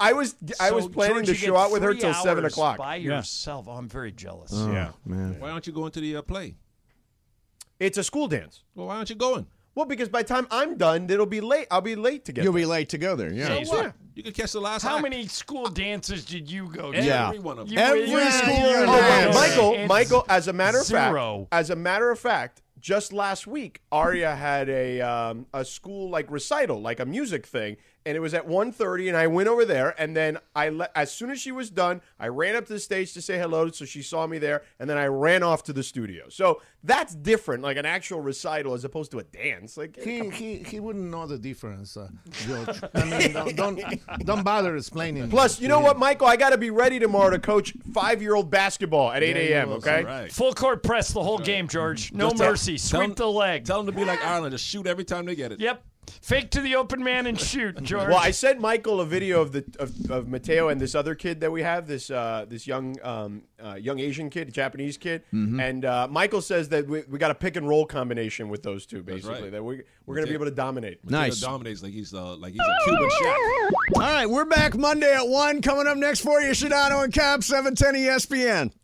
[SPEAKER 14] I was I was
[SPEAKER 2] So,
[SPEAKER 14] planning
[SPEAKER 2] George,
[SPEAKER 14] to
[SPEAKER 2] you
[SPEAKER 14] show
[SPEAKER 2] get
[SPEAKER 14] out with her
[SPEAKER 2] three
[SPEAKER 14] till seven
[SPEAKER 2] hours
[SPEAKER 14] o'clock.
[SPEAKER 2] by
[SPEAKER 14] Yeah.
[SPEAKER 2] yourself. Oh, I'm very jealous.
[SPEAKER 14] Oh, Yeah.
[SPEAKER 1] man.
[SPEAKER 4] Why aren't you going to the uh, play?
[SPEAKER 14] It's a school dance.
[SPEAKER 4] Well, why aren't you going?
[SPEAKER 14] Well, because by the time I'm done, it'll be late. I'll be late to get.
[SPEAKER 1] You'll
[SPEAKER 14] there.
[SPEAKER 1] be late to go there. Yeah.
[SPEAKER 14] So what?
[SPEAKER 4] You could catch the last.
[SPEAKER 2] How many school dances did you
[SPEAKER 5] Oh,
[SPEAKER 2] go to?
[SPEAKER 1] Yeah.
[SPEAKER 2] Every one of them.
[SPEAKER 1] Every
[SPEAKER 2] You-
[SPEAKER 1] school
[SPEAKER 2] you're
[SPEAKER 1] dance.
[SPEAKER 14] Oh, well,
[SPEAKER 2] right.
[SPEAKER 14] Michael,
[SPEAKER 2] It's
[SPEAKER 14] Michael. As a matter of
[SPEAKER 2] zero.
[SPEAKER 14] fact, as a matter of fact, just last week, Aria had a um, a school like recital, like a music thing, and it was at 1.30, and I went over there, and then I le- as soon as she was done, I ran up to the stage to say hello, so she saw me there, and then I ran off to the studio. So that's different, like an actual recital as opposed to a dance. Like
[SPEAKER 5] He, he, he wouldn't know the difference, uh, George. I mean, don't, don't, don't bother explaining.
[SPEAKER 14] Plus, you know what, Michael? I got to be ready tomorrow to coach five-year-old basketball at
[SPEAKER 5] Yeah,
[SPEAKER 14] 8 a.m.
[SPEAKER 5] you will.
[SPEAKER 14] Okay,
[SPEAKER 4] Right.
[SPEAKER 2] Full court press the whole game, George. No
[SPEAKER 4] Mm-hmm. Just tell-
[SPEAKER 2] mercy.
[SPEAKER 4] tell
[SPEAKER 2] Sweep
[SPEAKER 4] 'em-
[SPEAKER 2] the leg.
[SPEAKER 4] Tell them to be like Ireland, just shoot every time they get it.
[SPEAKER 2] Yep. Fake to the open man and shoot, George.
[SPEAKER 14] Well, I sent Michael a video of the of, of Mateo and this other kid that we have, this uh, this young um, uh, young Asian kid, Japanese kid,
[SPEAKER 16] Mhm.
[SPEAKER 14] and uh, Michael says that we, we got a pick and roll combination with those two, basically
[SPEAKER 4] right.
[SPEAKER 14] that we we're going to be able to dominate.
[SPEAKER 4] Mateo dominates like he's uh, like he's a Cuban chef.
[SPEAKER 1] E All right, we're back Monday at 1. Coming up next for you, Shadano and Cap, 710 ESPN.